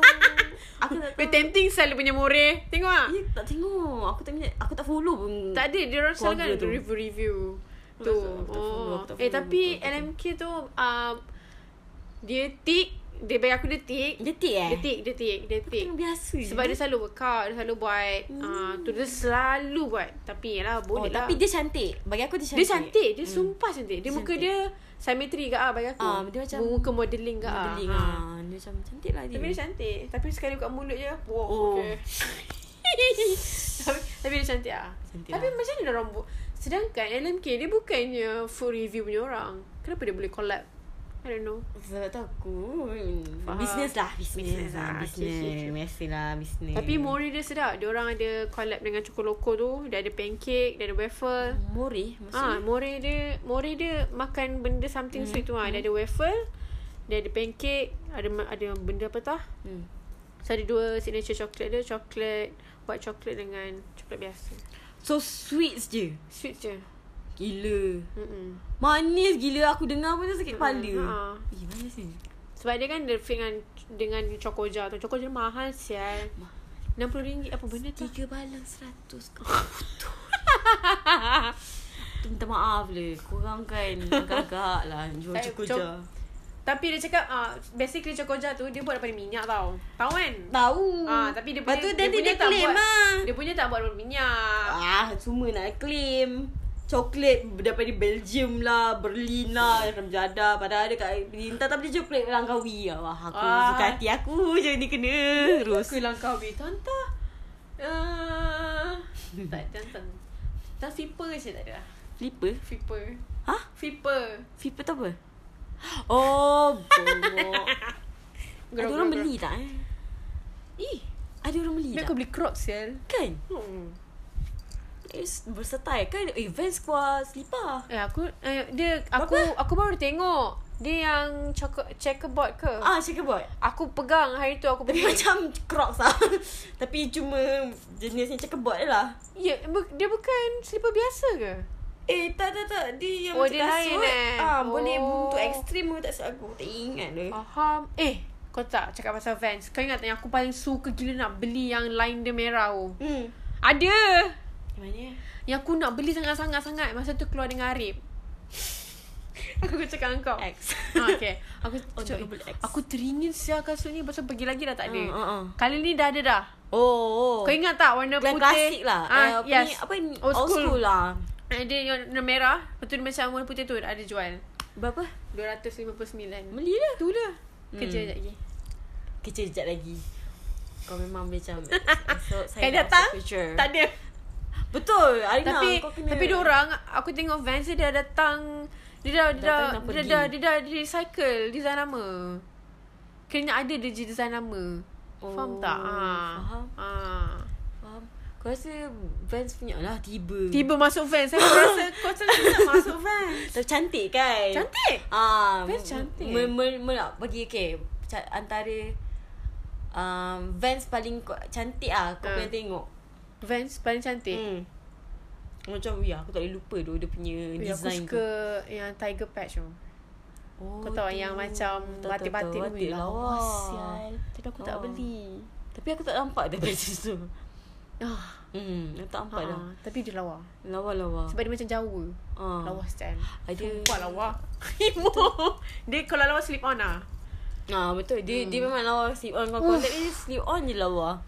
Speaker 1: Aku tak
Speaker 2: Weh,
Speaker 1: tahu
Speaker 2: tempting sel dia punya more. Tengok ah.
Speaker 1: Ya, tak tengok Aku tak minat Aku tak follow pun
Speaker 2: Tak ada dia orang selalu kan
Speaker 1: Hmm. Keluarga tu.
Speaker 2: review-review.
Speaker 1: Aku
Speaker 2: Tu.
Speaker 1: tak- aku tak follow,
Speaker 2: Oh.
Speaker 1: aku tak
Speaker 2: Eh
Speaker 1: follow,
Speaker 2: tapi
Speaker 1: aku tak
Speaker 2: LMK tu um, dia tick, dia bagi aku dia tick.
Speaker 1: Dia tick eh
Speaker 2: Dia tick, dia tick, dia tick.
Speaker 1: Tengok biasa je.
Speaker 2: Sebab dia selalu workout, dia selalu buat. Ah, tu dia selalu buat. Tapi yalah
Speaker 1: Oh,
Speaker 2: boleh lah.
Speaker 1: tapi dia cantik. Bagi aku dia
Speaker 2: Dia
Speaker 1: cantik. Hmm.
Speaker 2: cantik Dia sumpah cantik Dia muka
Speaker 1: Cantik.
Speaker 2: dia Symmetry kat ah bagi aku
Speaker 1: Ah, dia macam-
Speaker 2: Muka modelling kat ah.
Speaker 1: Modeling
Speaker 2: Ah.
Speaker 1: ah. Dia macam cantik lah dia.
Speaker 2: Tapi dia cantik Tapi sekali buka mulut je Wow
Speaker 1: Oh.
Speaker 2: oh. okay.
Speaker 1: *laughs*
Speaker 2: tapi, tapi dia cantik lah
Speaker 1: Cantik
Speaker 2: Tapi
Speaker 1: lah.
Speaker 2: macam mana orang bu- Sedangkan LMK Dia bukannya Food review punya orang Kenapa dia boleh collab I don't know
Speaker 1: Sebab tu aku
Speaker 2: Faham.
Speaker 1: Business lah Business
Speaker 2: Business
Speaker 1: lah
Speaker 2: lah. Okay, okay,
Speaker 1: Business
Speaker 2: okay.
Speaker 1: Biasalah business
Speaker 2: Tapi Mori dia sedap Dia orang ada collab dengan Cokoloko tu Dia ada pancake Dia ada waffle
Speaker 1: More
Speaker 2: Ah,
Speaker 1: Maksudnya
Speaker 2: more dia more dia makan benda something
Speaker 1: Hmm.
Speaker 2: sweet tu ah. Dia ada waffle, dia ada pancake, ada ma- ada benda apa tah?
Speaker 1: hmm.
Speaker 2: So ada dua signature chocolate dia, chocolate white chocolate dengan coklat biasa.
Speaker 1: So sweets je
Speaker 2: Sweet je.
Speaker 1: Gila
Speaker 2: Mm-mm.
Speaker 1: Manis gila Aku dengar pun dah sakit kepala
Speaker 2: ha.
Speaker 1: Eh manis ni
Speaker 2: Sebab dia kan dia fit dengan dengan chocoja tu. Chocoja mahal sial. RM60 apa benda tu?
Speaker 1: Tiga balang seratus Kau putus Tu *laughs* minta maaf le Korang kan Agak-agak lah Jual
Speaker 2: Saya
Speaker 1: cukuja
Speaker 2: Tapi dia cakap ah basically chocoja tu dia buat daripada minyak tau. Tahu kan?
Speaker 1: Tahu
Speaker 2: Ah, tapi dia
Speaker 1: Lepas
Speaker 2: punya-
Speaker 1: tu
Speaker 2: dia
Speaker 1: nanti
Speaker 2: punya
Speaker 1: dia
Speaker 2: tak
Speaker 1: claim
Speaker 2: buat-
Speaker 1: lah
Speaker 2: Dia punya tak buat daripada minyak.
Speaker 1: Ah, semua nak claim. Coklat daripada Belgium lah, Berlin lah, Ramjada. Padahal ada kat Berlin. Tak tapi dia coklat Langkawi. Wah, aku ah.
Speaker 2: Ah.
Speaker 1: suka hati aku je ni kena. Terus.
Speaker 2: Kulang kau bi Tanta uh, Tak jantan Tak flipper je tak ada lah
Speaker 1: Flipper?
Speaker 2: Flipper
Speaker 1: Hah?
Speaker 2: Flipper
Speaker 1: Flipper tu apa? *laughs* Oh, bongok. ada
Speaker 2: Gerak, gerak,
Speaker 1: orang beli tak eh?
Speaker 2: Ih
Speaker 1: Ada orang beli
Speaker 2: Ni
Speaker 1: tak?
Speaker 2: aku beli crocs sial
Speaker 1: Kan?
Speaker 2: hmm.
Speaker 1: It's versatile kan? Eh, Vans keluar selipar.
Speaker 2: Eh aku eh, Dia Aku aku baru tengok Dia yang choco- checkerboard ke ah.
Speaker 1: Ah, checkerboard.
Speaker 2: Aku pegang hari tu aku
Speaker 1: Tapi *laughs*
Speaker 2: beli
Speaker 1: macam crocs lah. Tapi cuma jenisnya checkerboard je lah.
Speaker 2: ya, bu- Dia bukan slipper biasa ke
Speaker 1: Eh tak tak tak Dia yang
Speaker 2: Oh,
Speaker 1: macam
Speaker 2: dia lain,
Speaker 1: kasut.
Speaker 2: eh?
Speaker 1: ah,
Speaker 2: Oh.
Speaker 1: Boleh untuk ekstrim pun tak salah aku Tak ingat dia
Speaker 2: Faham Eh kau tak cakap pasal Vans Kau ingat tak yang aku paling suka gila nak beli yang line dia merah tu
Speaker 1: Hmm
Speaker 2: Ada
Speaker 1: Yang mana
Speaker 2: ya? Yang aku nak beli sangat-sangat-sangat Masa tu keluar dengan Arif *laughs* Aku cakap dengan kau
Speaker 1: X.
Speaker 2: ha,
Speaker 1: *laughs*
Speaker 2: Okay Aku
Speaker 1: Oh,
Speaker 2: cakap,
Speaker 1: double X.
Speaker 2: Aku teringin sial kasut ni Pasal pergi lagi dah tak ada
Speaker 1: Ah, ah, ah.
Speaker 2: Kali ni dah ada dah
Speaker 1: Oh.
Speaker 2: oh. Hmm, Kau ingat tak warna
Speaker 1: Glam
Speaker 2: putih
Speaker 1: klasik lah.
Speaker 2: ah,
Speaker 1: Ah, apa
Speaker 2: yes.
Speaker 1: ni? Apa ni?
Speaker 2: Old school,
Speaker 1: lah.
Speaker 2: Ada yang warna merah Lepas tu dia macam warna putih tu Ada jual
Speaker 1: Berapa?
Speaker 2: 259
Speaker 1: Beli lah.
Speaker 2: Tu lah
Speaker 1: Hmm.
Speaker 2: Kerja sekejap lagi
Speaker 1: Kerja sekejap lagi. Kau memang
Speaker 2: *laughs*
Speaker 1: macam esok saya
Speaker 2: Kali
Speaker 1: nak
Speaker 2: datang
Speaker 1: masuk future.
Speaker 2: Tak ada
Speaker 1: Betul. Alina,
Speaker 2: Tapi
Speaker 1: kau kena.
Speaker 2: Tapi dia orang Aku tengok Vans dia dah datang Dia dah Dia dah
Speaker 1: Datang
Speaker 2: Dia
Speaker 1: dah pergi.
Speaker 2: dah Dia dah recycle Design nama Kena ada dia je design nama oh, Faham
Speaker 1: Oh,
Speaker 2: tak? Ha.
Speaker 1: faham.
Speaker 2: Ha.
Speaker 1: Faham. Kau rasa Vans punya lah tiba.
Speaker 2: Tiba masuk Vans Saya
Speaker 1: *laughs*
Speaker 2: rasa Kau selalu nak masuk Vans
Speaker 1: Tapi cantik kan?
Speaker 2: Cantik
Speaker 1: Ah,
Speaker 2: Vans cantik.
Speaker 1: Me, me, me, nak bagi okay, ca- antara um, Vans paling kau, cantik ah kau
Speaker 2: Ah.
Speaker 1: pernah tengok.
Speaker 2: Vans paling cantik
Speaker 1: Hmm. Macam ya aku tak boleh lupa tu dia punya
Speaker 2: Eh, Aku
Speaker 1: design
Speaker 2: suka
Speaker 1: tu.
Speaker 2: Yang tiger patch tu
Speaker 1: Oh,
Speaker 2: Kau tahu
Speaker 1: tu.
Speaker 2: yang macam
Speaker 1: Tahu, tahu,
Speaker 2: Batik-batik
Speaker 1: tahu.
Speaker 2: tu
Speaker 1: Batik lawa.
Speaker 2: sial Tapi aku tak
Speaker 1: Oh.
Speaker 2: beli
Speaker 1: Tapi aku tak nampak dah patches tu.
Speaker 2: Ah,
Speaker 1: Hmm, aku tak nampak dah.
Speaker 2: ha, tapi dia lawa
Speaker 1: Lawa-lawa.
Speaker 2: Sebab dia macam Jawa
Speaker 1: Ah.
Speaker 2: Lawa style
Speaker 1: Ada
Speaker 2: Kuat *laughs* lawa Imo Dia kalau lawa slip on lah
Speaker 1: Ah betul dia hmm. dia memang lawa slip on kau kau tak dia slip on je lawa.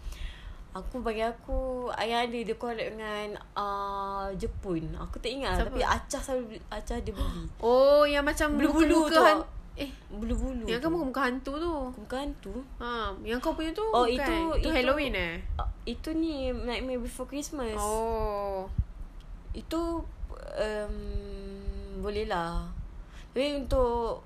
Speaker 1: Aku bagi aku ayah ada dia collab dengan uh, Jepun. Aku tak ingat
Speaker 2: Siapa?
Speaker 1: Siapa? tapi Acah selalu beli- Acah dia beli.
Speaker 2: Oh yang macam
Speaker 1: Bulu-bulu
Speaker 2: muka-muka
Speaker 1: tu.
Speaker 2: han- Eh
Speaker 1: Bulu-bulu.
Speaker 2: Yang kan muka-muka hantu tu
Speaker 1: bukan tu.
Speaker 2: Ha, yang kau punya tu
Speaker 1: Oh,
Speaker 2: bukan.
Speaker 1: itu-
Speaker 2: tu
Speaker 1: itu-
Speaker 2: Halloween eh.
Speaker 1: Uh, itu ni Nightmare Before Christmas.
Speaker 2: Oh.
Speaker 1: Itu um, boleh lah. Tapi untuk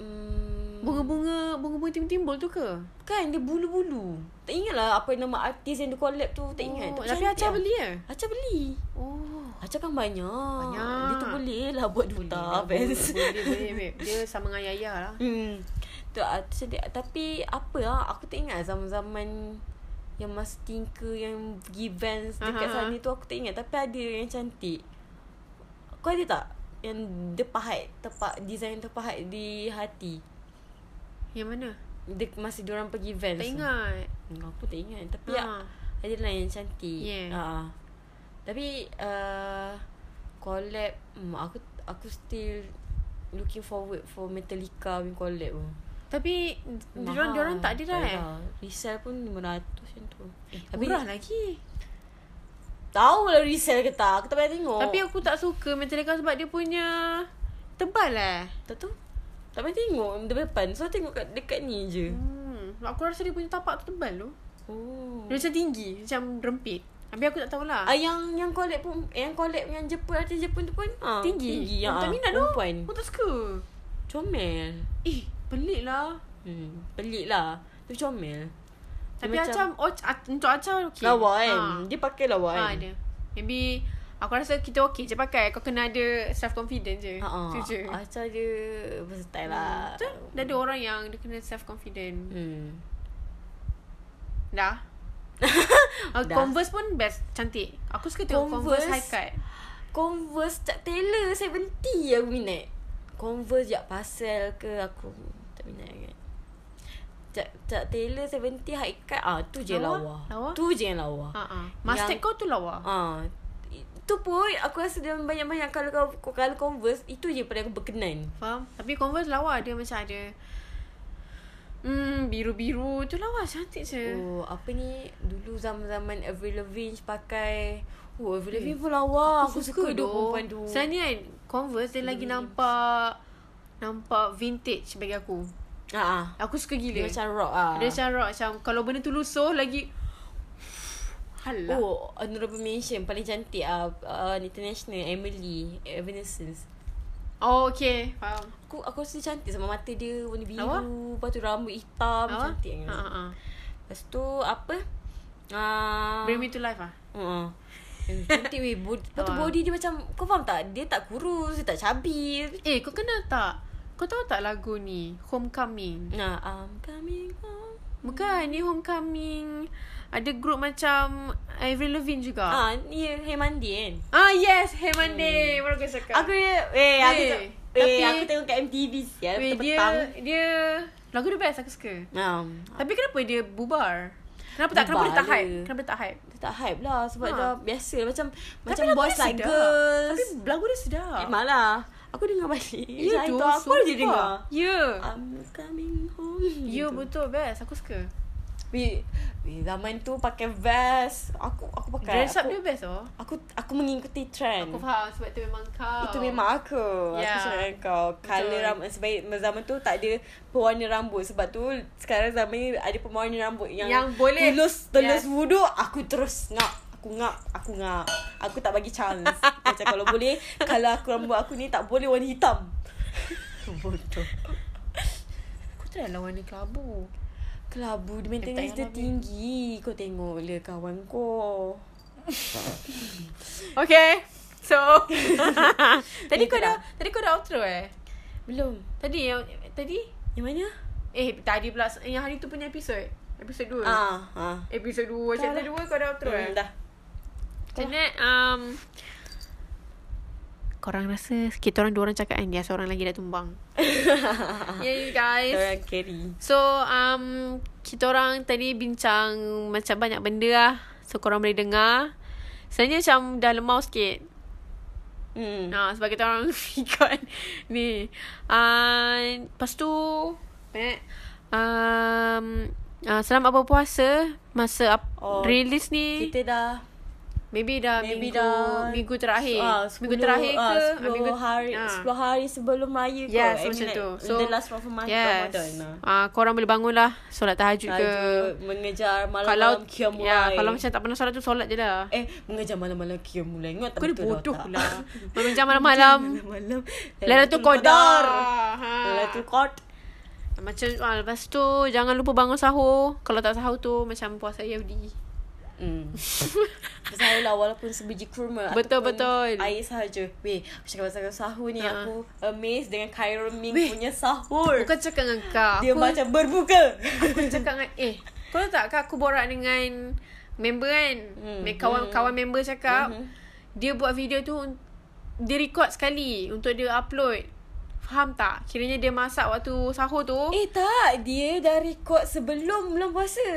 Speaker 1: um,
Speaker 2: Hmm. Bunga-bunga bunga-bunga timbul-timbul tu ke?
Speaker 1: kan dia bulu-bulu. Tak ingat lah apa nama artis yang dia collab tu. Tak ingat.
Speaker 2: Oh, tapi
Speaker 1: cantik
Speaker 2: Acah
Speaker 1: lah.
Speaker 2: beli eh?
Speaker 1: Acah beli.
Speaker 2: Oh.
Speaker 1: Acah kan banyak.
Speaker 2: Banyak.
Speaker 1: Dia tu boleh lah buat
Speaker 2: lah,
Speaker 1: duta
Speaker 2: boleh,
Speaker 1: fans.
Speaker 2: boleh, boleh, *laughs* babe. Dia sama dengan Yaya lah.
Speaker 1: *laughs* Hmm. Tu ah, tu sedih. Tapi apa lah aku tak ingat zaman-zaman yang masa tinker yang pergi Vans dekat
Speaker 2: Aha.
Speaker 1: sana tu aku tak ingat tapi ada yang cantik. Kau ada tak yang dia pahat tepat design terpahat di hati?
Speaker 2: Yang mana?
Speaker 1: Dia masa dia orang pergi Vans.
Speaker 2: Tak
Speaker 1: tu.
Speaker 2: ingat.
Speaker 1: Hmm, Aku tak ingat tapi
Speaker 2: Ha.
Speaker 1: ha. ada lah yang cantik.
Speaker 2: Yeah.
Speaker 1: Ha. Tapi uh, collab hmm, aku aku still looking forward for Metallica punya collab tu.
Speaker 2: Tapi diorang
Speaker 1: Mahal.
Speaker 2: diorang tak ada dah eh.
Speaker 1: Mahal. Resell pun 500 macam tu. Eh,
Speaker 2: Murah lah. lagi.
Speaker 1: Tahu lah resell ke tak. Aku tak payah tengok.
Speaker 2: Tapi aku tak suka Metallica sebab dia punya tebal eh.
Speaker 1: tak tu. Tak payah tengok depan. So tengok kat dekat ni je.
Speaker 2: Hmm, aku rasa dia punya tapak tu tebal tu.
Speaker 1: Oh.
Speaker 2: Dia macam tinggi, macam rempit. Habis aku tak tahulah.
Speaker 1: Ah, yang yang collab pun eh, yang collab dengan Jepun artis Jepun tu pun ah,
Speaker 2: tinggi.
Speaker 1: tinggi
Speaker 2: Aku tak
Speaker 1: ah,
Speaker 2: minat tu.
Speaker 1: perempuan.
Speaker 2: Aku tak suka.
Speaker 1: Comel.
Speaker 2: Eh, pelik lah.
Speaker 1: Hmm, pelik lah. Tu comel. Dia
Speaker 2: Tapi macam, macam oh, ac- untuk Acah okey.
Speaker 1: lawa kan. Dia pakai lawa
Speaker 2: Ha, ha
Speaker 1: kan.
Speaker 2: ada. Maybe aku rasa kita okey je pakai. Kau kena ada self confident je.
Speaker 1: Ha ah.
Speaker 2: Tu je.
Speaker 1: Acah dia versatile lah.
Speaker 2: Betul? Dah ada orang yang dia kena self confident.
Speaker 1: Hmm. *laughs*
Speaker 2: Dah. Uh,
Speaker 1: Dah.
Speaker 2: Converse pun best Cantik Aku suka tengok Converse,
Speaker 1: Converse.
Speaker 2: high cut
Speaker 1: Converse Chuck Taylor 70 aku minat. Converse Jack Pasel ke aku tak minat kan. Chuck, Chuck Taylor 70 high cut ah tu je
Speaker 2: Lawa?
Speaker 1: lawa.
Speaker 2: Lawa?
Speaker 1: Tu je yang lawa.
Speaker 2: Ha ah. Mustard
Speaker 1: Yang-
Speaker 2: kau tu lawa.
Speaker 1: Ah itu pun aku rasa dia banyak-banyak kalau kau kalau Converse itu je paling aku berkenan.
Speaker 2: Faham? Tapi Converse lawa dia macam ada Hmm, biru-biru tu lawa cantik je.
Speaker 1: Oh, apa ni dulu zaman-zaman Avril Lavigne pakai Oh, Avril Lavigne pun
Speaker 2: Ah,
Speaker 1: lawa. Aku, suka, suka dua perempuan tu. Hmm.
Speaker 2: Selain ni kan, Converse dia lagi nampak nampak vintage bagi aku.
Speaker 1: Ha ah.
Speaker 2: Aku suka
Speaker 1: Dia
Speaker 2: gila.
Speaker 1: macam rock ah.
Speaker 2: Dia macam rock macam kalau benda tu lusuh lagi Halah. Oh.
Speaker 1: Oh, honorable mention paling cantik ah uh, international Emily Evanescence.
Speaker 2: oh, okay. Faham.
Speaker 1: Aku aku rasa dia cantik sama mata dia warna biru,
Speaker 2: Lawa?
Speaker 1: lepas tu rambut hitam
Speaker 2: Apa?
Speaker 1: cantik
Speaker 2: Ha
Speaker 1: kan.
Speaker 2: ha.
Speaker 1: Lepas tu apa? Ah.
Speaker 2: Bring me to life ah.
Speaker 1: Uh-uh. Eh, Cantik weh body, Lepas tu
Speaker 2: Lawa.
Speaker 1: body dia macam Kau faham tak Dia tak kurus Dia tak chubby
Speaker 2: Eh, kau kenal tak? Kau tahu tak lagu ni? Homecoming.
Speaker 1: Nah I'm coming home
Speaker 2: Bukan, ni homecoming. Ada grup macam Avril Lavigne juga. Ah,
Speaker 1: Ah, ni Hey Mandi kan
Speaker 2: ah yes, Hey Monday. Baru aku cakap.
Speaker 1: Hmm. Aku Eh, aku
Speaker 2: Eh,
Speaker 1: tak,
Speaker 2: tapi-
Speaker 1: eh, aku tengok kat MTV sial
Speaker 2: Weh, dia,
Speaker 1: petang.
Speaker 2: dia, lagu dia best, aku suka.
Speaker 1: Um,
Speaker 2: Tapi kenapa dia bubar? Kenapa tak? Kenapa
Speaker 1: Bubar
Speaker 2: dia tak hype?
Speaker 1: dia.
Speaker 2: Kenapa dia tak hype?
Speaker 1: dia tak hype lah sebab
Speaker 2: Ha.
Speaker 1: ha. dah biasa macam
Speaker 2: Tapi
Speaker 1: macam
Speaker 2: lagu
Speaker 1: boys
Speaker 2: dia
Speaker 1: like
Speaker 2: sedap.
Speaker 1: girls.
Speaker 2: Tapi lagu dia sedap.
Speaker 1: Memang lah. Aku dengar balik.
Speaker 2: You
Speaker 1: Saya
Speaker 2: do
Speaker 1: tahu, Aku je
Speaker 2: sumpah.
Speaker 1: dengar.
Speaker 2: You
Speaker 1: I'm coming home.
Speaker 2: You Ya.
Speaker 1: Gitu.
Speaker 2: betul best Aku suka
Speaker 1: We, we zaman tu pakai vest. Aku aku pakai.
Speaker 2: Dress up
Speaker 1: aku, Hmm.
Speaker 2: dia best oh
Speaker 1: Aku aku mengikuti trend.
Speaker 2: Aku faham sebab tu memang kau
Speaker 1: Itu memang aku
Speaker 2: Oh.
Speaker 1: yeah.
Speaker 2: Ya.
Speaker 1: Aku cakap dengan kau Color
Speaker 2: Betul.
Speaker 1: rambut Sebab zaman tu tak ada Pewarna rambut Sebab tu Sekarang zaman ni Ada pewarna rambut Yang,
Speaker 2: Yang boleh.
Speaker 1: Tulus Tulus
Speaker 2: Yes.
Speaker 1: yes. wudu Aku terus ngak Aku ngak Aku ngak Aku tak bagi chance Macam kalau
Speaker 2: *laughs*
Speaker 1: boleh Kalau aku rambut aku ni Tak boleh warna hitam Bodoh
Speaker 2: Aku try lah warna kelabu
Speaker 1: Kelabu Dia
Speaker 2: Dia tak
Speaker 1: maintenance dia
Speaker 2: yang
Speaker 1: tinggi Kau tengok le kawan kau
Speaker 2: Okay So *laughs*
Speaker 1: *laughs*
Speaker 2: Tadi
Speaker 1: Ni
Speaker 2: kau
Speaker 1: tu
Speaker 2: dah
Speaker 1: dah.
Speaker 2: Tadi kau dah outro eh
Speaker 1: Belum
Speaker 2: Tadi yang Tadi
Speaker 1: Yang mana?
Speaker 2: Eh tadi pula Yang hari tu punya episod Episod 2
Speaker 1: Ah, ah.
Speaker 2: Episod 2
Speaker 1: Dah
Speaker 2: Chapter 2
Speaker 1: lah.
Speaker 2: kau dah outro eh
Speaker 1: Hmm, dah
Speaker 2: Macam mana um, Korang rasa Kita orang dua orang cakap kan Yang seorang lagi dah *laughs* tumbang Yay guys
Speaker 1: Orang carry
Speaker 2: So um, Kita orang tadi bincang Macam banyak benda lah So korang boleh dengar Sebenarnya macam Dah lemau sikit
Speaker 1: Hmm.
Speaker 2: Nah, sebab kita orang *laughs* fikir ni. Uh, lepas tu, eh, um, uh, selama apa puasa, masa ap- oh,
Speaker 1: Oh,
Speaker 2: release ni, kita,
Speaker 1: Kita dah
Speaker 2: maybe dah minggu,
Speaker 1: Maybe dah
Speaker 2: minggu terakhir.
Speaker 1: Ah,
Speaker 2: minggu terakhir ke?
Speaker 1: ah,
Speaker 2: Ah,
Speaker 1: 10 minggu, hari
Speaker 2: ah.
Speaker 1: 10 hari sebelum raya ke
Speaker 2: Yes,
Speaker 1: I mean
Speaker 2: macam
Speaker 1: like,
Speaker 2: tu. So,
Speaker 1: the last Ramadan
Speaker 2: Yes.
Speaker 1: Ramadan ah.
Speaker 2: Ah, korang boleh bangun lah. Solat tahajud
Speaker 1: Saja
Speaker 2: ke.
Speaker 1: mengejar malam
Speaker 2: Kalau,
Speaker 1: malam kia mulai
Speaker 2: ya, kalau macam tak pernah solat tu, solat je lah.
Speaker 1: eh mengejar malam-malam kia mulai ingat tak
Speaker 2: Kau ni
Speaker 1: betul tau
Speaker 2: bodoh *laughs*
Speaker 1: tak? *laughs*
Speaker 2: pula. Macam malam-malam.
Speaker 1: malam-malam
Speaker 2: Lailatul Qadar. Ha.
Speaker 1: Lailatul Qadar
Speaker 2: Macam ah, lepas tu jangan lupa bangun sahur. Kalau tak sahur tu macam puasa Yahudi.
Speaker 1: Hmm.
Speaker 2: *laughs*
Speaker 1: sahur lah walaupun sebiji kurma
Speaker 2: Betul,
Speaker 1: ataupun
Speaker 2: betul.
Speaker 1: Air sahaja Weh Aku cakap pasal sahur ni
Speaker 2: Ha.
Speaker 1: Aku amazed dengan Khairul Ming
Speaker 2: Weh.
Speaker 1: punya sahur
Speaker 2: Bukan kan cakap dengan kau.
Speaker 1: Dia
Speaker 2: aku,
Speaker 1: macam berbuka
Speaker 2: aku cakap dengan eh kau tahu tak kau aku borak dengan member kan.
Speaker 1: Hmm.
Speaker 2: Hmm. Kawan-kawan hmm. member cakap
Speaker 1: "Mm-hmm."
Speaker 2: hmm. dia buat video tu un- dia record sekali untuk dia upload. Faham tak? Kiranya dia masak waktu sahur tu. Eh.
Speaker 1: Eh tak, dia dah record sebelum bulan puasa.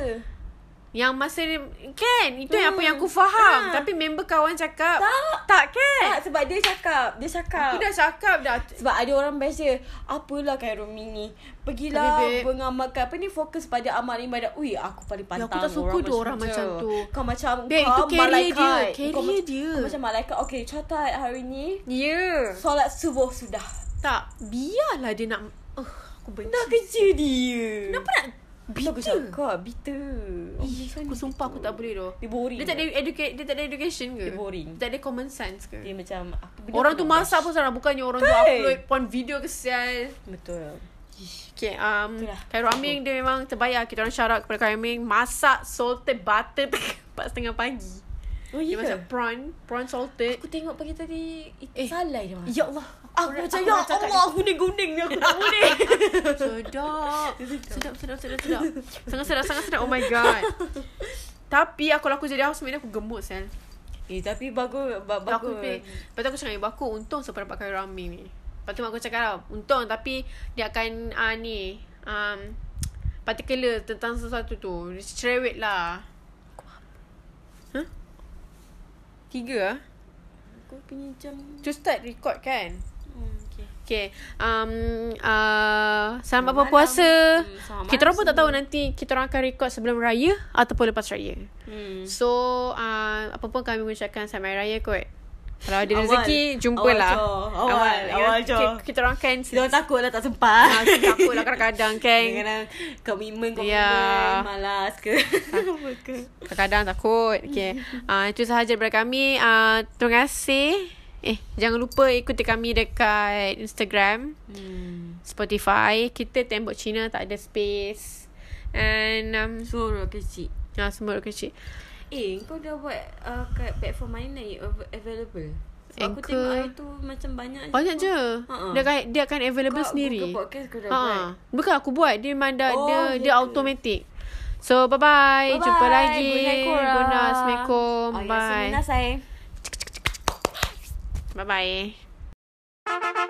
Speaker 2: Yang masa dia, kan? Itu hmm. apa yang aku faham.
Speaker 1: Ah.
Speaker 2: Tapi member kawan cakap
Speaker 1: Tak.
Speaker 2: tak kan?
Speaker 1: Tak, sebab dia cakap, dia cakap.
Speaker 2: Aku dah cakap dah.
Speaker 1: sebab ada orang best dia Apalah kan Rumi ni Pergilah
Speaker 2: Tapi, babe.
Speaker 1: mengamalkan Apa ni fokus pada amal ibadat Ui aku paling
Speaker 2: Ya,
Speaker 1: pantang
Speaker 2: aku tak suka dia orang macam
Speaker 1: je.
Speaker 2: tu.
Speaker 1: Kau macam
Speaker 2: Babe,
Speaker 1: kau
Speaker 2: itu carrier
Speaker 1: malaikat
Speaker 2: dia.
Speaker 1: kau,
Speaker 2: Carrier
Speaker 1: mac-
Speaker 2: dia.
Speaker 1: Kau macam malaikat Okay catat hari ni
Speaker 2: Ya. Yeah.
Speaker 1: Solat subuh sudah
Speaker 2: Tak Biarlah dia nak uh, Aku benci
Speaker 1: Dah kerja dia
Speaker 2: Kenapa nak
Speaker 1: Bitter Aku
Speaker 2: Bitter
Speaker 1: cakap bitter Orang
Speaker 2: lah. Ih,
Speaker 1: macam
Speaker 2: Aku
Speaker 1: ni
Speaker 2: sumpah aku
Speaker 1: gitu.
Speaker 2: tak boleh doh
Speaker 1: Dia boring
Speaker 2: Dia tak ada educa- Dia tak ada education ke
Speaker 1: Dia boring.
Speaker 2: Dia tak ada common sense ke
Speaker 1: Dia macam apa benda
Speaker 2: Orang
Speaker 1: aku
Speaker 2: tu
Speaker 1: nak
Speaker 2: masak pun salah Bukannya orang tu
Speaker 1: Kan?
Speaker 2: upload Porn video ke sial
Speaker 1: bash. Betul
Speaker 2: Okay um,
Speaker 1: Itulah.
Speaker 2: Khairul Aming dia memang terbayar Kita orang syarat kepada Khairul Aming Masak salted butter *laughs* Empat setengah pagi
Speaker 1: Oh
Speaker 2: Dia
Speaker 1: ya
Speaker 2: masak prawn Prawn salted
Speaker 1: Aku tengok pagi tadi
Speaker 2: Eh,
Speaker 1: eh, Salah dia masak.
Speaker 2: Ya Allah
Speaker 1: Aku
Speaker 2: dah-
Speaker 1: macam
Speaker 2: aku
Speaker 1: Ya
Speaker 2: dah cakap
Speaker 1: Allah Kuning-kuning ni
Speaker 2: *laughs*
Speaker 1: Aku tak boleh
Speaker 2: Sedap Sedap sedap sedap sedap Sangat sedap sangat sedap Oh my god Tapi aku aku jadi housemate Aku gemuk sel
Speaker 1: Eh tapi bagus ba-
Speaker 2: Lepas Aku
Speaker 1: Bagus
Speaker 2: pilih Lepas tu aku cakap dengan ibu aku Untung saya pernah pakai rami ni Lepas tu mak aku cakap lah Untung tapi Dia akan uh, ni um, Particular tentang sesuatu tu Dia cerewet lah Huh? Tiga ah?
Speaker 1: Aku punya jam
Speaker 2: Tu start record kan
Speaker 1: hmm, okay.
Speaker 2: Okay um, uh, Selamat
Speaker 1: Selamat
Speaker 2: berpuasa
Speaker 1: malam. Hmm, selamat
Speaker 2: Kita orang
Speaker 1: malam
Speaker 2: pun tak tahu nanti Kita orang akan record sebelum raya Ataupun lepas raya
Speaker 1: hmm.
Speaker 2: So uh, Apa pun kami mengucapkan Selamat Hari Raya kot Kalau ada
Speaker 1: Awal.
Speaker 2: rezeki Jumpa
Speaker 1: Awal
Speaker 2: lah ya.
Speaker 1: je. Awal. Awal je.
Speaker 2: Ki- Kita orang akan
Speaker 1: Kita orang takut lah tak sempat
Speaker 2: Ah,
Speaker 1: *laughs*
Speaker 2: Takut lah kadang-kadang kan
Speaker 1: Kadang-kadang Komitmen Komitmen
Speaker 2: Ya.
Speaker 1: Malas ke *laughs* Apa ke
Speaker 2: Kadang-kadang takut Okay uh, Itu sahaja daripada kami uh, Terima kasih Eh jangan lupa ikuti kami dekat Instagram
Speaker 1: hmm.
Speaker 2: Spotify Kita tembok Cina tak ada space And um,
Speaker 1: Suruh kecil
Speaker 2: ah, Semua kecil
Speaker 1: Eh kau dah buat uh, Kat platform mana ni av- Available Sebab aku
Speaker 2: Anchor.
Speaker 1: tengok hari tu Macam banyak
Speaker 2: Banyak je
Speaker 1: Ha-ha.
Speaker 2: dia, akan, dia akan available
Speaker 1: Kau
Speaker 2: sendiri
Speaker 1: Google podcast kau dah buat
Speaker 2: Ha, bukan aku buat dia memang dah
Speaker 1: Oh,
Speaker 2: dia
Speaker 1: ya
Speaker 2: dia
Speaker 1: ke?
Speaker 2: automatic. So bye bye,
Speaker 1: Bye-bye.
Speaker 2: Eh, jumpa lagi.
Speaker 1: Good night korang. ya,
Speaker 2: Good night. Assalamualaikum.
Speaker 1: Oh, ya,
Speaker 2: bye.
Speaker 1: Semina saya.
Speaker 2: Bye bye.